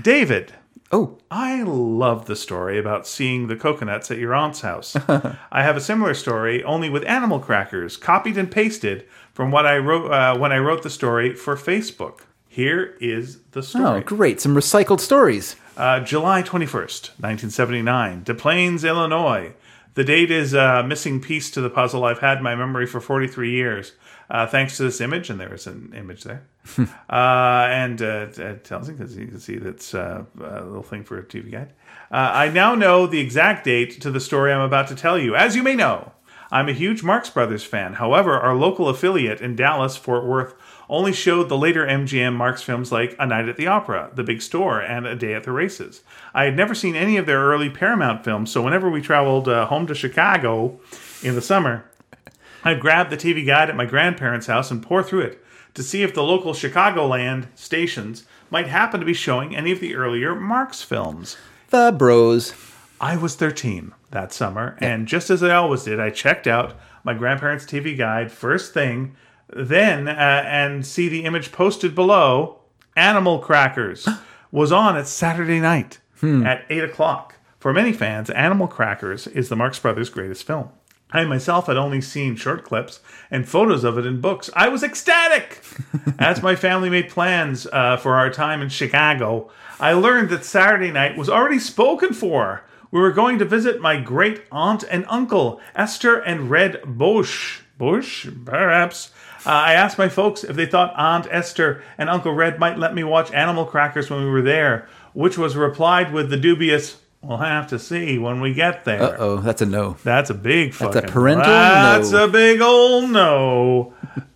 [SPEAKER 1] David,
[SPEAKER 2] Oh,
[SPEAKER 1] I love the story about seeing the coconuts at your aunt's house. I have a similar story, only with animal crackers, copied and pasted from what I wrote uh, when I wrote the story for Facebook. Here is the
[SPEAKER 2] oh,
[SPEAKER 1] story.
[SPEAKER 2] great! Some recycled stories.
[SPEAKER 1] Uh, July 21st, 1979, De Plains, Illinois. The date is a missing piece to the puzzle I've had in my memory for 43 years. Uh, thanks to this image, and there is an image there. uh, and uh, it tells you because you can see that's uh, a little thing for a TV guide. Uh, I now know the exact date to the story I'm about to tell you. As you may know, I'm a huge Marx Brothers fan. However, our local affiliate in Dallas, Fort Worth, only showed the later MGM Marx films like A Night at the Opera, The Big Store, and A Day at the Races. I had never seen any of their early Paramount films, so whenever we traveled uh, home to Chicago in the summer, I'd grab the TV guide at my grandparents' house and pour through it to see if the local Chicagoland stations might happen to be showing any of the earlier Marx films.
[SPEAKER 2] The Bros.
[SPEAKER 1] I was 13 that summer, and just as I always did, I checked out my grandparents' TV guide first thing, then, uh, and see the image posted below Animal Crackers was on at Saturday night at 8 o'clock. For many fans, Animal Crackers is the Marx Brothers' greatest film. I myself had only seen short clips and photos of it in books. I was ecstatic! As my family made plans uh, for our time in Chicago, I learned that Saturday night was already spoken for. We were going to visit my great aunt and uncle, Esther and Red Bosch. Bush, perhaps. Uh, I asked my folks if they thought Aunt Esther and Uncle Red might let me watch Animal Crackers when we were there, which was replied with the dubious, "We'll have to see when we get there."
[SPEAKER 2] Uh oh, that's a no.
[SPEAKER 1] That's a big fucking.
[SPEAKER 2] a parental
[SPEAKER 1] That's
[SPEAKER 2] no.
[SPEAKER 1] a big old no.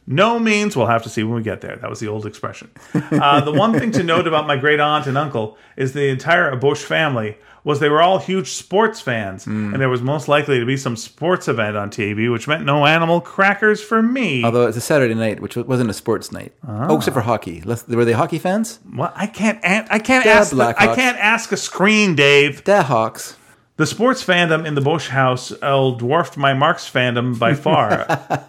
[SPEAKER 1] No means we'll have to see when we get there. That was the old expression. Uh, the one thing to note about my great aunt and uncle is the entire Bush family was they were all huge sports fans,
[SPEAKER 2] Hmm.
[SPEAKER 1] and there was most likely to be some sports event on TV, which meant no animal crackers for me.
[SPEAKER 2] Although it's a Saturday night, which wasn't a sports night. Oh, except for hockey. Less- Were they hockey fans?
[SPEAKER 1] Well, I can't. an- I can't
[SPEAKER 2] Yeah,
[SPEAKER 1] ask. the- I
[SPEAKER 2] Blackhawks.
[SPEAKER 1] can't ask a screen, Dave.
[SPEAKER 2] The Hawks.
[SPEAKER 1] The sports fandom in the Bush house uh, dwarfed my Marx fandom by far,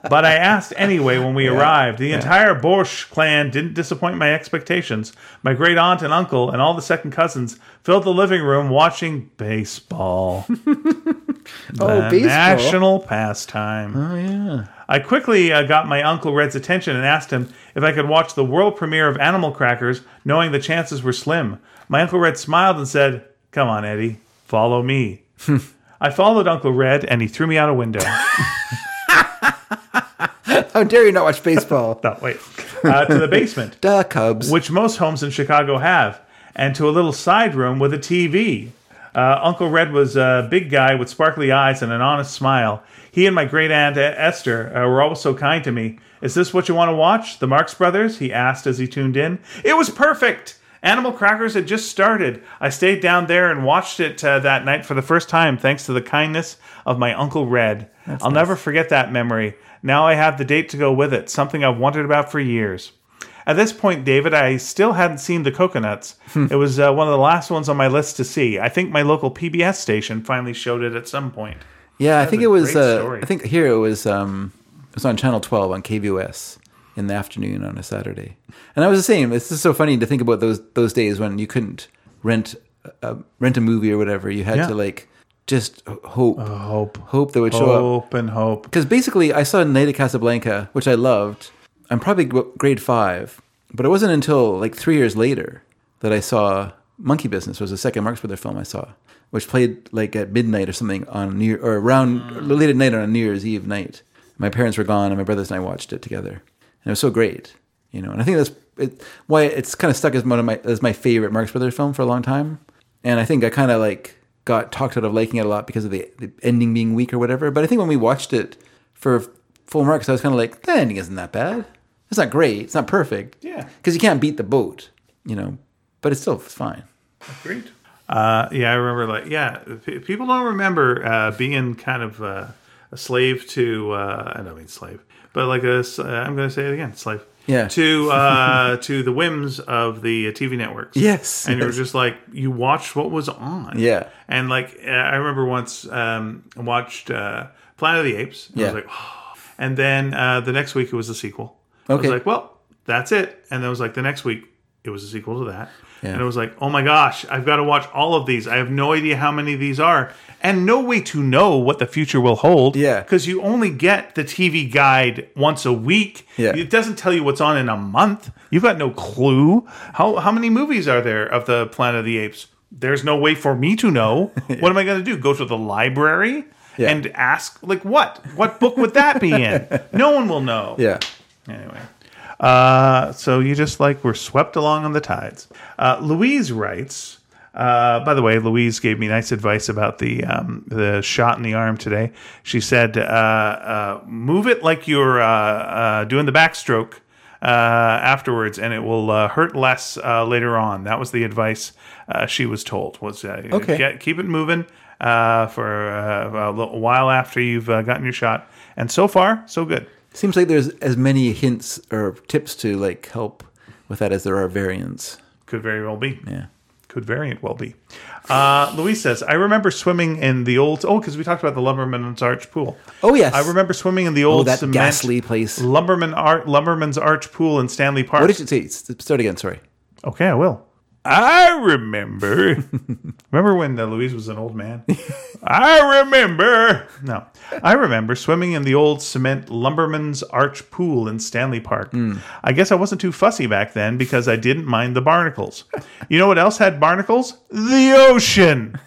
[SPEAKER 1] but I asked anyway when we arrived. The entire Bush clan didn't disappoint my expectations. My great aunt and uncle and all the second cousins filled the living room watching baseball,
[SPEAKER 2] Oh,
[SPEAKER 1] a
[SPEAKER 2] baseball.
[SPEAKER 1] national pastime.
[SPEAKER 2] oh yeah.
[SPEAKER 1] I quickly uh, got my Uncle Red's attention and asked him if I could watch the world premiere of Animal Crackers, knowing the chances were slim. My Uncle Red smiled and said, Come on, Eddie, follow me. I followed Uncle Red and he threw me out a window.
[SPEAKER 2] How dare you not watch baseball?
[SPEAKER 1] no, wait. Uh, to the basement,
[SPEAKER 2] the Cubs.
[SPEAKER 1] which most homes in Chicago have, and to a little side room with a TV. Uh, Uncle Red was a big guy with sparkly eyes and an honest smile. He and my great aunt Esther uh, were always so kind to me. Is this what you want to watch? The Marx Brothers? He asked as he tuned in. It was perfect! Animal Crackers had just started. I stayed down there and watched it uh, that night for the first time, thanks to the kindness of my Uncle Red. I'll never forget that memory. Now I have the date to go with it, something I've wondered about for years. At this point, David, I still hadn't seen the coconuts. it was uh, one of the last ones on my list to see. I think my local PBS station finally showed it at some point.
[SPEAKER 2] yeah, I think
[SPEAKER 1] a
[SPEAKER 2] it was.
[SPEAKER 1] great
[SPEAKER 2] Uh,
[SPEAKER 1] story.
[SPEAKER 2] I think here it was. Um, it was on Channel 12 on KVOS in the afternoon on a Saturday, and I was the same. It's just so funny to think about those those days when you couldn't rent uh, rent a movie or whatever. You had
[SPEAKER 1] Yeah.
[SPEAKER 2] to like just h- hope,
[SPEAKER 1] Hope,
[SPEAKER 2] hope they would show up.
[SPEAKER 1] hope, and hope.
[SPEAKER 2] Because basically, I saw Night at Casablanca, which I loved. I'm probably gr- grade five, but it wasn't until like three years later that I saw Monkey Business. Was the second Marx Brothers film I saw, which played like at midnight or something on New or around late at night on New Year's Eve night. My parents were gone, and my brothers and I watched it together, and it was so great, you know. And I think that's it, why it's kind of stuck as one of my as my favorite Marx Brothers film for a long time and I think I kind of like got talked out of liking it a lot because of the, the ending being weak or whatever. But I think when we watched it for full marks, I was kind of like, the ending isn't that bad. It's not great. It's not perfect.
[SPEAKER 1] Yeah.
[SPEAKER 2] because you can't beat the boat, you know. But it's still it's fine.
[SPEAKER 1] Agreed. Uh, yeah, I remember. Like, yeah, p- people don't remember uh, being kind of uh, a slave to. Uh, I don't mean slave, but like a. s- Uh, I'm going to say it again, slave.
[SPEAKER 2] Yeah.
[SPEAKER 1] To uh, to the whims of the TV networks.
[SPEAKER 2] Yes,
[SPEAKER 1] And you were
[SPEAKER 2] yes.
[SPEAKER 1] just like you watched what was on.
[SPEAKER 2] Yeah.
[SPEAKER 1] And like uh, I remember once um, I watched uh, Planet of the Apes. And I
[SPEAKER 2] Yeah.
[SPEAKER 1] was like, "Oh." and then uh, the next week it was a sequel. I
[SPEAKER 2] Okay.
[SPEAKER 1] was like, well, that's it. And then it was like the next week it was a sequel to that.
[SPEAKER 2] Yeah.
[SPEAKER 1] And it was like, oh my gosh, I've got to watch all of these. I have no idea how many of these are, and no way to know what the future will hold.
[SPEAKER 2] Yeah.
[SPEAKER 1] Because you only get the TV guide once a week.
[SPEAKER 2] Yeah.
[SPEAKER 1] It doesn't tell you what's on in a month. You've got no clue. How how many movies are there of the Planet of the Apes? There's no way for me to know. What am I going to do? Go to the library
[SPEAKER 2] Yeah.
[SPEAKER 1] and ask like what? What book would that be in? no one will know.
[SPEAKER 2] Yeah.
[SPEAKER 1] Anyway. Uh, so you just like were swept along on the tides. Uh, Louise writes. Uh, by the way, Louise gave me nice advice about the um, the shot in the arm today. She said, uh, uh, "Move it like you're uh, uh, doing the backstroke uh, afterwards, and it will uh, hurt less uh, later on." That was the advice uh, she was told. Was uh,
[SPEAKER 2] Okay.
[SPEAKER 1] get- keep it moving uh, for uh, a little while after you've uh, gotten your shot, and so far, so good.
[SPEAKER 2] Seems like there's as many hints or tips to like help with that as there are variants.
[SPEAKER 1] Could very well be.
[SPEAKER 2] Yeah.
[SPEAKER 1] Could very well be. Uh, Luis says, I remember swimming in the old, oh, because we talked about the Lumberman's Arch pool.
[SPEAKER 2] Oh yes.
[SPEAKER 1] I remember swimming in the old
[SPEAKER 2] oh, that
[SPEAKER 1] cement
[SPEAKER 2] ghastly place.
[SPEAKER 1] Lumberman Ar- Lumberman's Arch pool in Stanley Park.
[SPEAKER 2] What did you say? Start again. Sorry.
[SPEAKER 1] okay, I will. I remember. remember when uh, Louise was an old man? I remember. No, I remember swimming in the old cement Lumberman's Arch pool in Stanley Park.
[SPEAKER 2] Hmm.
[SPEAKER 1] I guess I wasn't too fussy back then because I didn't mind the barnacles. You know what else had barnacles? The ocean.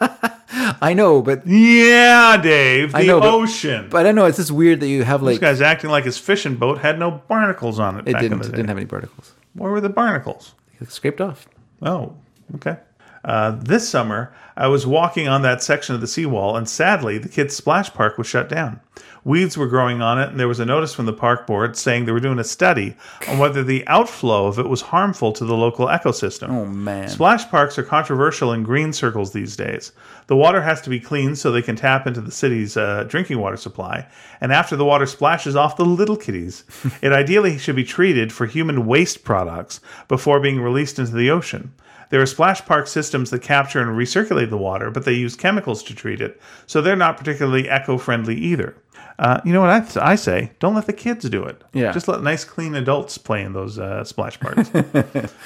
[SPEAKER 2] I know, but
[SPEAKER 1] Yeah, Dave, the
[SPEAKER 2] know, but-
[SPEAKER 1] ocean.
[SPEAKER 2] but I know it's just weird that you have like
[SPEAKER 1] this guy's acting like his fishing boat had no barnacles on it.
[SPEAKER 2] it
[SPEAKER 1] back
[SPEAKER 2] didn't
[SPEAKER 1] In
[SPEAKER 2] it
[SPEAKER 1] the day.
[SPEAKER 2] didn't have any particles.
[SPEAKER 1] Where were the barnacles?
[SPEAKER 2] It scraped off.
[SPEAKER 1] Oh, okay. Uh, this summer, I was walking on that section of the seawall, and sadly, the kids' splash park was shut down. Weeds were growing on it, and there was a notice from the park board saying they were doing a study on whether the outflow of it was harmful to the local ecosystem.
[SPEAKER 2] Oh man.
[SPEAKER 1] Splash parks are controversial in green circles these days. The water has to be cleaned so they can tap into the city's uh, drinking water supply, and after the water splashes off the little kitties, it ideally should be treated for human waste products before being released into the ocean. There are splash park systems that capture and recirculate the water, but they use chemicals to treat it, so they're not particularly eco friendly either. Uh, you know what I, I say? Don't let the kids do it.
[SPEAKER 2] Yeah.
[SPEAKER 1] Just let nice, clean adults play in those uh, splash parks.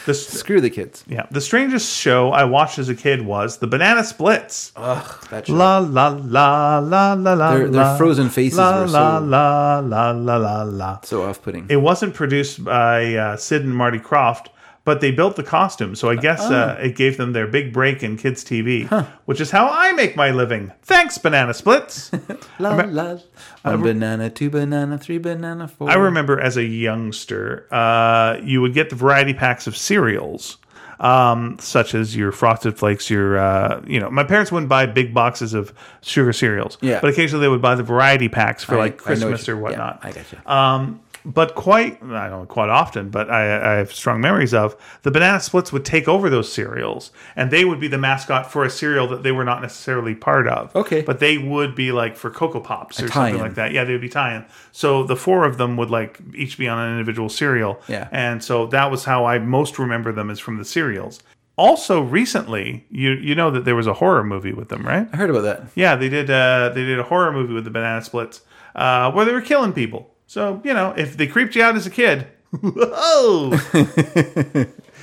[SPEAKER 1] this,
[SPEAKER 2] Screw the kids.
[SPEAKER 1] yeah. The strangest show I watched as a kid was The Banana Splits.
[SPEAKER 2] Ugh, that show.
[SPEAKER 1] La la la la la la.
[SPEAKER 2] Oh, Their- their
[SPEAKER 1] la.
[SPEAKER 2] frozen faces
[SPEAKER 1] La
[SPEAKER 2] were so-
[SPEAKER 1] la la la la la la.
[SPEAKER 2] so off-putting.
[SPEAKER 1] It wasn't produced by uh, Sid and Marty Croft, but they built the costume, so I guess
[SPEAKER 2] Oh.
[SPEAKER 1] uh, it gave them their big break in kids' TV, which is how I make my living. Thanks, Banana Splits.
[SPEAKER 2] La, la, one banana, two banana, three banana, four.
[SPEAKER 1] I remember as a youngster, uh, you would get the variety packs of cereals, um, such as your Frosted Flakes, your, uh, you know, my parents wouldn't buy big boxes of sugar cereals,
[SPEAKER 2] Yeah.
[SPEAKER 1] but occasionally they would buy the variety packs for
[SPEAKER 2] I-
[SPEAKER 1] like
[SPEAKER 2] I know what
[SPEAKER 1] Christmas
[SPEAKER 2] you-
[SPEAKER 1] or
[SPEAKER 2] yeah,
[SPEAKER 1] whatnot.
[SPEAKER 2] I gotcha.
[SPEAKER 1] Um, but quite, I don't know, quite often, but I, I have strong memories of the banana splits would take over those cereals, and they would be the mascot for a cereal that they were not necessarily part of.
[SPEAKER 2] Okay.
[SPEAKER 1] but they would be like for Cocoa Pops or something
[SPEAKER 2] tie-in.
[SPEAKER 1] like that. Yeah, they would be tying. So the four of them would like each be on an individual cereal.
[SPEAKER 2] Yeah.
[SPEAKER 1] and so that was how I most remember them is from the cereals. Also, recently, you you know that there was a horror movie with them, right?
[SPEAKER 2] I heard about that.
[SPEAKER 1] Yeah, they did. Uh, they did a horror movie with the banana splits, uh, where they were killing people. So you know, if they creeped you out as a kid, whoa,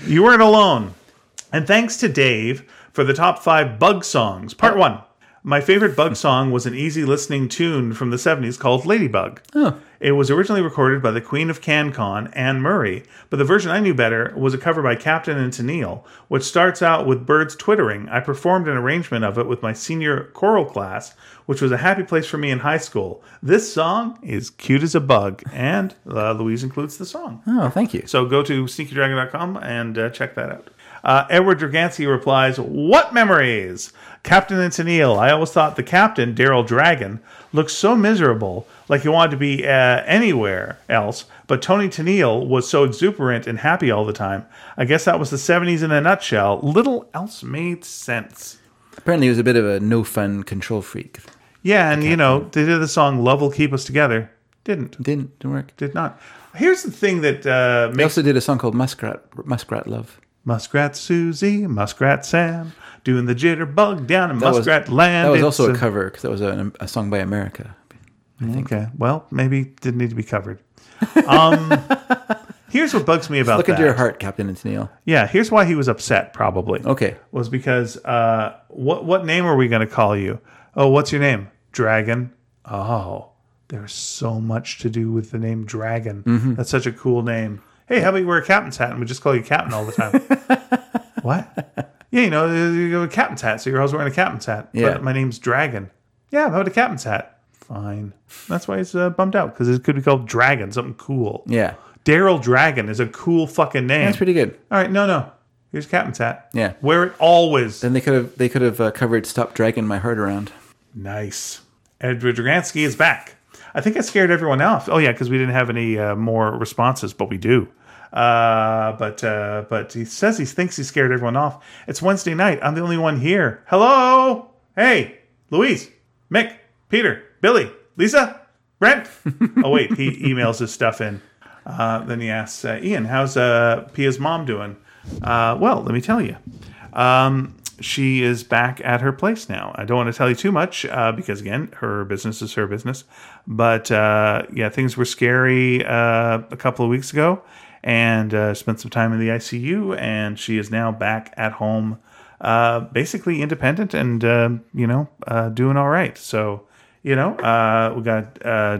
[SPEAKER 1] you weren't alone. And thanks to Dave for the top five bug songs, part one. My favorite bug song was an easy listening tune from the 70s called Ladybug. It was originally recorded by the Queen of CanCon, Anne Murray, but the version I knew better was a cover by Captain and Tennille, which starts out with birds twittering. I performed an arrangement of it with my senior choral class, which was a happy place for me in high school. This song is cute as a bug, and uh, Louise includes the song.
[SPEAKER 2] Oh, thank you.
[SPEAKER 1] So go to sneakydragon.com and uh, check that out. Uh, Edward Dragansky replies, What memories? Captain and Tennille. I always thought the captain, Daryl Dragon, looked so miserable, like he wanted to be uh, anywhere else, but Tony Tennille was so exuberant and happy all the time. I guess that was the 70s in a nutshell. Little else made sense.
[SPEAKER 2] Apparently, he was a bit of a no fun control freak.
[SPEAKER 1] Yeah, and you know, they did the song Love Will Keep Us Together. Didn't.
[SPEAKER 2] Didn't didn't work.
[SPEAKER 1] Did not. Here's the thing that uh,
[SPEAKER 2] He
[SPEAKER 1] makes
[SPEAKER 2] also did a song called Muskrat Muskrat Love.
[SPEAKER 1] Muskrat Susie, Muskrat Sam, doing the jitterbug down in
[SPEAKER 2] was-
[SPEAKER 1] Muskrat Land.
[SPEAKER 2] That was
[SPEAKER 1] It's
[SPEAKER 2] also a
[SPEAKER 1] a-
[SPEAKER 2] cover because that was a, a song by America.
[SPEAKER 1] Okay. Well, maybe it didn't need to be covered. Um, here's what bugs me about
[SPEAKER 2] Look
[SPEAKER 1] that.
[SPEAKER 2] into your heart, Captain and Tennille.
[SPEAKER 1] Yeah, here's why he was upset. Probably
[SPEAKER 2] Okay,
[SPEAKER 1] was because uh, what what name are we going to call you? Oh, what's your name? Dragon. Oh, there's so much to do with the name Dragon.
[SPEAKER 2] Mm-hmm.
[SPEAKER 1] That's such a cool name. Hey, how about you wear a captain's hat and we just call you Captain all the time? what? Yeah, you know, you go with captain's hat, so you're always wearing a captain's hat.
[SPEAKER 2] Yeah.
[SPEAKER 1] But my name's Dragon. Yeah, how about a captain's hat? Fine. That's why he's uh, bummed out because it could be called Dragon, something cool.
[SPEAKER 2] yeah,
[SPEAKER 1] Daryl Dragon is a cool fucking name.
[SPEAKER 2] that's pretty good.
[SPEAKER 1] All right, no, no. Here's Captain's hat.
[SPEAKER 2] Yeah.
[SPEAKER 1] Wear it always.
[SPEAKER 2] Then they could have they could have uh, covered "Stop Dragging My Heart Around."
[SPEAKER 1] nice. Edward Dragansky is back. I think I scared everyone off. Oh, yeah, because we didn't have any uh, more responses, but we do. Uh, but uh, but he says he thinks he scared everyone off. It's Wednesday night. I'm the only one here. Hello. Hey, Louise, Mick, Peter, Billy, Lisa, Brent. oh, wait, he emails his stuff in. Uh, then he asks uh, Ian, "How's uh, Pia's mom doing?" Uh, well, let me tell you. Um, she is back at her place now. I don't want to tell you too much uh, because, again, her business is her business. But uh, yeah, things were scary uh, a couple of weeks ago, and uh, spent some time in the ICU. And she is now back at home, uh, basically independent and uh, you know uh, doing all right. So you know uh, we got uh,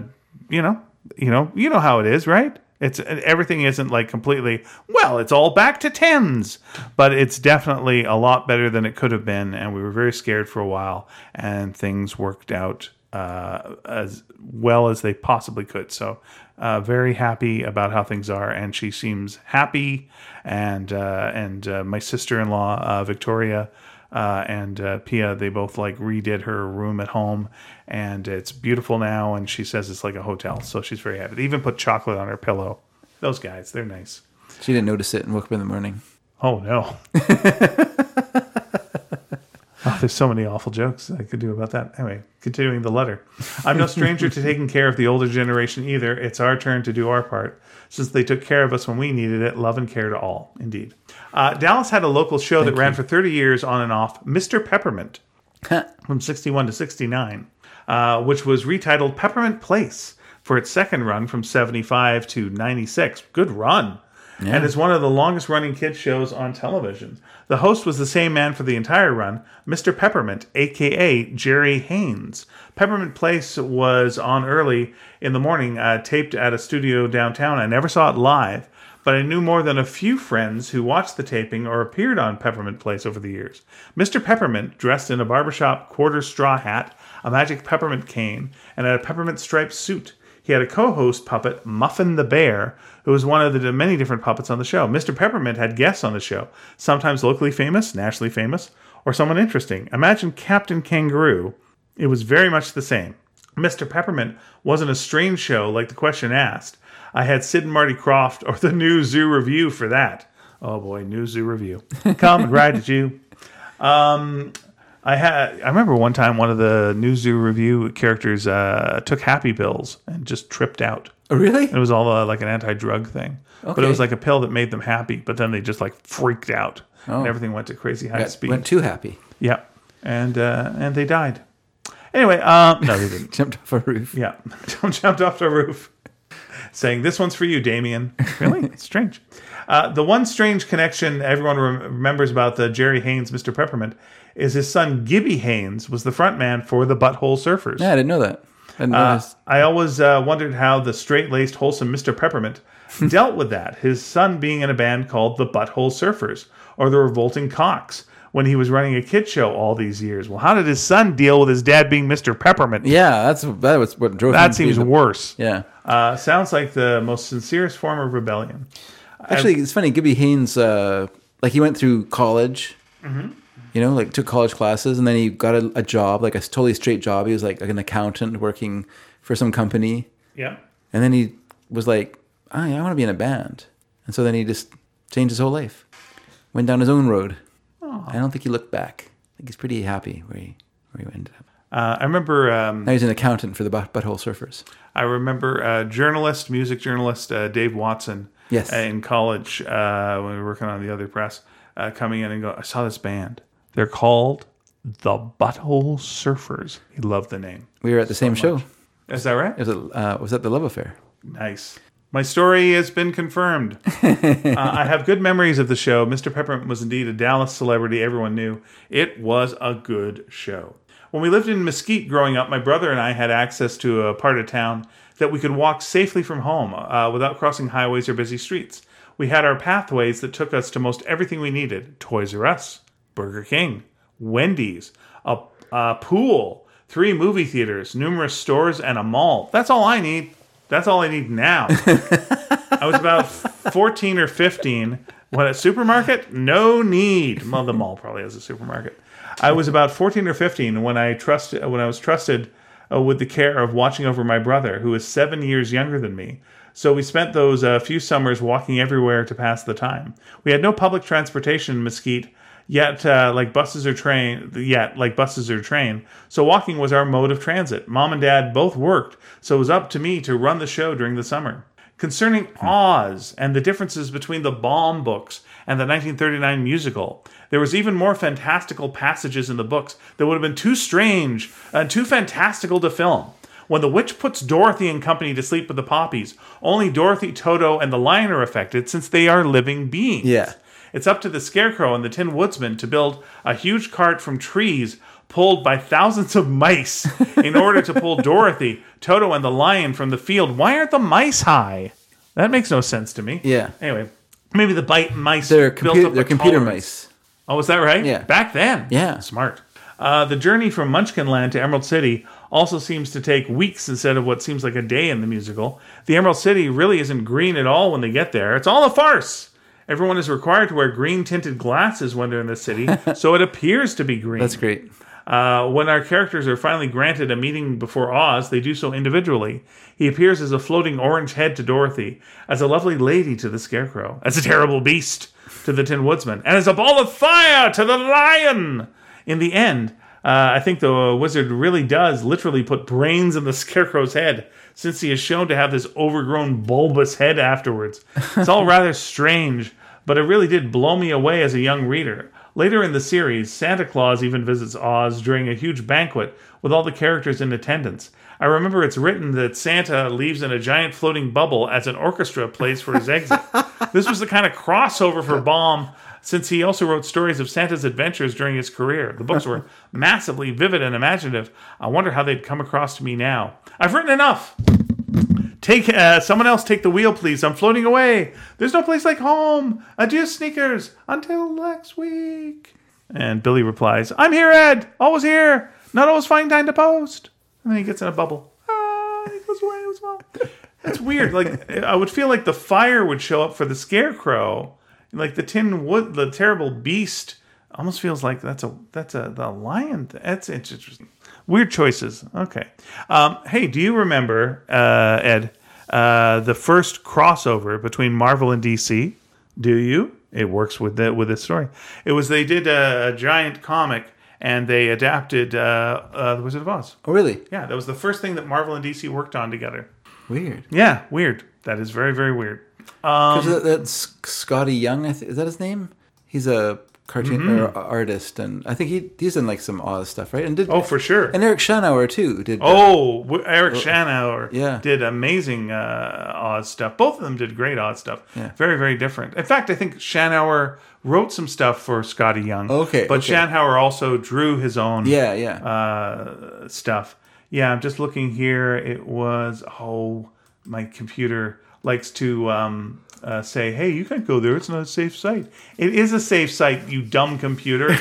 [SPEAKER 1] you know you know you know how it is, right? It's everything isn't like completely well. It's all back to tens, but it's definitely a lot better than it could have been. And we were very scared for a while, and things worked out uh, as well as they possibly could. So uh, very happy about how things are, and she seems happy. And uh, and uh, my sister in law uh, Victoria uh, and uh, Pia, they both like redid her room at home, and it's beautiful now. And she says it's like a hotel, so she's very happy. They even put chocolate on her pillow. Those guys, they're nice.
[SPEAKER 2] She didn't notice it and woke up in the morning.
[SPEAKER 1] Oh no. Oh, there's so many awful jokes I could do about that. Anyway, continuing the letter. I'm no stranger to taking care of the older generation either. It's our turn to do our part. Since they took care of us when we needed it, love and care to all, indeed. Uh, Dallas had a local show that ran for 30 years on and off, Mr. Peppermint from 61 to 69, uh, which was retitled Peppermint Place for its second run from 75 to 96. Good run. And is one of the longest running kids shows on television. The host was the same man for the entire run, Mr. Peppermint, aka Jerry Haynes. Peppermint Place was on early in the morning, uh, taped at a studio downtown. I never saw it live, but I knew more than a few friends who watched the taping or appeared on Peppermint Place over the years. Mr. Peppermint, dressed in a barbershop quarter straw hat, a magic peppermint cane, and had a peppermint striped suit. He had a co host puppet, Muffin the Bear, who was one of the many different puppets on the show. Mr. Peppermint had guests on the show, sometimes locally famous, nationally famous, or someone interesting. Imagine Captain Kangaroo. It was very much the same. Mr. Peppermint wasn't a strange show like the question asked. I had Sid and Marty Croft or the New Zoo Review for that. Oh boy, New Zoo Review. Come and ride at you. Um, I had I remember one time one of the New Zoo Review characters uh, took happy pills and just tripped out.
[SPEAKER 2] Oh, really?
[SPEAKER 1] It was all uh, like an anti-drug thing, but it
[SPEAKER 2] Okay.
[SPEAKER 1] was like a pill that made them happy. But then they just like freaked out, and everything went to crazy high speed.
[SPEAKER 2] Oh. Went too happy.
[SPEAKER 1] yeah, and uh, and they died. Anyway, um, no, they didn't.
[SPEAKER 2] Jumped off a roof.
[SPEAKER 1] Yeah, Tom jumped off the roof, saying, "This one's for you, Damien." Really strange. Uh, the one strange connection everyone rem- remembers about the Jerry Haynes, Mr. Peppermint, is his son Gibby Haynes was the frontman for the Butthole Surfers.
[SPEAKER 2] Yeah, I didn't know that. I didn't know
[SPEAKER 1] Uh,
[SPEAKER 2] this.
[SPEAKER 1] I always uh, wondered how the straight laced, wholesome Mr. Peppermint dealt with that, his son being in a band called the Butthole Surfers or the Revolting Cocks when he was running a kid show all these years. Well, how did his son deal with his dad being Mr. Peppermint?
[SPEAKER 2] Yeah, that's that was what drove. him
[SPEAKER 1] That
[SPEAKER 2] to be
[SPEAKER 1] seems
[SPEAKER 2] the-
[SPEAKER 1] worse.
[SPEAKER 2] Yeah,
[SPEAKER 1] Uh, sounds like the most sincerest form of rebellion.
[SPEAKER 2] actually, it's funny. Gibby Haynes uh, like he went through college,
[SPEAKER 1] Mm-hmm.
[SPEAKER 2] you know, like took college classes, and then he got a, a job, like a totally straight job. He was like, like an accountant working for some company,
[SPEAKER 1] Yeah.
[SPEAKER 2] and then he was like, "Ah, I, I want to be in a band, and so then he just changed his whole life, went down his own road. I don't think he looked back. I think he's pretty happy where he where he ended up.
[SPEAKER 1] Uh, I remember. Um,
[SPEAKER 2] Now he's an accountant for the butt- Butthole Surfers.
[SPEAKER 1] I remember uh, journalist, music journalist uh, Dave Watson.
[SPEAKER 2] Yes.
[SPEAKER 1] uh, in college, uh, when we were working on the other press, uh, coming in and go, I saw this band. They're called the Butthole Surfers. He loved the name.
[SPEAKER 2] We were at the same show.
[SPEAKER 1] Is that right?
[SPEAKER 2] It was a, uh, was that the love affair?
[SPEAKER 1] Nice. My story has been confirmed. uh, I have good memories of the show. Mr. Peppermint was indeed a Dallas celebrity everyone knew. It was a good show. When we lived in Mesquite growing up, my brother and I had access to a part of town that we could walk safely from home uh, without crossing highways or busy streets. We had our pathways that took us to most everything we needed Toys R Us, Burger King, Wendy's, a, a pool, three movie theaters, numerous stores, and a mall. That's all I need. That's all I need now. I was about 14 or 15 when at supermarket, no need. Well, the mall probably has a supermarket. I was about 14 or 15 when I trusted when I was trusted uh, with the care of watching over my brother, who is seven years younger than me. So we spent those uh, few summers walking everywhere to pass the time. We had no public transportation in Mesquite yet uh, like buses or train yet like buses or train so walking was our mode of transit mom and dad both worked so it was up to me to run the show during the summer concerning oz and the differences between the baum books and the 1939 musical there was even more fantastical passages in the books that would have been too strange and too fantastical to film when the witch puts Dorothy and company to sleep with the poppies, only Dorothy, Toto, and the lion are affected since they are living beings.
[SPEAKER 2] Yeah.
[SPEAKER 1] It's up to the Scarecrow and the Tin Woodsman to build a huge cart from trees pulled by thousands of mice in order to pull Dorothy, Toto, and the lion from the field. Why aren't the mice high? That makes no sense to me.
[SPEAKER 2] Yeah.
[SPEAKER 1] Anyway, maybe the bite mice.
[SPEAKER 2] They're
[SPEAKER 1] built
[SPEAKER 2] computer
[SPEAKER 1] up
[SPEAKER 2] they're
[SPEAKER 1] a
[SPEAKER 2] computer
[SPEAKER 1] tolerance.
[SPEAKER 2] mice.
[SPEAKER 1] Oh, is that right?
[SPEAKER 2] Yeah.
[SPEAKER 1] Back then.
[SPEAKER 2] Yeah.
[SPEAKER 1] Smart. Uh, the journey from Munchkin Land to Emerald City also seems to take weeks instead of what seems like a day in the musical. The Emerald City really isn't green at all when they get there. It's all a farce. Everyone is required to wear green tinted glasses when they're in the city, so it appears to be green.
[SPEAKER 2] That's great.
[SPEAKER 1] Uh, when our characters are finally granted a meeting before Oz, they do so individually. He appears as a floating orange head to Dorothy, as a lovely lady to the Scarecrow, as a terrible beast to the Tin Woodsman, and as a ball of fire to the lion. In the end, uh, I think the wizard really does literally put brains in the Scarecrow's head, since he is shown to have this overgrown bulbous head afterwards. It's all rather strange, but it really did blow me away as a young reader. Later in the series, Santa Claus even visits Oz during a huge banquet with all the characters in attendance. I remember it's written that Santa leaves in a giant floating bubble as an orchestra plays for his exit. this was the kind of crossover for Baum, since he also wrote stories of Santa's adventures during his career. The books were massively vivid and imaginative. I wonder how they'd come across to me now. I've written enough. Take uh, someone else take the wheel, please. I'm floating away. There's no place like home. Adieu, sneakers. Until next week. And Billy replies, "I'm here, Ed. Always here. Not always finding time to post." And then he gets in a bubble. Ah, he goes away as well. That's weird. Like I would feel like the fire would show up for the scarecrow, like the tin wood, the terrible beast. Almost feels like that's a that's a the lion. th- That's interesting. Weird choices. Okay. Um, hey, do you remember uh, Ed uh, the first crossover between Marvel and DC? Do you? It works with the, with this story. It was they did a, a giant comic and they adapted uh, uh, the Wizard of Oz.
[SPEAKER 2] Oh really?
[SPEAKER 1] Yeah, that was the first thing that Marvel and DC worked on together.
[SPEAKER 2] Weird.
[SPEAKER 1] Yeah, weird. That is very very weird.
[SPEAKER 2] 'Cause that, that's Scotty Young. I th- is that his name? He's a cartoon or a- artist, and I think he he's in like some Oz stuff, right? And did
[SPEAKER 1] Oh, for sure.
[SPEAKER 2] and Eric Schanauer too did. uh,
[SPEAKER 1] Oh, w- Eric Shanauer
[SPEAKER 2] yeah.
[SPEAKER 1] did amazing uh, Oz stuff. Both of them did great Oz stuff.
[SPEAKER 2] Yeah.
[SPEAKER 1] Very, very different. In fact, I think Shanauer wrote some stuff for Scotty Young.
[SPEAKER 2] Okay,
[SPEAKER 1] But
[SPEAKER 2] okay.
[SPEAKER 1] Shanauer also drew his own
[SPEAKER 2] yeah, yeah.
[SPEAKER 1] uh, stuff. Yeah, I'm just looking here. It was, oh, my computer likes to um, uh, say, hey, you can't go there. It's not a safe site. It is a safe site, you dumb computer.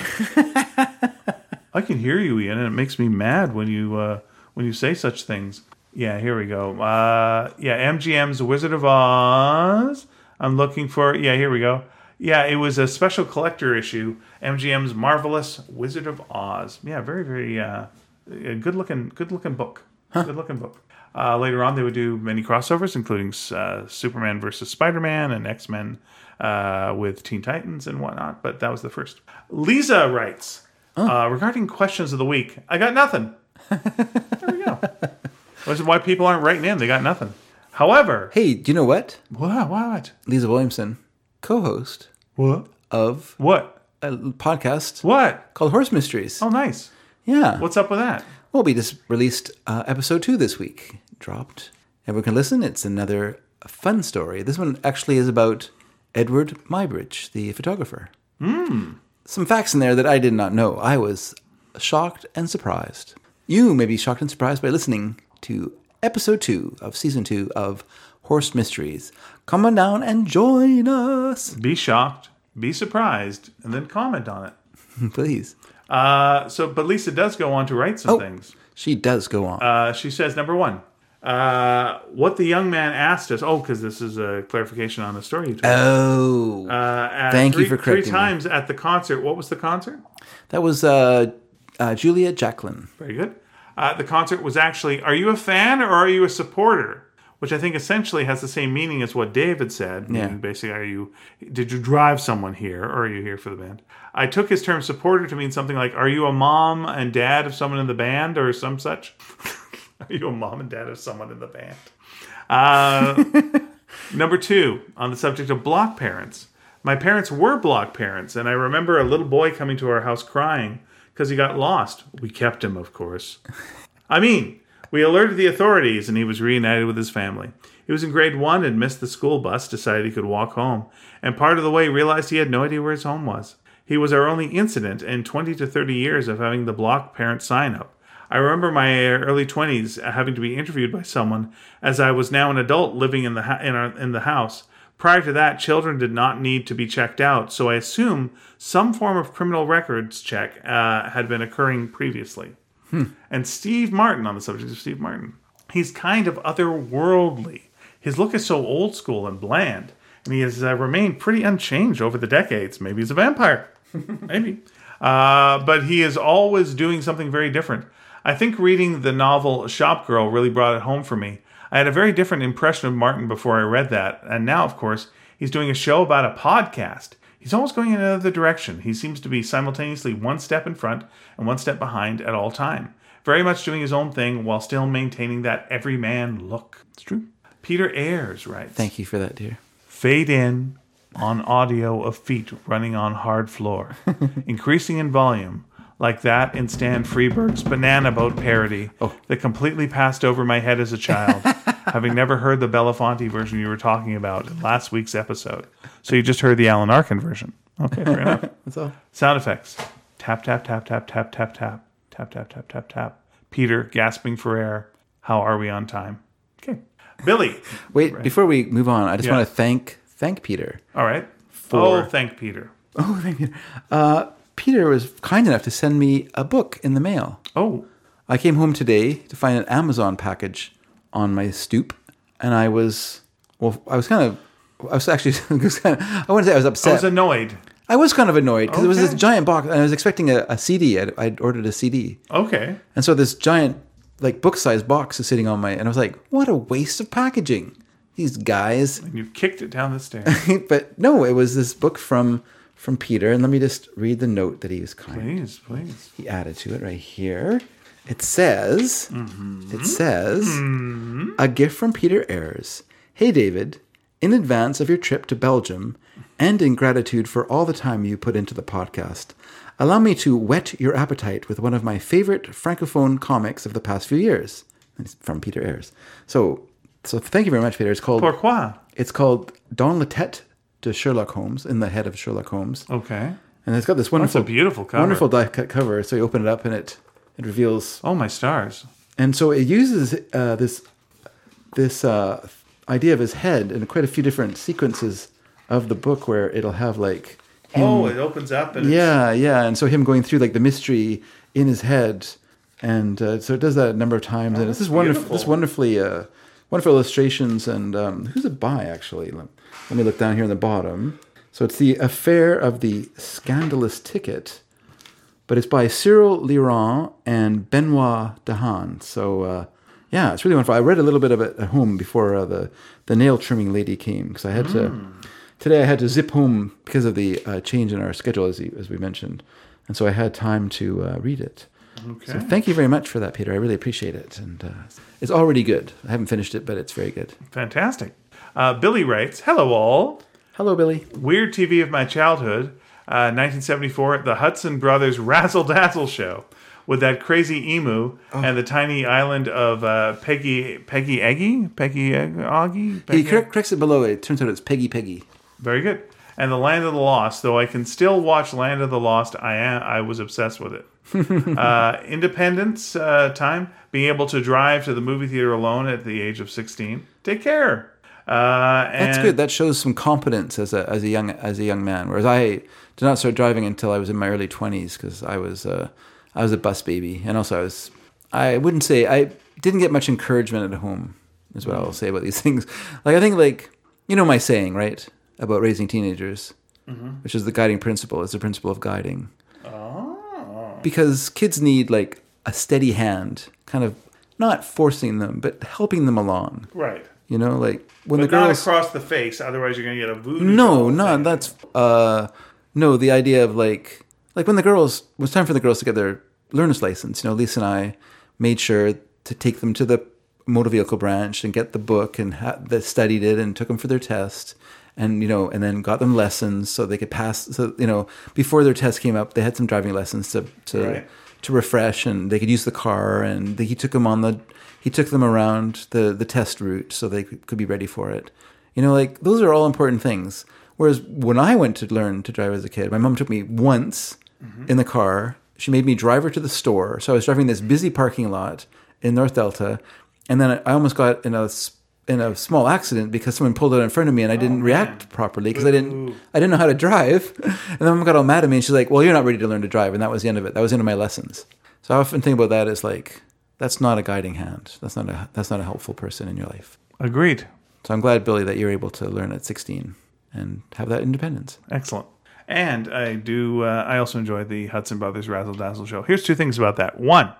[SPEAKER 1] I can hear you, Ian, and it makes me mad when you uh, when you say such things. Yeah, here we go. Uh, yeah, MGM's Wizard of Oz. I'm looking for. Yeah, here we go. Yeah, it was a special collector issue. MGM's Marvelous Wizard of Oz. Yeah, very very uh, a good looking good looking book. Good looking book. Uh, later on, they would do many crossovers, including uh, Superman versus Spider Man and X Men uh, with Teen Titans and whatnot. But that was the first. Lisa writes uh, regarding questions of the week. I got nothing. there we go. This is why people aren't writing in. They got nothing. However,
[SPEAKER 2] Hey, do you know what?
[SPEAKER 1] what? What?
[SPEAKER 2] Lisa Williamson, co-host
[SPEAKER 1] What?
[SPEAKER 2] of
[SPEAKER 1] What?
[SPEAKER 2] a podcast
[SPEAKER 1] What?
[SPEAKER 2] called Horse Mysteries.
[SPEAKER 1] Oh, nice.
[SPEAKER 2] yeah.
[SPEAKER 1] What's up with that?
[SPEAKER 2] Well, we just released uh, episode two this week. Dropped. Everyone can listen. It's another fun story. This one actually is about Edward Mybridge, the photographer. Some facts in there that I did not know. I was shocked and surprised. You may be shocked and surprised by listening to episode two of season two of Horse Mysteries. Come on down and join us,
[SPEAKER 1] Be shocked, be surprised, and then comment on it.
[SPEAKER 2] please.
[SPEAKER 1] Uh, so, but Lisa does go on to write
[SPEAKER 2] Oh.
[SPEAKER 1] some things.
[SPEAKER 2] She does go on.
[SPEAKER 1] Uh, she says, number one, uh, what the young man asked us. Oh, because this is a clarification on the story you told.
[SPEAKER 2] oh,
[SPEAKER 1] Uh, at
[SPEAKER 2] thank you
[SPEAKER 1] three,
[SPEAKER 2] for
[SPEAKER 1] three
[SPEAKER 2] correcting me.
[SPEAKER 1] times at the concert. What was the concert?
[SPEAKER 2] that was uh, uh, Julia Jacqueline.
[SPEAKER 1] Very good. Uh, the concert was actually, are you a fan or are you a supporter? Which I think essentially has the same meaning as what David said.
[SPEAKER 2] Yeah.
[SPEAKER 1] meaning Basically, are you, did you drive someone here or are you here for the band? I took his term supporter to mean something like, are you a mom and dad of someone in the band or some such? are you a mom and dad of someone in the band? Uh, Number two, on the subject of block parents. My parents were block parents, and I remember a little boy coming to our house crying because he got lost. We kept him, of course. I mean, we alerted the authorities, and he was reunited with his family. He was in grade one and missed the school bus, decided he could walk home, and part of the way realized he had no idea where his home was. He was our only incident in 20 to 30 years of having the block parent sign up. I remember my early 20s having to be interviewed by someone as I was now an adult living in the ha- in, our, in the house. Prior to that, children did not need to be checked out, so I assume some form of criminal records check uh, had been occurring previously. And Steve Martin on the subject of Steve Martin. He's kind of otherworldly. His look is so old school and bland, and he has uh, remained pretty unchanged over the decades. Maybe he's a vampire. Maybe. Uh, but he is always doing something very different. I think reading the novel Shop Girl really brought it home for me. I had a very different impression of Martin before I read that, and now, of course, he's doing a show about a podcast. He's always going in another direction. He seems to be simultaneously one step in front and one step behind at all time, very much doing his own thing while still maintaining that everyman look. It's true. Peter Ayers writes
[SPEAKER 2] Thank you for that, dear.
[SPEAKER 1] fade in on audio of feet running on hard floor, increasing in volume, like that in Stan Freeberg's Banana Boat parody that completely passed over my head as a child, having never heard the Belafonte version you were talking about in last week's episode. So you just heard the Alan Arkin version. Okay, fair enough.
[SPEAKER 2] That's all.
[SPEAKER 1] Sound effects. Tap, tap, tap, tap, tap, tap, tap, tap, tap, tap, tap, tap. Peter gasping for air. How are we on time? Okay. Billy.
[SPEAKER 2] Wait, before we move on, I just
[SPEAKER 1] Yeah.
[SPEAKER 2] want to thank thank Peter.
[SPEAKER 1] All right.
[SPEAKER 2] Four.
[SPEAKER 1] Oh, thank Peter.
[SPEAKER 2] Oh, thank Peter. Uh, Peter was kind enough to send me a book in the mail.
[SPEAKER 1] Oh,
[SPEAKER 2] I came home today to find an Amazon package on my stoop, and I was well, I was kind of, I was actually, I, was kind of, I wouldn't say I was upset.
[SPEAKER 1] I was annoyed.
[SPEAKER 2] kind of annoyed because it was this
[SPEAKER 1] Oh, Okay.
[SPEAKER 2] giant box, and I was expecting a, a CD. I'd, I'd ordered a CD,
[SPEAKER 1] Okay.
[SPEAKER 2] and so this giant, like book-sized box is sitting on my, and I was like, what a waste of packaging. These guys
[SPEAKER 1] And you kicked it down the stairs.
[SPEAKER 2] but no, it was this book from from Peter, and let me just read the note that he was kind
[SPEAKER 1] please, please.
[SPEAKER 2] he added to it right here. It says, it says, a gift from Peter Ayers. Hey David, in advance of your trip to Belgium, and in gratitude for all the time you put into the podcast, allow me to whet your appetite with one of my favorite francophone comics of the past few years. And It's from Peter Ayers. So, so thank you very much, Peter. It's called
[SPEAKER 1] Pourquoi?
[SPEAKER 2] it's called Don La Tête to Sherlock Holmes in the head of Sherlock Holmes,
[SPEAKER 1] Okay.
[SPEAKER 2] and it's got this wonderful,
[SPEAKER 1] beautiful cover.
[SPEAKER 2] wonderful die cut cover. So you open it up, and it it reveals,
[SPEAKER 1] Oh my stars.
[SPEAKER 2] and so it uses uh, this this uh, idea of his head in quite a few different sequences of the book, where it'll have like him,
[SPEAKER 1] Oh, it opens up and
[SPEAKER 2] Hmm. yeah, yeah, and so him going through like the mystery in his head, and uh, so it does that a number of times, and it's this wonderful,
[SPEAKER 1] beautiful.
[SPEAKER 2] this wonderfully, uh, wonderful illustrations, and um, who's it by actually? Let, let me look down here in the bottom. So it's the affair of the scandalous ticket, but it's by Cyril Liron and Benoit Dehan. So uh, yeah, it's really wonderful. I read a little bit of it at home before uh, the the nail trimming lady came because I had to today. I had to zip home because of the uh, change in our schedule, as, you- as we mentioned, and so I had time to uh, read it. So thank you very much for that, Peter. I really appreciate it, and uh, it's already good. I haven't finished it, but it's very good.
[SPEAKER 1] Fantastic. Uh, Billy writes, "Hello all.
[SPEAKER 2] Hello, Billy.
[SPEAKER 1] Weird TV of my childhood, uh, 1974, the Hudson Brothers Razzle Dazzle Show, with that crazy emu
[SPEAKER 2] Oh.
[SPEAKER 1] and the tiny island of uh, Peggy Peggy Eggy Peggy Egg- Oggy.
[SPEAKER 2] He
[SPEAKER 1] Peggy-
[SPEAKER 2] correct, corrects it below. It turns out it's Peggy Peggy.
[SPEAKER 1] Very good. And the Land of the Lost, though I can still watch Land of the Lost, I am, I was obsessed with it. uh, independence uh, time, being able to drive to the movie theater alone at the age of 16. Take care. Uh, and
[SPEAKER 2] That's good. That shows some competence as a as a young as a young man. Whereas I did not start driving until I was in my early twenties because I was uh, I was a bus baby, and also I was I wouldn't say I didn't get much encouragement at home. Is what I'll
[SPEAKER 1] Mm.
[SPEAKER 2] say about these things. Like I think like you know my saying right about raising teenagers,
[SPEAKER 1] Mm-hmm.
[SPEAKER 2] which is the guiding principle. It's the principle of guiding.
[SPEAKER 1] Oh.
[SPEAKER 2] because kids need like a steady hand, kind of not forcing them, but helping them along.
[SPEAKER 1] Right.
[SPEAKER 2] You know, like when
[SPEAKER 1] But
[SPEAKER 2] the girls
[SPEAKER 1] not across the face, otherwise you're going to get a voodoo.
[SPEAKER 2] no,
[SPEAKER 1] doll
[SPEAKER 2] no,
[SPEAKER 1] thing.
[SPEAKER 2] that's uh, no. The idea of like, like when the girls it was time for the girls to get their learner's license. You know, Lisa and I made sure to take them to the motor vehicle branch and get the book and ha- that studied it and took them for their test and you know and then got them lessons so they could pass. So you know, before their test came up, they had some driving lessons to to
[SPEAKER 1] Right.
[SPEAKER 2] to refresh and they could use the car and he took them on the he took them around the the test route so they could could be ready for it you know like those are all important things whereas when i went to learn to drive as a kid my mom took me once in the car she made me drive her to the store so i was driving this busy parking lot in north delta and then i almost got in a s- in a small accident because someone pulled out in front of me and i didn't react properly because i didn't i didn't know how to drive and then mom got all mad at me and she's like well you're not ready to learn to drive and that was the end of it that was the end of my lessons so i often think about that as like that's not a guiding hand that's not a that's not a helpful person in your life
[SPEAKER 1] Agreed.
[SPEAKER 2] so i'm glad billy that you're able to learn at 16 and have that independence
[SPEAKER 1] Excellent. And I do. Uh, I also enjoy the Hudson Brothers Razzle Dazzle show. Here's two things about that. One,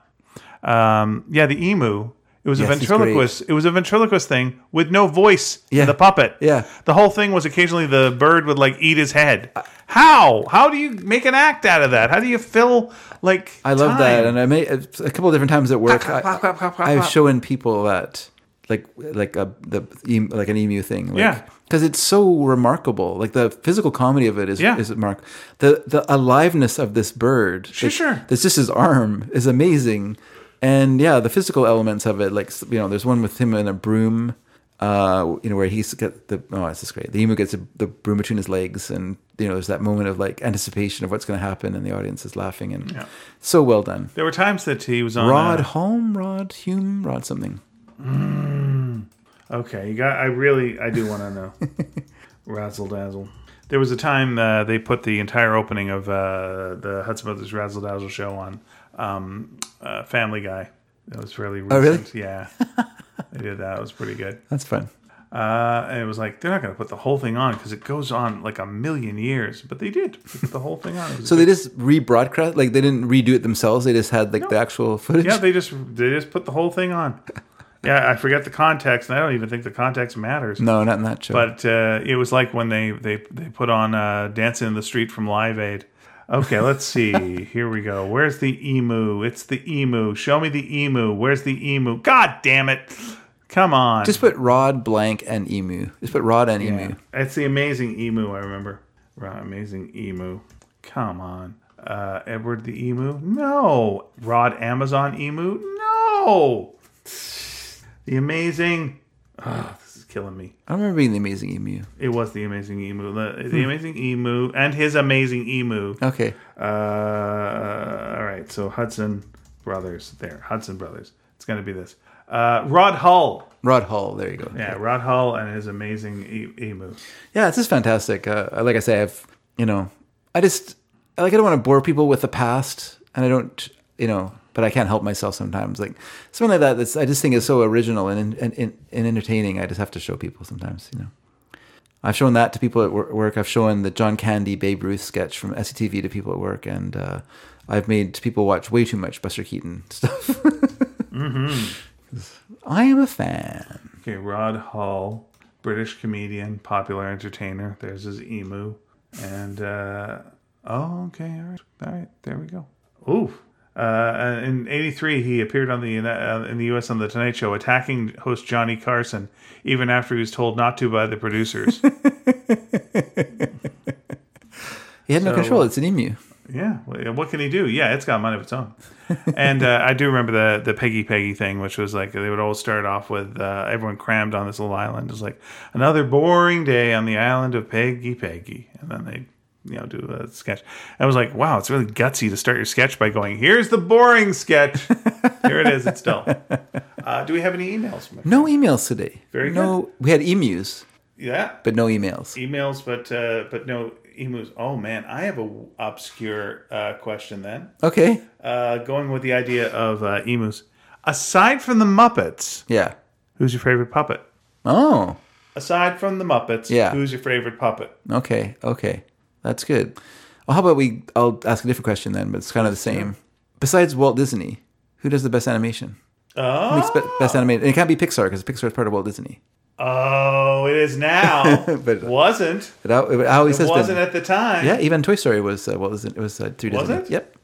[SPEAKER 1] um, yeah, the emu. It was a
[SPEAKER 2] Yes, it's
[SPEAKER 1] ventriloquist. It was a ventriloquist thing with no voice. in
[SPEAKER 2] Yeah.
[SPEAKER 1] the puppet.
[SPEAKER 2] Yeah.
[SPEAKER 1] the whole thing was occasionally the bird would like eat his head. How? How do you make an act out of that? How do you fill like?
[SPEAKER 2] I love
[SPEAKER 1] time?
[SPEAKER 2] that, and I made a couple of different times at work. I, I've shown people that, like, like a the em- like an emu thing, like,
[SPEAKER 1] Yeah.
[SPEAKER 2] because it's so remarkable. Like the physical comedy of it is
[SPEAKER 1] Yeah.
[SPEAKER 2] is mark the the aliveness of this bird. Sure,
[SPEAKER 1] sure.
[SPEAKER 2] That's just his arm is amazing, and yeah, the physical elements of it, like you know, there's one with him in a broom. Uh, you know where he's got the oh, this is great. The emu gets the the broom between his legs, and you know there's that moment of like anticipation of what's going to happen, and the audience is laughing, and so well done.
[SPEAKER 1] There were times that he was on
[SPEAKER 2] Rod
[SPEAKER 1] uh,
[SPEAKER 2] Holm, Rod Hume, Rod something.
[SPEAKER 1] Okay, you got. I really, I do want to know. Razzle dazzle. There was a time uh, they put the entire opening of uh, the Hudson Brothers Razzle Dazzle show on um, uh, Family Guy. That was fairly recent.
[SPEAKER 2] Oh, really?
[SPEAKER 1] Yeah, they did that. It was pretty good.
[SPEAKER 2] That's fun.
[SPEAKER 1] Uh, and it was like they're not going to put the whole thing on because it goes on like a million years, but they did They put the whole thing on. It was
[SPEAKER 2] So they just rebroadcast, like they didn't redo it themselves. They just had like the actual footage.
[SPEAKER 1] Yeah, they just they just put the whole thing on. Yeah, I forget the context, and I don't even think the context matters.
[SPEAKER 2] no, not in that show.
[SPEAKER 1] But uh, it was like when they they they put on uh, "Dancing in the Street" from Live Aid. Okay, let's see. Here we go. Where's the emu? It's the emu. Show me the emu. Where's the emu? God damn it! Come on.
[SPEAKER 2] just put Rod blank and emu. Just put Rod and emu.
[SPEAKER 1] it's the amazing emu. I remember. Right, amazing emu. Come on. Uh, Edward the emu? No. Rod Amazon emu? No. The amazing. Ugh, this is killing me.
[SPEAKER 2] I remember being the amazing emu.
[SPEAKER 1] It was the amazing emu. The, the amazing emu and his amazing emu.
[SPEAKER 2] Okay,
[SPEAKER 1] Uh, all right, so Hudson Brothers there. Hudson Brothers. It's going to be this. Uh, Rod Hull.
[SPEAKER 2] Rod Hall. There you go.
[SPEAKER 1] Yeah, Rod Hull and his amazing e- emu.
[SPEAKER 2] Yeah, it's just fantastic. Uh, like I say, I've you know, I just like I don't want to bore people with the past, and I don't you know, but I can't help myself sometimes. Like something like that. That's I just think is so original and and, and, and entertaining. I just have to show people sometimes. You know, I've shown that to people at wor- work. I've shown the John Candy Babe Ruth sketch from SCTV to people at work, and uh, I've made people watch way too much Buster Keaton stuff. I am a fan.
[SPEAKER 1] Okay, Rod Hall, British comedian, popular entertainer. There's his emu. And, uh, oh, okay. All right. All right. There we go. Ooh. Uh, in '83, he appeared on the uh, in the U.S. on the Tonight Show, attacking host Johnny Carson, even after he was told not to by the producers.
[SPEAKER 2] He had no control. It's an emu.
[SPEAKER 1] Yeah, well, what can he do? Yeah, it's got mind of its own. and uh, I do remember the the Peggy Peggy thing, which was like they would always start off with uh, everyone crammed on this little island. It's like another boring day on the island of Peggy Peggy, and then they you know do a sketch. I was like, wow, it's really gutsy to start your sketch by going, "Here's the boring sketch. Here it is. It's dull." Uh, do we have any emails? Mike?
[SPEAKER 2] No emails today.
[SPEAKER 1] Very
[SPEAKER 2] no, We had emus,
[SPEAKER 1] Yeah,
[SPEAKER 2] but no emails.
[SPEAKER 1] emails, but uh, but no emus. Oh man, I have a w- obscure uh, question then.
[SPEAKER 2] Okay.
[SPEAKER 1] uh, going with the idea of uh, emus. Aside from the Muppets,
[SPEAKER 2] Yeah.
[SPEAKER 1] who's your favorite puppet?
[SPEAKER 2] Oh.
[SPEAKER 1] Aside from the Muppets,
[SPEAKER 2] Yeah.
[SPEAKER 1] who's your favorite puppet?
[SPEAKER 2] Okay, okay, that's good. Well, how about we? I'll ask a different question then, but it's kind of the same. Besides Walt Disney, who does the best animation?
[SPEAKER 1] Oh,
[SPEAKER 2] Makes be- best animated, and it can't be Pixar because Pixar is part of Walt Disney.
[SPEAKER 1] oh it is now.
[SPEAKER 2] But-
[SPEAKER 1] wasn't.
[SPEAKER 2] It, al- it always has
[SPEAKER 1] wasn't
[SPEAKER 2] been.
[SPEAKER 1] at the time.
[SPEAKER 2] yeah, even Toy Story was uh, Walt Disney. It was uh, through
[SPEAKER 1] Was
[SPEAKER 2] Disney.
[SPEAKER 1] it?
[SPEAKER 2] Yep.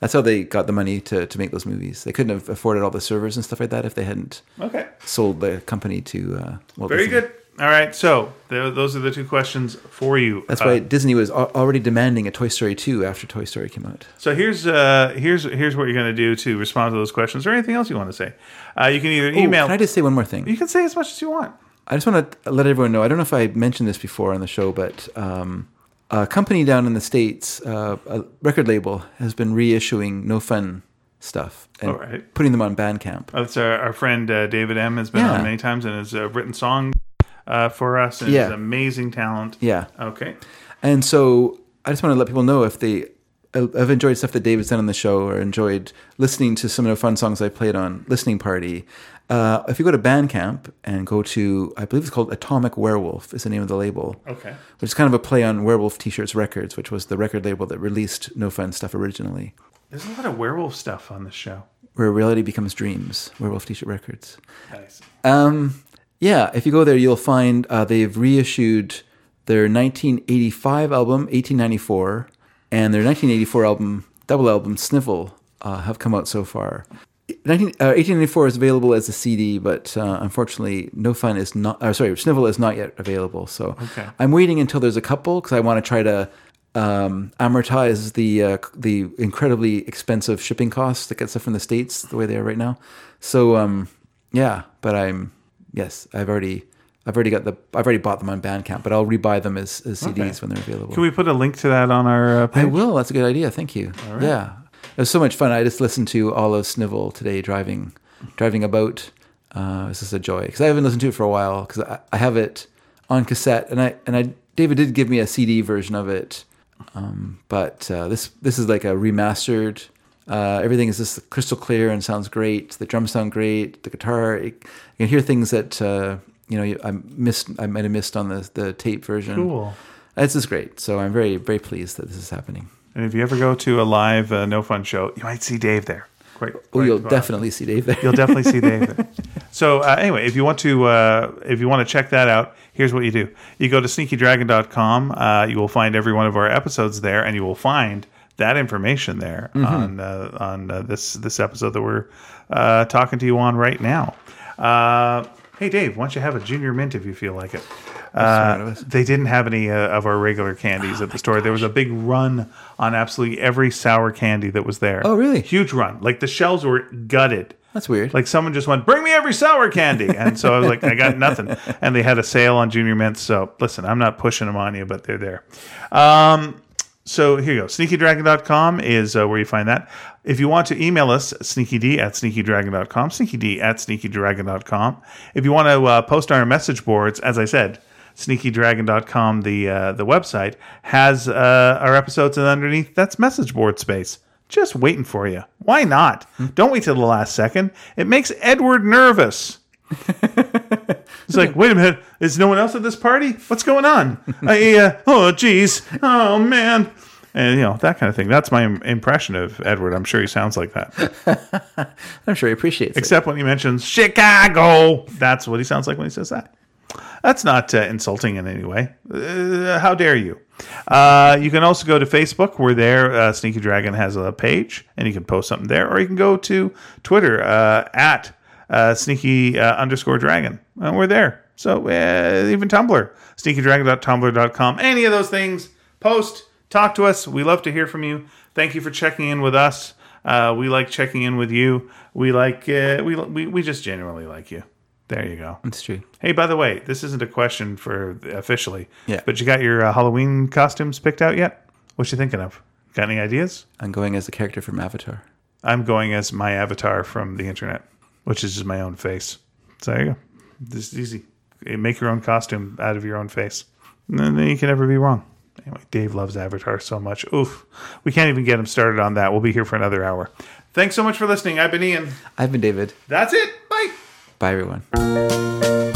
[SPEAKER 2] That's how they got the money to, to make those movies. They couldn't have afforded all the servers and stuff like that if they hadn't
[SPEAKER 1] Okay.
[SPEAKER 2] sold the company to uh, Walt
[SPEAKER 1] Very
[SPEAKER 2] Disney.
[SPEAKER 1] good. All right. So th- those are the two questions for you.
[SPEAKER 2] That's
[SPEAKER 1] Uh,
[SPEAKER 2] why Disney was al- already demanding a Toy Story 2 after Toy Story came out.
[SPEAKER 1] So here's uh, here's here's what you're going to do to respond to those questions or anything else you want to say. Uh, you can either
[SPEAKER 2] Ooh,
[SPEAKER 1] email.
[SPEAKER 2] Can I just say one more thing?
[SPEAKER 1] you can say as much as you want.
[SPEAKER 2] I just want to let everyone know. I don't know if I mentioned this before on the show, but um, a company down in the states, uh, a record label, has been reissuing No Fun stuff and
[SPEAKER 1] All right.
[SPEAKER 2] putting them on Bandcamp.
[SPEAKER 1] Oh, That's our, our friend uh, David M has been
[SPEAKER 2] Yeah.
[SPEAKER 1] on many times and has uh, written songs uh, for us and
[SPEAKER 2] Yeah.
[SPEAKER 1] is an amazing talent.
[SPEAKER 2] Yeah,
[SPEAKER 1] Okay.
[SPEAKER 2] and so I just want to let people know if they have enjoyed stuff that David's done on the show or enjoyed listening to some of the fun songs I played on Listening Party. Uh, if you go to Bandcamp and go to, I believe it's called Atomic Werewolf is the name of the label.
[SPEAKER 1] Okay.
[SPEAKER 2] which is kind of a play on Werewolf T-shirts Records, which was the record label that released No Fun stuff originally.
[SPEAKER 1] There's a lot of werewolf stuff on this show.
[SPEAKER 2] Where reality becomes dreams, Werewolf T-shirt Records.
[SPEAKER 1] Nice.
[SPEAKER 2] Um, yeah, if you go there, you'll find uh, they've reissued their 1985 album, 1894, and their 1984 album, double album, Sniffle, uh, have come out so far. 19, uh, 1894 is available as a CD, but uh, unfortunately, No Fun is not. Or sorry, Sniffle is not yet available. So
[SPEAKER 1] Okay.
[SPEAKER 2] I'm waiting until there's a couple because I want to try to um, amortize the uh, c- the incredibly expensive shipping costs that get stuff from the states the way they are right now. So um, yeah, but I'm yes, I've already I've already got the I've already bought them on Bandcamp, but I'll rebuy them as, as CDs when they're available.
[SPEAKER 1] Can we put a link to that on our uh,
[SPEAKER 2] I
[SPEAKER 1] page?
[SPEAKER 2] will. That's a good idea. Thank you. Yeah, it was so much fun. I just listened to all of Snivel today driving, driving about. Uh, it's just a joy because I haven't listened to it for a while because I, I have it on cassette and I and I David did give me a CD version of it, um, but uh, this this is like a remastered. Uh, everything is just crystal clear and sounds great. The drums sound great. The guitar, it, you can hear things that uh, you know you- I missed. I might have missed on the the tape version.
[SPEAKER 1] Cool.
[SPEAKER 2] This is great. So I'm very, very pleased that this is happening.
[SPEAKER 1] And if you ever go to a live uh, No Fun show, you might see Dave there. Quite.
[SPEAKER 2] Oh,
[SPEAKER 1] quite
[SPEAKER 2] you'll
[SPEAKER 1] well.
[SPEAKER 2] definitely see Dave there.
[SPEAKER 1] You'll definitely see Dave. there. So uh, anyway, if you want to uh, if you want to check that out, here's what you do: you go to sneakydragon.com. Uh, you will find every one of our episodes there, and you will find that information there
[SPEAKER 2] Mm-hmm.
[SPEAKER 1] on uh, on uh, this this episode that we're uh, talking to you on right now. Uh, hey, Dave, why don't you have a junior mint if you feel like it?
[SPEAKER 2] out of
[SPEAKER 1] Uh,
[SPEAKER 2] us. Oh
[SPEAKER 1] they didn't have any uh, of our regular candies at the store. There was a big run on absolutely every sour candy that was there.
[SPEAKER 2] Oh, really?
[SPEAKER 1] Huge run. Like the shelves were gutted
[SPEAKER 2] That's weird.
[SPEAKER 1] like someone just went bring me every sour candy and so i was like i got nothing and they had a sale on junior mints so listen i'm not pushing them on you but they're there um, so here you go sneakydragon.com is uh, where you find that if you want to email us sneakyd at sneakydragon.com sneakyd at sneakydragon.com if you want to uh, post on our message boards as i said sneakydragon.com the uh, the website has uh, our episodes and underneath that's message board space just waiting for you why not don't wait till the last second it makes edward nervous It's like, wait a minute, is no one else at this party? What's going on? I, uh, oh, geez, oh man, and you know that kind of thing. That's my im- impression of Edward. I'm sure he sounds like that,
[SPEAKER 2] I'm sure he appreciates it.
[SPEAKER 1] except when he mentions Chicago. That's what he sounds like when he says that. That's not uh, insulting in any way. Uh, how dare you? Uh, you can also go to Facebook. We're there. Uh, Sneaky Dragon has a page, and you can post something there, or you can go to Twitter uh, at uh, Sneaky uh, underscore Dragon. And we're there. So uh, even Tumblr, sneakydragon.tumblr.com. Any of those things, post, talk to us. We love to hear from you. Thank you for checking in with us. Uh, we like checking in with you. We like uh, we, we we just genuinely like you. There you go.
[SPEAKER 2] It's true.
[SPEAKER 1] Hey, by the way, this isn't a question for officially.
[SPEAKER 2] Yeah.
[SPEAKER 1] But you got your uh, Halloween costumes picked out yet? What you thinking of? Got any ideas?
[SPEAKER 2] I'm going as a character from Avatar.
[SPEAKER 1] I'm going as my avatar from the internet, which is just my own face. So there you go. This is easy. You Make your own costume out of your own face. And then you can never be wrong. Anyway, Dave loves Avatar so much. Oof. We can't even get him started on that. We'll be here for another hour. Thanks so much for listening. I've been Ian.
[SPEAKER 2] I've been David.
[SPEAKER 1] That's it. Bye.
[SPEAKER 2] Bye, everyone.